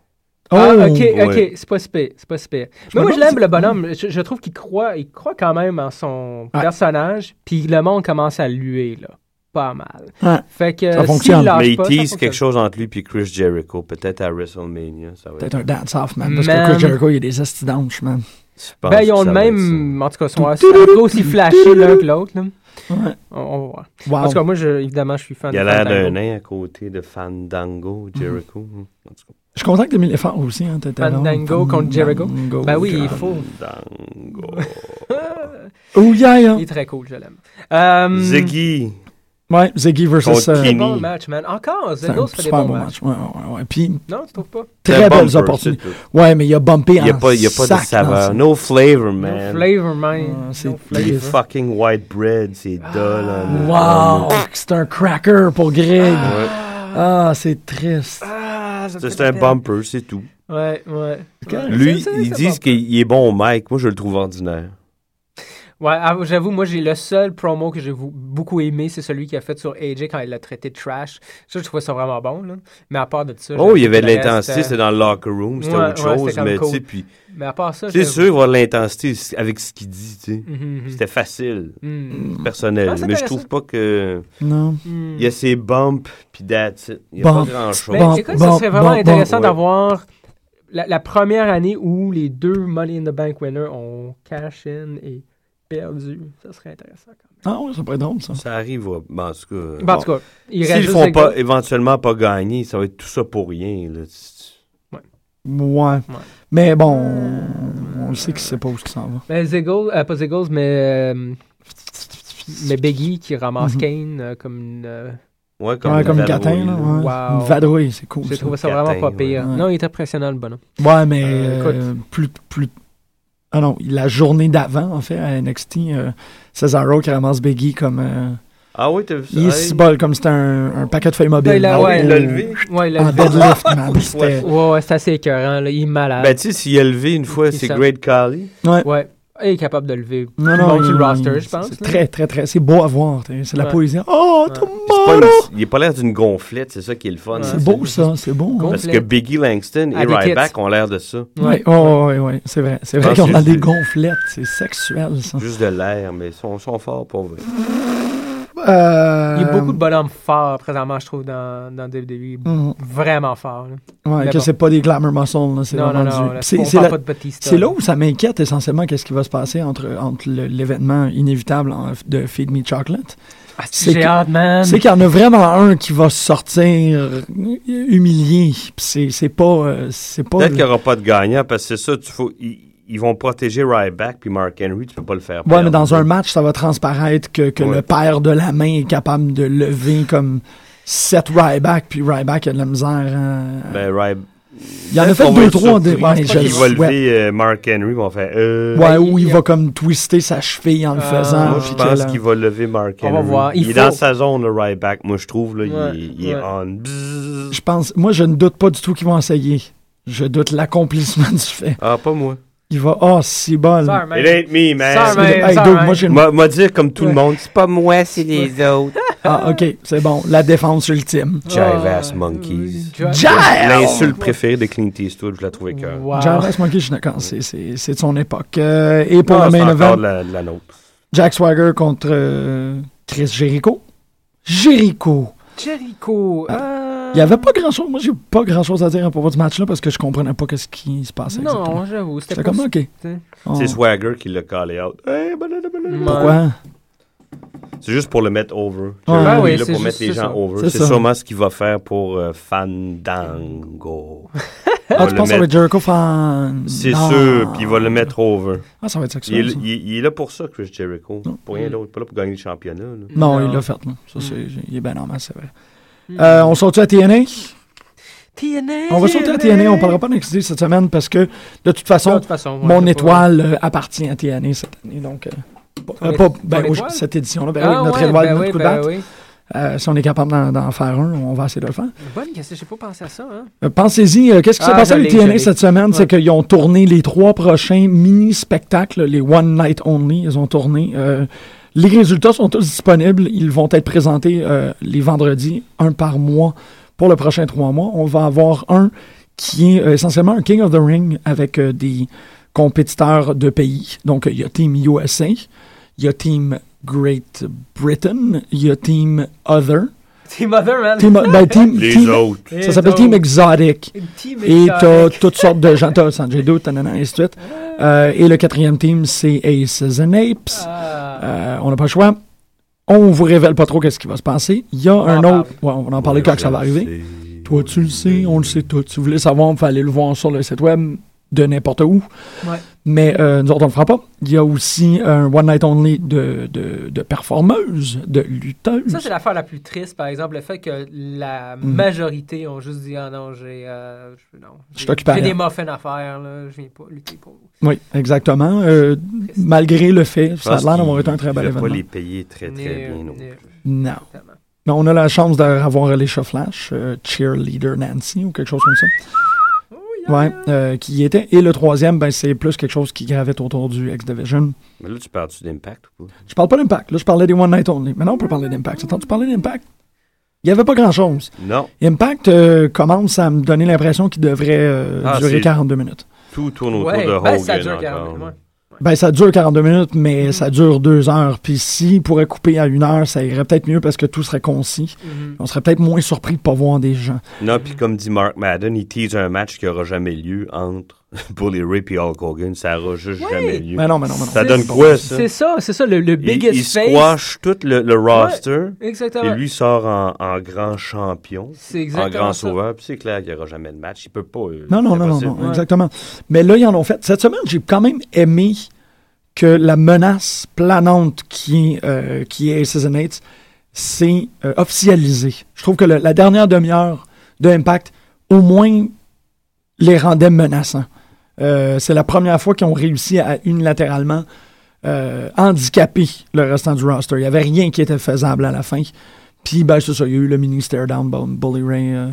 [SPEAKER 5] Oh!
[SPEAKER 6] Ah, ok, ok,
[SPEAKER 7] Ouais.
[SPEAKER 6] c'est pas super, c'est pas super. Mais moi,
[SPEAKER 5] demande
[SPEAKER 6] je l'aime
[SPEAKER 5] si-
[SPEAKER 6] le bonhomme. Je, je trouve qu'il croit, il croit quand même en son
[SPEAKER 5] Ouais.
[SPEAKER 6] personnage. Puis le monde commence à luer là, pas mal.
[SPEAKER 5] Ouais.
[SPEAKER 6] Fait que
[SPEAKER 5] Ça
[SPEAKER 6] s'il
[SPEAKER 5] fonctionne.
[SPEAKER 6] lâche
[SPEAKER 7] mais il
[SPEAKER 6] pas, ça
[SPEAKER 7] tease quelque
[SPEAKER 6] fonctionne.
[SPEAKER 7] chose entre lui et Chris Jericho, peut-être à WrestAlmania. Ça va être...
[SPEAKER 5] Peut-être un dance-off, man. Parce
[SPEAKER 6] Man.
[SPEAKER 5] que Chris Jericho, il y a des astidanches, man.
[SPEAKER 7] Je pense
[SPEAKER 6] Ben,
[SPEAKER 7] que
[SPEAKER 6] ils ont
[SPEAKER 7] ça
[SPEAKER 6] le
[SPEAKER 7] va être
[SPEAKER 6] même. En tout cas, ils sont
[SPEAKER 5] Tout-
[SPEAKER 6] assez- un peu aussi flashés l'un que l'autre. là.
[SPEAKER 5] Ouais.
[SPEAKER 6] On, on va voir. En
[SPEAKER 5] Wow.
[SPEAKER 6] tout cas, moi, je, évidemment, je suis fan
[SPEAKER 7] ça. Il a
[SPEAKER 6] de
[SPEAKER 7] l'air
[SPEAKER 6] Fandango. Mhm.
[SPEAKER 7] d'un nain à côté de Fandango, Jericho. En tout
[SPEAKER 5] Je suis content que t'aies mis les fans aussi. Hein, t'étais là.
[SPEAKER 6] Fandango contre Jericho.
[SPEAKER 5] Fandango.
[SPEAKER 6] Ben oui,
[SPEAKER 7] cas,
[SPEAKER 6] il faut.
[SPEAKER 7] Fandango.
[SPEAKER 5] Oh yeah, yeah.
[SPEAKER 6] Il est très cool, je l'aime. Euh,
[SPEAKER 7] Mm. Ziggy.
[SPEAKER 5] Ouais, Ziggy versus.
[SPEAKER 7] Contre
[SPEAKER 5] euh,
[SPEAKER 6] Très
[SPEAKER 7] Kenny.
[SPEAKER 6] bon match, man. Encore,
[SPEAKER 5] c'est un
[SPEAKER 6] Zegos fait des
[SPEAKER 5] super
[SPEAKER 6] bons
[SPEAKER 5] bon
[SPEAKER 6] matchs.
[SPEAKER 5] match. Ouais, ouais, ouais. Puis,
[SPEAKER 6] Non, tu trouves pas?
[SPEAKER 7] C'est
[SPEAKER 5] très
[SPEAKER 7] un
[SPEAKER 5] belles
[SPEAKER 7] bumper,
[SPEAKER 5] opportunités.
[SPEAKER 7] c'est tout.
[SPEAKER 5] Ouais, mais il a bumpé
[SPEAKER 7] Il n'y a
[SPEAKER 5] en
[SPEAKER 7] pas, il y a pas
[SPEAKER 5] sac
[SPEAKER 7] de
[SPEAKER 5] dans
[SPEAKER 7] saveur.
[SPEAKER 5] son-
[SPEAKER 7] No flavor,
[SPEAKER 6] No
[SPEAKER 7] man.
[SPEAKER 6] flavor, man.
[SPEAKER 5] Ah, c'est
[SPEAKER 6] No
[SPEAKER 7] Les
[SPEAKER 5] flavor.
[SPEAKER 7] fucking white bread, c'est
[SPEAKER 6] Ah,
[SPEAKER 7] dull. hein. en-
[SPEAKER 5] Wow! C'est un cracker pour Greg.
[SPEAKER 7] Ouais.
[SPEAKER 5] Ah, c'est triste.
[SPEAKER 6] Ah, ça me
[SPEAKER 7] Ça,
[SPEAKER 6] fait
[SPEAKER 7] C'est un
[SPEAKER 6] peine.
[SPEAKER 7] bumper, c'est tout.
[SPEAKER 6] Ouais, ouais. Ouais.
[SPEAKER 7] Lui,
[SPEAKER 6] C'est- c'est-
[SPEAKER 7] ils
[SPEAKER 6] c'est
[SPEAKER 7] disent
[SPEAKER 6] bumper.
[SPEAKER 7] qu'il est bon au mic. Moi, je le trouve ordinaire.
[SPEAKER 6] Ouais, ah, j'avoue, moi, j'ai le seul promo que j'ai vou- beaucoup aimé, c'est celui qu'il a fait sur AJ quand il l'a traité de trash. Ça, je trouvais ça vraiment bon, là. Mais à part de ça.
[SPEAKER 7] Oh,
[SPEAKER 6] j'ai-
[SPEAKER 7] il y avait de
[SPEAKER 6] le
[SPEAKER 7] l'intensité,
[SPEAKER 6] reste,
[SPEAKER 7] c'était dans le locker room, c'était
[SPEAKER 6] ouais,
[SPEAKER 7] autre
[SPEAKER 6] ouais,
[SPEAKER 7] chose,
[SPEAKER 6] c'était comme
[SPEAKER 7] mais tu sais,
[SPEAKER 6] cool.
[SPEAKER 7] puis
[SPEAKER 6] euh, Mais à part ça.
[SPEAKER 7] c'est
[SPEAKER 6] j'avoue-
[SPEAKER 7] sûr, il va y avoir de l'intensité c- avec ce qu'il dit, tu sais.
[SPEAKER 6] Mhm, mhm,
[SPEAKER 7] C'était facile,
[SPEAKER 6] mhm,
[SPEAKER 7] personnel,
[SPEAKER 6] Ah, c'est
[SPEAKER 7] mais je
[SPEAKER 6] intéressant.
[SPEAKER 7] trouve pas que.
[SPEAKER 5] Non.
[SPEAKER 6] mhm.
[SPEAKER 7] Il y a ses bumps, puis that's it. Il y a
[SPEAKER 5] Bump.
[SPEAKER 7] pas grand chose.
[SPEAKER 6] Mais
[SPEAKER 5] Bon,
[SPEAKER 6] Ben, écoute,
[SPEAKER 5] bon,
[SPEAKER 6] ça serait vraiment
[SPEAKER 5] bon, bon.
[SPEAKER 6] intéressant
[SPEAKER 7] Ouais.
[SPEAKER 6] d'avoir la, la première année où les deux Money in the Bank winners ont cash in et perdu. Ça serait intéressant quand
[SPEAKER 5] Ah ouais, ça pourrait être drôle, ça.
[SPEAKER 7] Ça arrive, ouais. Ben, en tout cas.
[SPEAKER 6] même. Bon, en tout cas, il reste
[SPEAKER 7] S'ils
[SPEAKER 6] juste
[SPEAKER 7] font
[SPEAKER 6] Ziggler.
[SPEAKER 7] pas, éventuellement pas gagner, ça va être tout ça pour rien. Là.
[SPEAKER 5] Ouais. Mais bon, on- on le sait qu'il sait pas où ce qu'il s'en va.
[SPEAKER 6] Mais Ziggles, euh, pas Ziggles, mais, euh, mais Biggie qui ramasse
[SPEAKER 5] Mhm.
[SPEAKER 6] Kane euh, comme une. euh,
[SPEAKER 7] Ouais,
[SPEAKER 5] Comme,
[SPEAKER 7] comme,
[SPEAKER 5] ouais,
[SPEAKER 7] une
[SPEAKER 5] comme une
[SPEAKER 7] vadrouille,
[SPEAKER 5] catin, là.
[SPEAKER 7] là.
[SPEAKER 5] Ouais.
[SPEAKER 6] Wow.
[SPEAKER 5] Une vadrouille, c'est cool.
[SPEAKER 6] J'ai
[SPEAKER 5] ça.
[SPEAKER 6] trouvé ça
[SPEAKER 7] Catin,
[SPEAKER 6] vraiment pas
[SPEAKER 7] ouais.
[SPEAKER 6] pire.
[SPEAKER 5] Ouais.
[SPEAKER 6] Non, il est impressionnant, le bonhomme.
[SPEAKER 5] Ouais, mais
[SPEAKER 6] Euh,
[SPEAKER 5] euh, plus, plus. Ah non, la journée d'avant, en fait, à NXT, euh, Cesaro qui ramasse Biggie comme. euh,
[SPEAKER 7] Ah oui, t'as vu ça?
[SPEAKER 5] il est
[SPEAKER 7] Hey.
[SPEAKER 5] si bol, comme c'était un, un paquet de feuilles mobiles.
[SPEAKER 6] Ben, il a-
[SPEAKER 5] Ah
[SPEAKER 6] ouais,
[SPEAKER 5] oui,
[SPEAKER 6] il l'a
[SPEAKER 5] au-
[SPEAKER 7] levé.
[SPEAKER 6] Ouais, il a
[SPEAKER 5] En
[SPEAKER 6] levé.
[SPEAKER 5] deadlift, man. C'était.
[SPEAKER 6] Ouais, ouais, c'est assez écœurant. là. Il est malade.
[SPEAKER 7] Ben, tu sais, s'il a levé une fois,
[SPEAKER 6] Il
[SPEAKER 7] c'est
[SPEAKER 6] sent-
[SPEAKER 7] Great Khali.
[SPEAKER 5] Ouais.
[SPEAKER 6] ouais. Il est capable de lever.
[SPEAKER 5] Non,
[SPEAKER 6] Bon,
[SPEAKER 5] non,
[SPEAKER 6] sur
[SPEAKER 5] il-
[SPEAKER 6] le roster, je
[SPEAKER 5] c'est-
[SPEAKER 6] pense,
[SPEAKER 5] C'est
[SPEAKER 6] là.
[SPEAKER 5] très, très, très. C'est beau à voir. t'sais, C'est de la
[SPEAKER 6] Ouais.
[SPEAKER 5] poésie. Oh,
[SPEAKER 6] Ouais.
[SPEAKER 7] C'est pas
[SPEAKER 5] tomorrow!
[SPEAKER 7] une- Il a pas l'air d'une gonflette, c'est ça qui est le fun.
[SPEAKER 6] Ouais.
[SPEAKER 7] hein.
[SPEAKER 5] C'est beau, ça. C'est beau. hein.
[SPEAKER 7] Parce que
[SPEAKER 6] Gonflette.
[SPEAKER 7] Biggie Langston et
[SPEAKER 6] À des
[SPEAKER 7] Ryback
[SPEAKER 6] kits.
[SPEAKER 7] ont l'air de ça.
[SPEAKER 5] Oui, oh, ouais, ouais, c'est vrai. C'est
[SPEAKER 6] Ah,
[SPEAKER 5] vrai
[SPEAKER 7] Parce
[SPEAKER 5] qu'on
[SPEAKER 7] que
[SPEAKER 5] a des
[SPEAKER 7] c'est-
[SPEAKER 5] gonflettes. C'est sexuel, ça.
[SPEAKER 7] Juste de l'air, mais ils sont, sont forts pour vrai.
[SPEAKER 5] euh,
[SPEAKER 6] Il y a beaucoup de bonhommes forts présentement, je trouve, dans, dans WWE.
[SPEAKER 5] Mhm.
[SPEAKER 6] Vraiment forts. là.
[SPEAKER 5] Ouais,
[SPEAKER 6] Mais
[SPEAKER 5] que
[SPEAKER 6] bon.
[SPEAKER 5] c'est pas des glamour muscles. là, c'est
[SPEAKER 6] Non, non,
[SPEAKER 5] vraiment
[SPEAKER 6] non.
[SPEAKER 5] du-
[SPEAKER 6] là,
[SPEAKER 5] c'est-
[SPEAKER 6] on
[SPEAKER 5] c'est
[SPEAKER 6] parle
[SPEAKER 5] la-
[SPEAKER 6] pas de petit
[SPEAKER 5] C'est là où ça m'inquiète essentiellement qu'est-ce qui va se passer entre, entre le- l'événement inévitable en- de Feed Me Chocolate.
[SPEAKER 6] Ah,
[SPEAKER 5] c'est
[SPEAKER 6] J'ai
[SPEAKER 5] que-
[SPEAKER 6] hâte, man.
[SPEAKER 5] C'est qu'il y en a vraiment un qui va sortir humilié. Puis C'est c'est pas... euh, c'est pas
[SPEAKER 7] Peut-être qu'il n'y aura pas de gagnant parce que c'est ça, tu faut, ils, ils vont protéger Ryback puis Mark Henry, tu peux pas le faire.
[SPEAKER 5] Ouais, mais
[SPEAKER 7] perdre.
[SPEAKER 5] dans un match, ça va transparaître que, que
[SPEAKER 7] Ouais.
[SPEAKER 5] le père de la main est capable de lever comme 7 Ryback, puis Ryback a de la misère. hein.
[SPEAKER 7] Ben, Ryback.
[SPEAKER 5] il en a fait 2-3 en dé- ouais,
[SPEAKER 7] Il
[SPEAKER 5] je le
[SPEAKER 7] va
[SPEAKER 5] souhaite.
[SPEAKER 7] lever euh, Mark Henry, ils vont faire. euh,
[SPEAKER 5] Ouais,
[SPEAKER 6] Ben,
[SPEAKER 5] où il
[SPEAKER 6] il-
[SPEAKER 5] va comme twister sa cheville en le
[SPEAKER 6] Euh,
[SPEAKER 5] faisant.
[SPEAKER 7] Moi,
[SPEAKER 6] Ah,
[SPEAKER 7] je
[SPEAKER 5] puis
[SPEAKER 7] pense
[SPEAKER 5] que là-
[SPEAKER 7] qu'il va lever Mark
[SPEAKER 6] On
[SPEAKER 7] Henry.
[SPEAKER 6] va voir, il
[SPEAKER 7] il est dans
[SPEAKER 6] faut.
[SPEAKER 7] sa zone, le Ryback. Moi, je trouve, là, il-
[SPEAKER 6] Ouais,
[SPEAKER 7] il, est
[SPEAKER 6] ouais.
[SPEAKER 7] on. Bzzz.
[SPEAKER 5] Je pense, moi, je ne doute pas du tout qu'ils vont essayer. Je doute l'accomplissement <laughs> du fait.
[SPEAKER 7] Ah, pas moi.
[SPEAKER 5] Il va, oh, si bon.
[SPEAKER 6] Sorry, man.
[SPEAKER 7] It ain't me, man.
[SPEAKER 6] Ben, Sorry, man.
[SPEAKER 5] Hey,
[SPEAKER 6] ça,
[SPEAKER 5] Doug,
[SPEAKER 6] ouais.
[SPEAKER 5] moi, j'ai une-
[SPEAKER 7] M'a m'a dire comme tout le
[SPEAKER 5] Ouais.
[SPEAKER 7] monde, c'est pas moi, c'est
[SPEAKER 6] les
[SPEAKER 7] autres.
[SPEAKER 5] Ah, ok, c'est bon. La défense ultime.
[SPEAKER 7] Jive
[SPEAKER 6] Ah,
[SPEAKER 7] Ass Monkeys.
[SPEAKER 6] Jive-
[SPEAKER 7] L'insulte préférée de Clint Eastwood, je la trouvais cœur.
[SPEAKER 6] Wow.
[SPEAKER 5] Jarvis Monkey, je ne quand c'est- c'est c'est de son époque. Euh, et pour
[SPEAKER 7] Ah,
[SPEAKER 5] le
[SPEAKER 7] c'est
[SPEAKER 5] main
[SPEAKER 7] encore
[SPEAKER 5] event,
[SPEAKER 7] de la, de la nôtre.
[SPEAKER 5] Jack Swagger contre euh, Chris Jericho. Jericho.
[SPEAKER 6] Jericho.
[SPEAKER 5] Il n'y avait pas grand-chose. Moi, j'ai pas grand-chose à dire à propos du match-là parce que je comprenais pas ce qui se passait. exactement.
[SPEAKER 6] Non, j'avoue. C'était
[SPEAKER 5] J'étais
[SPEAKER 6] pas
[SPEAKER 5] comme, OK.
[SPEAKER 6] C'était-
[SPEAKER 5] On-
[SPEAKER 7] C'est Swagger qui l'a callé out. Hey, banana, banana.
[SPEAKER 6] Ouais.
[SPEAKER 5] Pourquoi?
[SPEAKER 7] C'est juste pour le mettre over.
[SPEAKER 5] Ouais.
[SPEAKER 7] Jericho
[SPEAKER 5] Ah
[SPEAKER 7] est
[SPEAKER 6] oui,
[SPEAKER 7] là
[SPEAKER 6] c'est
[SPEAKER 7] pour mettre les
[SPEAKER 6] juste- c'est
[SPEAKER 7] gens
[SPEAKER 6] ça.
[SPEAKER 7] over.
[SPEAKER 5] C'est
[SPEAKER 7] C'est
[SPEAKER 5] ça.
[SPEAKER 7] sûrement ce qu'il va faire pour euh, Fandango.
[SPEAKER 5] Ah,
[SPEAKER 7] va
[SPEAKER 5] tu
[SPEAKER 7] le
[SPEAKER 5] penses que ça va être
[SPEAKER 7] mettre-
[SPEAKER 5] Jericho fan?
[SPEAKER 7] C'est
[SPEAKER 5] Ah.
[SPEAKER 7] sûr, puis il va le mettre over.
[SPEAKER 5] Ah, ça va être sexuel.
[SPEAKER 7] Il, est-
[SPEAKER 5] ça.
[SPEAKER 7] il- il est là pour ça, Chris Jericho.
[SPEAKER 5] Non.
[SPEAKER 7] Pour rien d'autre. Pas là pour gagner le championnat. là.
[SPEAKER 5] Non,
[SPEAKER 6] Non. Mm.
[SPEAKER 5] il l'a fait. non. Ça, c'est, il est bien normal, c'est vrai. Euh, on saute à TNA?
[SPEAKER 6] TNA.
[SPEAKER 5] "Ah, On va sauter à TNA. On parlera pas d'XD cette semaine parce que, de toute
[SPEAKER 6] De
[SPEAKER 5] façon,
[SPEAKER 6] toute façon. ouais,
[SPEAKER 5] mon
[SPEAKER 6] c'est pas-
[SPEAKER 5] étoile euh, appartient à TNA cette année. Donc, euh, pas- euh, pas-
[SPEAKER 6] é-
[SPEAKER 5] ben,
[SPEAKER 6] ton
[SPEAKER 5] oui,
[SPEAKER 6] étoile?
[SPEAKER 5] cette édition-là. Ben,
[SPEAKER 6] Ah
[SPEAKER 5] oui, notre
[SPEAKER 6] ouais,
[SPEAKER 5] étoile,
[SPEAKER 6] ben
[SPEAKER 5] notre
[SPEAKER 6] oui,
[SPEAKER 5] coup de
[SPEAKER 6] ben
[SPEAKER 5] batte.
[SPEAKER 6] oui.
[SPEAKER 5] Euh, si on est capable d'en, d'en faire un, on va essayer de le faire.
[SPEAKER 6] Bonne question, j'ai pas pensé à ça. Hein.
[SPEAKER 5] Euh, pensez-y, euh, qu'est-ce qui s'est
[SPEAKER 6] Ah,
[SPEAKER 5] passé
[SPEAKER 6] je
[SPEAKER 5] avec
[SPEAKER 6] l'ai, je
[SPEAKER 5] TNA
[SPEAKER 6] l'ai.
[SPEAKER 5] cette semaine? C'est
[SPEAKER 6] Ouais.
[SPEAKER 5] qu'ils ont tourné les trois prochains mini-spectacles, les One Night Only, ils ont tourné. Euh, les résultats sont tous disponibles. Ils vont être présentés euh, les vendredis, un par mois, pour le prochain trois mois. On va avoir un qui est euh, essentiellement un King of the Ring avec euh, des compétiteurs de pays. Donc, euh, il y a Team USA, il y a Team Great Britain, il y a Team Other,
[SPEAKER 6] Team Mother,
[SPEAKER 5] <laughs>
[SPEAKER 6] man.
[SPEAKER 5] Team, ben, team-
[SPEAKER 7] Les
[SPEAKER 5] team-
[SPEAKER 7] autres.
[SPEAKER 5] ça s'appelle Team Exotic.
[SPEAKER 6] Team
[SPEAKER 5] Et t'as
[SPEAKER 6] Exotic. toutes
[SPEAKER 5] toutes sortes de gens. T'as Sanjay Dutt, nanana, et ainsi de suite. Euh, et le quatrième team, c'est Aces and Apes.
[SPEAKER 6] Ah.
[SPEAKER 5] Euh, on n'a pas le choix. On vous révèle pas trop qu'est-ce qui va se passer. Il y a un
[SPEAKER 6] en
[SPEAKER 5] autre. Ouais, on va en parler quand que ça va arriver. Toi, tu le sais, on le sait tout. Si vous voulez savoir, vous pouvez aller le voir sur le site web de n'importe où.
[SPEAKER 6] Ouais.
[SPEAKER 5] Mais euh, nous autres, on le fera pas. Il y a aussi un One Night Only de, de, de performeuses, de lutteuses.
[SPEAKER 6] Ça, c'est l'affaire la plus triste, par exemple, le fait que la
[SPEAKER 5] Mm.
[SPEAKER 6] majorité ont juste dit Ah non, j'ai. euh, je- non,
[SPEAKER 5] Je
[SPEAKER 6] j'ai-
[SPEAKER 5] suis occupé à
[SPEAKER 6] J'ai
[SPEAKER 5] rien.
[SPEAKER 6] des muffins à faire, là, je viens pas lutter pour vous.
[SPEAKER 5] Oui, exactement. Euh, malgré le fait, ça a l'air d'avoir été un très
[SPEAKER 7] Il va
[SPEAKER 5] bel événement.
[SPEAKER 7] pas les payer très, très
[SPEAKER 6] Mais,
[SPEAKER 7] bien. non.
[SPEAKER 6] mais,
[SPEAKER 5] Non.
[SPEAKER 6] exactement.
[SPEAKER 5] Mais on a la chance d'avoir l'échaflash, euh, cheerleader Nancy ou quelque chose comme ça.
[SPEAKER 7] Oh,
[SPEAKER 5] Ouais, euh, qui y était. Et le troisième, ben, c'est plus quelque chose qui gravite autour du X-Division.
[SPEAKER 7] Mais là, tu parles-tu d'Impact ou pas?
[SPEAKER 5] Je parle pas d'Impact. Là, je parlais des One Night Only. Maintenant, on peut parler d'Impact. Attends, tu parlais d'Impact? Il n'y avait pas grand-chose.
[SPEAKER 7] Non.
[SPEAKER 5] Impact euh, commence à me donner l'impression qu'il devrait euh,
[SPEAKER 7] Ah,
[SPEAKER 5] durer
[SPEAKER 7] c'est-
[SPEAKER 5] 42 minutes.
[SPEAKER 7] Tout tourne autour
[SPEAKER 6] Ouais,
[SPEAKER 7] de Hogan
[SPEAKER 6] ben, ça dure
[SPEAKER 7] encore.
[SPEAKER 6] 40 ouais.
[SPEAKER 5] Ben, ça dure 42 minutes,
[SPEAKER 7] Mm-hmm.
[SPEAKER 5] mais ça dure deux heures. Puis s'il pourrait couper à une heure, ça irait peut-être mieux parce que tout serait concis.
[SPEAKER 7] Mm-hmm.
[SPEAKER 6] Mhm.
[SPEAKER 5] On serait peut-être moins surpris de pas voir des gens.
[SPEAKER 7] Non, puis comme dit Mark Madden, il tease un match qui aura jamais lieu entre <laughs> Bully Ray et Hulk Hogan. Ça aura juste jamais lieu.
[SPEAKER 5] Mais non, mais non, mais non.
[SPEAKER 7] ça
[SPEAKER 6] C'est-
[SPEAKER 7] donne quoi, ça?
[SPEAKER 6] C'est ça, c'est ça, le, le
[SPEAKER 7] Il,
[SPEAKER 6] biggest
[SPEAKER 7] il
[SPEAKER 6] face.
[SPEAKER 7] squash tout le, le roster
[SPEAKER 6] Exactement.
[SPEAKER 7] et lui sort en, en grand champion,
[SPEAKER 6] c'est
[SPEAKER 7] en
[SPEAKER 6] exactement
[SPEAKER 7] grand
[SPEAKER 6] ça.
[SPEAKER 7] sauveur. Puis c'est clair qu'il n'y aura jamais de match. Il peut pas. euh,
[SPEAKER 5] Non, non,
[SPEAKER 7] c'est
[SPEAKER 5] non, non,
[SPEAKER 7] impossible.
[SPEAKER 5] non, exactement. Mais là, ils en ont fait. Cette semaine, j'ai quand même aimé que la menace planante qui, est, euh, qui est Season 8 s'est euh, officialisée. Je trouve que le- la dernière demi-heure de Impact, au moins, les rendait menaçants. Euh, C'est la première fois qu'ils ont réussi à unilatéralement euh, handicaper le restant du roster. Il n'y avait rien qui était faisable à la fin. Puis, ben, c'est ça, il y a eu le mini stare-down, bon, Bully Ray, euh,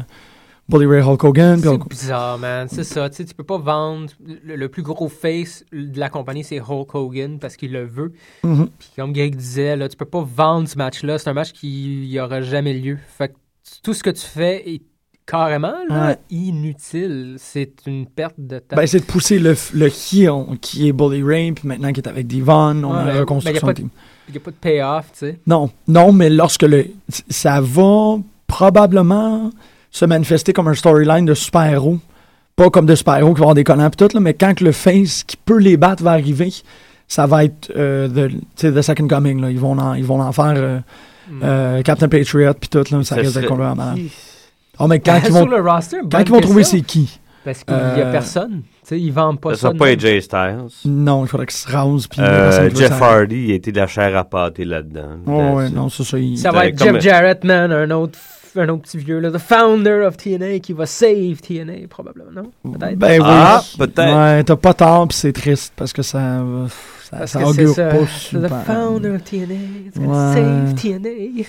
[SPEAKER 5] Bully Ray Hulk Hogan. puis Hulk-
[SPEAKER 6] C'est bizarre, man. C'est ça. Tu sais, tu peux pas vendre. Le, le plus gros face de la compagnie, c'est Hulk Hogan parce qu'il le veut.
[SPEAKER 5] Mhm.
[SPEAKER 6] Puis comme Greg disait, là, tu peux pas vendre ce match-là. C'est un match qui y aura jamais lieu. Fait que tu- tout ce que tu fais est carrément là,
[SPEAKER 5] Ouais.
[SPEAKER 6] inutile. C'est une perte de temps.
[SPEAKER 5] Ben, c'est de pousser le, f- le qui, on- qui est Bully Ray, puis maintenant qui est avec Devon, on a
[SPEAKER 6] Ouais, mais-
[SPEAKER 5] la
[SPEAKER 6] mais y a
[SPEAKER 5] reconstruction
[SPEAKER 6] pas
[SPEAKER 5] de
[SPEAKER 6] de-
[SPEAKER 5] team.
[SPEAKER 6] Il n'y a pas de payoff, tu sais.
[SPEAKER 5] Non, non, mais lorsque le. Ça va probablement se manifester comme un storyline de super-héros. Pas comme de super-héros qui vont avoir des connards pis tout, là, mais quand que le face qui peut les battre va arriver, ça va être euh, the, tu sais, the Second Coming. Là. Ils, vont en, ils vont en faire euh,
[SPEAKER 6] Mm.
[SPEAKER 5] euh, Captain Patriot puis tout, là,
[SPEAKER 7] Ça
[SPEAKER 5] ça, risque d'être
[SPEAKER 7] serait-
[SPEAKER 5] complètement malade. Oh, mais
[SPEAKER 6] <laughs>
[SPEAKER 5] quand
[SPEAKER 6] Ben, Sur
[SPEAKER 5] ils vont,
[SPEAKER 6] le roster, bonne
[SPEAKER 5] quand ils vont trouver
[SPEAKER 6] question,
[SPEAKER 5] c'est qui
[SPEAKER 6] Parce qu'il n'y a
[SPEAKER 5] Euh,
[SPEAKER 6] personne. Tu sais, ils vendent pas
[SPEAKER 7] Ça
[SPEAKER 6] ça.
[SPEAKER 7] sera
[SPEAKER 6] de
[SPEAKER 7] pas
[SPEAKER 6] même.
[SPEAKER 7] AJ Styles.
[SPEAKER 5] Non, il faudrait qu'ils se rasent. puis
[SPEAKER 7] Euh,
[SPEAKER 5] personne ne veut
[SPEAKER 7] Jeff
[SPEAKER 5] ça.
[SPEAKER 7] Hardy, il était de la chair à pâter là-dedans.
[SPEAKER 5] Ouais, ouais,
[SPEAKER 7] That's it.
[SPEAKER 5] non, ça, ça. il-
[SPEAKER 6] Ça va
[SPEAKER 7] C'est
[SPEAKER 6] être
[SPEAKER 7] Ben, comme-
[SPEAKER 6] Jeff Jarrett, man, un autre, un autre petit vieux, là, the founder of TNA, qui va save TNA, probablement, non? Peut-être.
[SPEAKER 5] Ben
[SPEAKER 7] Ah,
[SPEAKER 5] oui.
[SPEAKER 7] peut-être.
[SPEAKER 5] Ouais, t'as pas tort, pis c'est triste parce que ça. euh, Ça,
[SPEAKER 6] Parce
[SPEAKER 5] ça
[SPEAKER 6] que c'est
[SPEAKER 5] augure
[SPEAKER 6] ça,
[SPEAKER 5] pas
[SPEAKER 6] the
[SPEAKER 5] super.
[SPEAKER 6] founder of TNA, it's
[SPEAKER 5] Ouais.
[SPEAKER 6] gonna save TNA.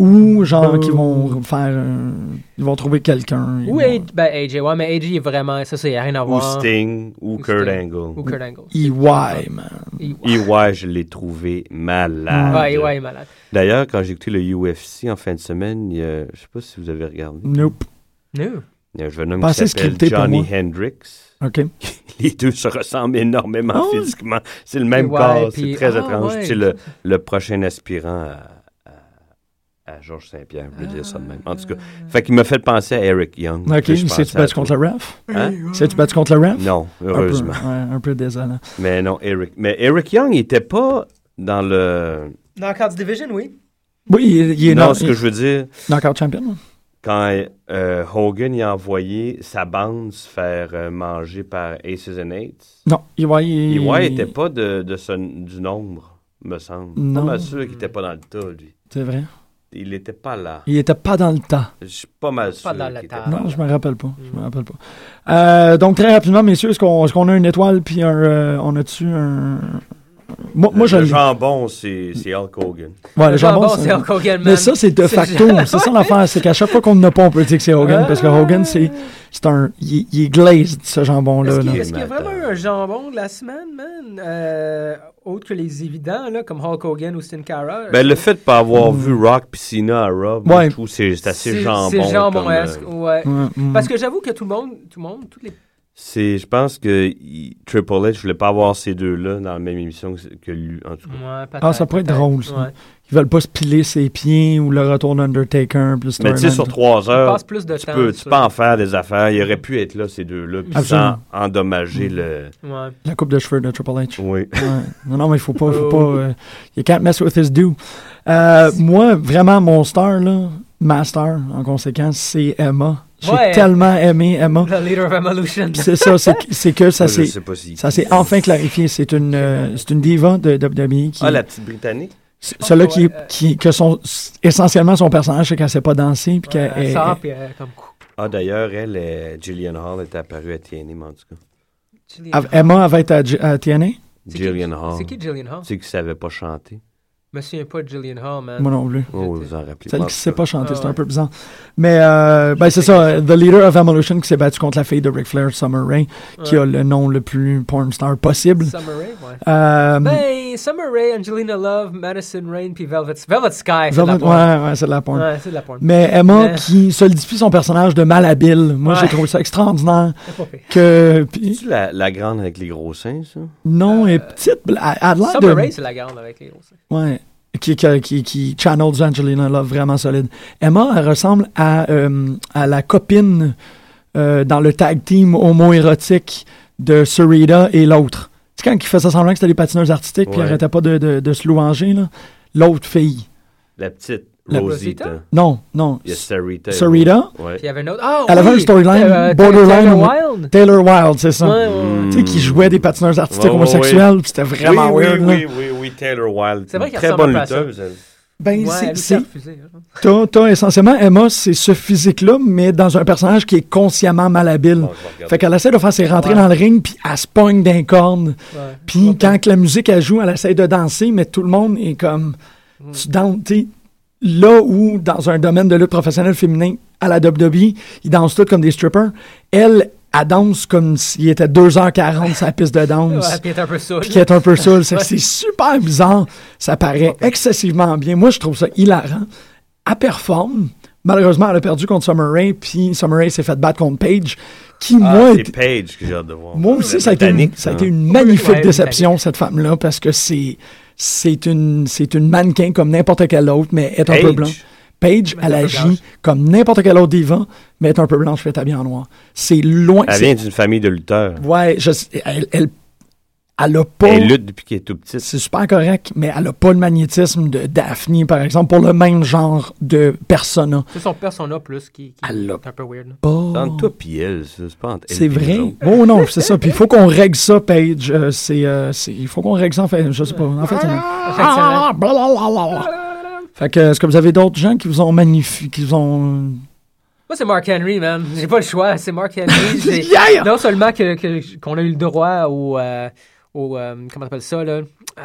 [SPEAKER 5] Ou genre qu'ils vont faire. euh, ils vont trouver quelqu'un. ils
[SPEAKER 6] Ou
[SPEAKER 5] vont-
[SPEAKER 6] AJ, ben AJ, ouais, mais AJ est vraiment, ça, ça, il a rien à
[SPEAKER 7] Ou
[SPEAKER 6] voir.
[SPEAKER 7] Sting, ou,
[SPEAKER 6] Ou
[SPEAKER 7] Kurt
[SPEAKER 6] Sting. Ou
[SPEAKER 7] Angle.
[SPEAKER 6] Kurt Angle.
[SPEAKER 5] EY, E man.
[SPEAKER 6] Il-
[SPEAKER 7] EY, je l'ai trouvé malade.
[SPEAKER 6] Ouais, ouais, il est malade.
[SPEAKER 7] D'ailleurs, quand j'ai écouté le UFC en fin de semaine, il y a- je sais pas si vous avez regardé.
[SPEAKER 5] Nope.
[SPEAKER 6] No.
[SPEAKER 7] Il y a un jeune homme
[SPEAKER 5] Pas
[SPEAKER 7] qui
[SPEAKER 5] assez
[SPEAKER 7] s'appelle
[SPEAKER 5] scripté pour
[SPEAKER 7] Johnny
[SPEAKER 5] moi.
[SPEAKER 7] Hendricks. <laughs>
[SPEAKER 5] OK.
[SPEAKER 7] Les deux se ressemblent énormément
[SPEAKER 5] Ah ouais?
[SPEAKER 7] physiquement. C'est le même
[SPEAKER 6] ouais,
[SPEAKER 7] corps.
[SPEAKER 6] puis-
[SPEAKER 7] C'est très
[SPEAKER 6] ah
[SPEAKER 7] étrange.
[SPEAKER 6] ouais.
[SPEAKER 7] C'est le, le prochain aspirant à, à- à Georges Saint-Pierre. Je veux dire ça de même. En tout cas, fait qu'il m'a fait penser à Eric Young.
[SPEAKER 5] Ah. OK,
[SPEAKER 7] Puis je
[SPEAKER 5] mais c'est-tu
[SPEAKER 7] pensais à
[SPEAKER 5] battu
[SPEAKER 7] toi.
[SPEAKER 5] contre le ref?
[SPEAKER 7] Hein?
[SPEAKER 5] C'est-tu battu contre le ref?
[SPEAKER 7] Non, heureusement.
[SPEAKER 5] Un peu, ouais, un peu désolant.
[SPEAKER 7] Mais non, Eric. Mais Eric Young, il était pas dans le.
[SPEAKER 6] Knockouts Division, oui.
[SPEAKER 5] Oui, il, il est
[SPEAKER 7] non,
[SPEAKER 5] knock-
[SPEAKER 7] ce que je veux dire,
[SPEAKER 5] knockout champion.
[SPEAKER 7] quand euh, Hogan il a envoyé sa bande se faire euh, manger par Aces and Eights,
[SPEAKER 5] Non, EY.
[SPEAKER 7] EY
[SPEAKER 5] il-
[SPEAKER 7] E était pas de, de ce- du nombre, me semble.
[SPEAKER 5] Non.
[SPEAKER 7] Pas mal sûr qu'il était pas dans le tas, lui.
[SPEAKER 5] C'est vrai.
[SPEAKER 7] Il était pas là.
[SPEAKER 5] Il était pas dans le temps.
[SPEAKER 7] Je suis pas mal sûr.
[SPEAKER 6] dans le
[SPEAKER 7] qu'il
[SPEAKER 6] tas.
[SPEAKER 7] était
[SPEAKER 5] Non,
[SPEAKER 7] là.
[SPEAKER 5] je me rappelle pas. Je me rappelle pas. Euh, donc, très rapidement, messieurs, est-ce qu'on est-ce qu'on a une étoile puis un. euh, on a-tu un. Moi, moi
[SPEAKER 7] Le-
[SPEAKER 5] je
[SPEAKER 7] le
[SPEAKER 5] l'ai.
[SPEAKER 7] jambon, c'est c'est Hulk Hogan.
[SPEAKER 6] Euh,
[SPEAKER 5] Ouais, le
[SPEAKER 6] Jambon,
[SPEAKER 5] jambon,
[SPEAKER 6] c'est Hulk Hogan,
[SPEAKER 5] Mais ça, c'est de
[SPEAKER 6] C'est
[SPEAKER 5] facto. C'est ça l'affaire. C'est qu'à chaque fois qu'on n'a pas, on peut dire que c'est Hogan. Parce que Hogan, c'est c'est un. Il il est glazed, ce jambon-là.
[SPEAKER 6] Est-ce qu'il
[SPEAKER 5] là.
[SPEAKER 7] est-
[SPEAKER 6] est-ce qu'il y a vraiment eu un jambon de la semaine, man? Euh, autre que les évidents, là, comme Hulk Hogan ou Sin Cara.
[SPEAKER 7] Ben, le fait de pas avoir vu Rock puis Cena à Rob,
[SPEAKER 5] Mm. Ouais.
[SPEAKER 7] je trouve, c'est c'est assez
[SPEAKER 6] C'est-
[SPEAKER 7] jambon.
[SPEAKER 6] C'est jambon
[SPEAKER 7] comme, euh,
[SPEAKER 5] Ouais,
[SPEAKER 6] ouais.
[SPEAKER 5] mm.
[SPEAKER 6] Parce que j'avoue que tout le monde, tout le monde, toutes les.
[SPEAKER 7] C'est, je pense que il- Triple H voulait pas avoir ces deux-là dans la même émission que, que lui, en tout cas.
[SPEAKER 6] Ouais, peut-être,
[SPEAKER 5] Ah, ça pourrait être
[SPEAKER 6] peut-être.
[SPEAKER 5] drôle, ça.
[SPEAKER 6] Ouais.
[SPEAKER 5] Ils veulent pas se piler ses pieds ou le retour d'Undertaker. puis le
[SPEAKER 7] Mais tu sais,
[SPEAKER 5] storyline,
[SPEAKER 7] sur
[SPEAKER 5] tout.
[SPEAKER 7] trois
[SPEAKER 6] Il
[SPEAKER 7] heures,
[SPEAKER 6] passe plus de
[SPEAKER 7] tu
[SPEAKER 6] temps.
[SPEAKER 7] peux, tu
[SPEAKER 6] sur-
[SPEAKER 7] peux en faire des affaires. Il aurait pu être là, ces deux-là, puis
[SPEAKER 5] Absolument.
[SPEAKER 7] sans endommager le...
[SPEAKER 6] Ouais.
[SPEAKER 5] La coupe de cheveux de Triple H.
[SPEAKER 7] Oui.
[SPEAKER 5] Ouais. Non, non, mais il faut pas. Faut
[SPEAKER 6] Oh.
[SPEAKER 5] pas euh, you can't mess with his do. Euh, moi, vraiment, mon star, là, ma star, en conséquence, c'est Emma. J'ai
[SPEAKER 6] Ouais.
[SPEAKER 5] tellement aimé Emma.
[SPEAKER 6] Le leader
[SPEAKER 5] <laughs>
[SPEAKER 6] of Evolution.
[SPEAKER 5] Puis C'est ça, c'est que- c'est que ça
[SPEAKER 7] Moi, je
[SPEAKER 5] s'est
[SPEAKER 7] sais pas si...
[SPEAKER 5] ça s'est enfin clarifié. C'est une, euh, c'est une diva de WWE qui.
[SPEAKER 7] Ah, la petite Britannique?
[SPEAKER 5] c- Celle-là
[SPEAKER 6] Ouais,
[SPEAKER 5] qui,
[SPEAKER 6] euh,
[SPEAKER 5] qui, que son, essentiellement son personnage, c'est qu'elle sait pas danser. Puis qu'elle-
[SPEAKER 6] Elle
[SPEAKER 5] elle-
[SPEAKER 6] sort, puis elle, comme coup.
[SPEAKER 7] Ah, d'ailleurs, elle, est... Gillian Hall est apparue à TNA, mais en tout cas.
[SPEAKER 5] elle- Emma avait été à, J- à TNA.
[SPEAKER 6] C'est qui-
[SPEAKER 7] Gillian Hall.
[SPEAKER 6] C'est qui Jillian Hall?
[SPEAKER 7] Tu sais qui savait pas chanter?
[SPEAKER 6] Je me souviens pas de Jillian Hall, man.
[SPEAKER 5] Moi non plus.
[SPEAKER 7] Oh, vous vous en rappelez.
[SPEAKER 5] Celle
[SPEAKER 7] En
[SPEAKER 5] qui
[SPEAKER 7] tout
[SPEAKER 5] sait
[SPEAKER 7] cas.
[SPEAKER 5] pas chanter,
[SPEAKER 6] Ah
[SPEAKER 5] c'est un
[SPEAKER 6] ouais.
[SPEAKER 5] peu bizarre. Mais euh, ben, c'est ça, euh, The Leader of Evolution qui s'est battu contre la fille de Ric Flair, Summer Rae, qui a le nom le plus porn star possible.
[SPEAKER 6] Summer Rae, ouais.
[SPEAKER 5] Euh,
[SPEAKER 6] Ben, Summer Rae, Angelina Love, Madison Rain, puis Velvet, Velvet Sky. c'est de
[SPEAKER 5] Velvet-
[SPEAKER 6] la
[SPEAKER 5] ouais,
[SPEAKER 6] porn.
[SPEAKER 5] ouais, c'est de la porn.
[SPEAKER 6] Ouais, c'est de la porn.
[SPEAKER 5] Mais Emma
[SPEAKER 6] Mais-
[SPEAKER 5] qui solidifie son personnage de malhabile. Moi, j'ai
[SPEAKER 6] Ouais.
[SPEAKER 5] trouvé ça extraordinaire.
[SPEAKER 6] C'est pas pire.
[SPEAKER 5] Que, puis-
[SPEAKER 7] C'est-tu la, la grande avec les gros seins, ça?
[SPEAKER 5] non, elle est petite. Elle a l'air
[SPEAKER 6] Euh, Summer Rae,
[SPEAKER 5] de.
[SPEAKER 6] c'est la garde avec les grosses.
[SPEAKER 5] Ouais. Qui, qui, qui, qui channel du Angelina Love vraiment solide. Emma, elle ressemble à, euh, à la copine euh, dans le tag team homo-érotique de Sarita et l'autre. Tu sais, quand il faisait semblant que c'était des patineuses artistiques, puis
[SPEAKER 7] Ouais.
[SPEAKER 5] elle arrêtait pas de, de, de se louanger, là. L'autre fille.
[SPEAKER 7] La petite
[SPEAKER 5] La-
[SPEAKER 7] Rosita.
[SPEAKER 5] Non, non.
[SPEAKER 7] Il y a Sarita.
[SPEAKER 5] Sarita?
[SPEAKER 7] Ouais.
[SPEAKER 6] Puis il y avait une autre. Ah,
[SPEAKER 5] Elle
[SPEAKER 6] oui,
[SPEAKER 5] avait un storyline
[SPEAKER 6] euh,
[SPEAKER 5] borderline-
[SPEAKER 6] Taylor Wilde.
[SPEAKER 5] Taylor Wilde, c'est ça.
[SPEAKER 6] Ouais, ouais, ouais.
[SPEAKER 5] Tu sais, qui jouait des patineuses artistiques
[SPEAKER 7] Ouais, ouais,
[SPEAKER 5] homosexuelles, puis c'était vraiment
[SPEAKER 7] Mm. oui,
[SPEAKER 5] weird.
[SPEAKER 7] oui,
[SPEAKER 5] là.
[SPEAKER 7] oui, oui, oui, Taylor Wilde.
[SPEAKER 6] C'est vrai qu'elle
[SPEAKER 7] Très bonne
[SPEAKER 6] ressemble un peu à
[SPEAKER 7] lutteuse. elle.
[SPEAKER 5] Ben,
[SPEAKER 6] Ouais,
[SPEAKER 5] c'est-
[SPEAKER 6] elle s'est
[SPEAKER 5] c'est
[SPEAKER 6] refusée, hein.
[SPEAKER 5] T'as, t'as essentiellement Emma, c'est ce physique-là, mais dans un personnage qui est consciemment
[SPEAKER 7] Bon,
[SPEAKER 5] malhabile.
[SPEAKER 7] je vais regarder.
[SPEAKER 5] Fait qu'elle essaie de faire ses rentrées
[SPEAKER 6] Ouais.
[SPEAKER 5] dans le ring, puis elle se pogne d'un corne.
[SPEAKER 6] Ouais.
[SPEAKER 5] Puis quand que la musique, elle joue, elle essaie de danser, mais tout le monde est comme...
[SPEAKER 6] Hmm.
[SPEAKER 5] Tu danses, t'sais, là où, dans un domaine de lutte professionnelle féminin, à la WWE, ils dansent tous comme des strippers, elle, elle danse comme s'il était 2h40 sa piste de danse
[SPEAKER 6] Ouais, puis elle est un peu saoule.
[SPEAKER 5] puis qui est un peu
[SPEAKER 6] <laughs>
[SPEAKER 5] saoul. C'est que c'est super bizarre. Ça paraît excessivement bien. Moi, je trouve ça hilarant. Elle performe, Malheureusement, elle a perdu contre Summer Rae, puis Summer Rae s'est fait battre contre Paige, qui, moi,
[SPEAKER 7] Ah, c'est
[SPEAKER 5] était-
[SPEAKER 7] Paige que j'ai hâte de voir.
[SPEAKER 5] moi aussi,
[SPEAKER 7] La
[SPEAKER 5] ça a, été une,
[SPEAKER 7] Britannique,
[SPEAKER 5] ça a
[SPEAKER 7] hein.
[SPEAKER 5] été une magnifique
[SPEAKER 6] Ouais,
[SPEAKER 5] déception, cette femme-là, parce que c'est, c'est, une, c'est une mannequin comme n'importe quelle autre, mais est un peu
[SPEAKER 7] Paige.
[SPEAKER 5] blanche. Paige,
[SPEAKER 6] Mais
[SPEAKER 5] elle
[SPEAKER 6] un peu blanche.
[SPEAKER 5] agit comme n'importe quelle autre diva, mais est un peu blanche, fait habillée en noir. C'est loin.
[SPEAKER 7] Elle
[SPEAKER 5] c'est-
[SPEAKER 7] vient d'une famille de lutteurs.
[SPEAKER 5] Ouais, je, elle, elle, elle a pas.
[SPEAKER 7] Elle lutte depuis qu'elle est tout petite.
[SPEAKER 5] C'est super correct, mais elle a pas le magnétisme de Daphne, par exemple, pour le même genre de persona.
[SPEAKER 6] C'est son persona plus qui, qui
[SPEAKER 5] Elle l'a
[SPEAKER 6] est un peu weird. là.
[SPEAKER 5] pas.
[SPEAKER 7] Entre toi puis elle, ça, c'est pas entre elle
[SPEAKER 5] Oh. C'est
[SPEAKER 7] puis
[SPEAKER 5] vrai.
[SPEAKER 7] nous autres.
[SPEAKER 5] Oh non, c'est ça. Puis il faut qu'on règle ça, Paige. Euh, c'est, euh, c'est- il faut qu'on règle ça en fait. Je sais pas. En fait, c'est- Ah, blablabla. Fait que, est-ce que vous avez d'autres gens qui vous ont magnifié, qui vous ont.
[SPEAKER 6] Moi, c'est Mark Henry, man. J'ai pas le choix. C'est Mark
[SPEAKER 5] <laughs>
[SPEAKER 6] Henry. J'ai-
[SPEAKER 5] Yeah!
[SPEAKER 6] Non seulement que- que- qu'on a eu le droit au. euh, au euh, comment on appelle ça, là Euh,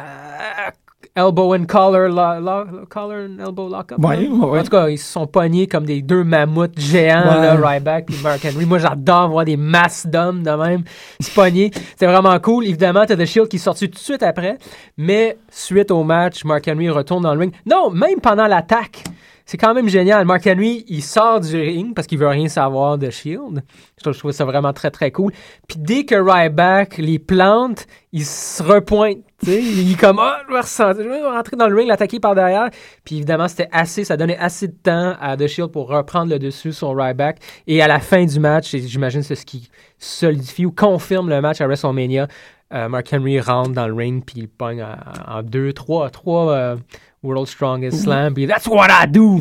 [SPEAKER 6] Elbow and collar, lo- lo- collar and elbow lock-up.
[SPEAKER 5] Ouais,
[SPEAKER 6] là.
[SPEAKER 5] ouais, ouais.
[SPEAKER 6] En tout cas, ils se sont pognés comme des deux mammouths géants,
[SPEAKER 5] Ouais.
[SPEAKER 6] là, Ryback puis Mark Henry. Moi, j'adore voir des masses d'hommes de même se pogner. C'était vraiment cool. Évidemment, t'as The Shield qui est sorti tout de suite après. Mais suite au match, Mark Henry retourne dans le ring. Non, même pendant l'attaque. C'est quand même génial. Mark Henry, il sort du ring parce qu'il veut rien savoir de Shield. Je trouve, je trouve ça vraiment très, très cool. Puis dès que Ryback les plante, il se repointe. tu sais. Il est comme, ah, je vais ressentir- je vais rentrer dans le ring, l'attaquer par derrière. Puis évidemment, c'était assez, ça donnait assez de temps à The Shield pour reprendre le dessus sur Ryback. Et à la fin du match, et j'imagine c'est ce qui solidifie ou confirme le match à WrestleMania. euh, Mark Henry rentre dans le ring, puis il pogne en, en deux, trois, trois euh, World Strongest Slam, puis that's what I do!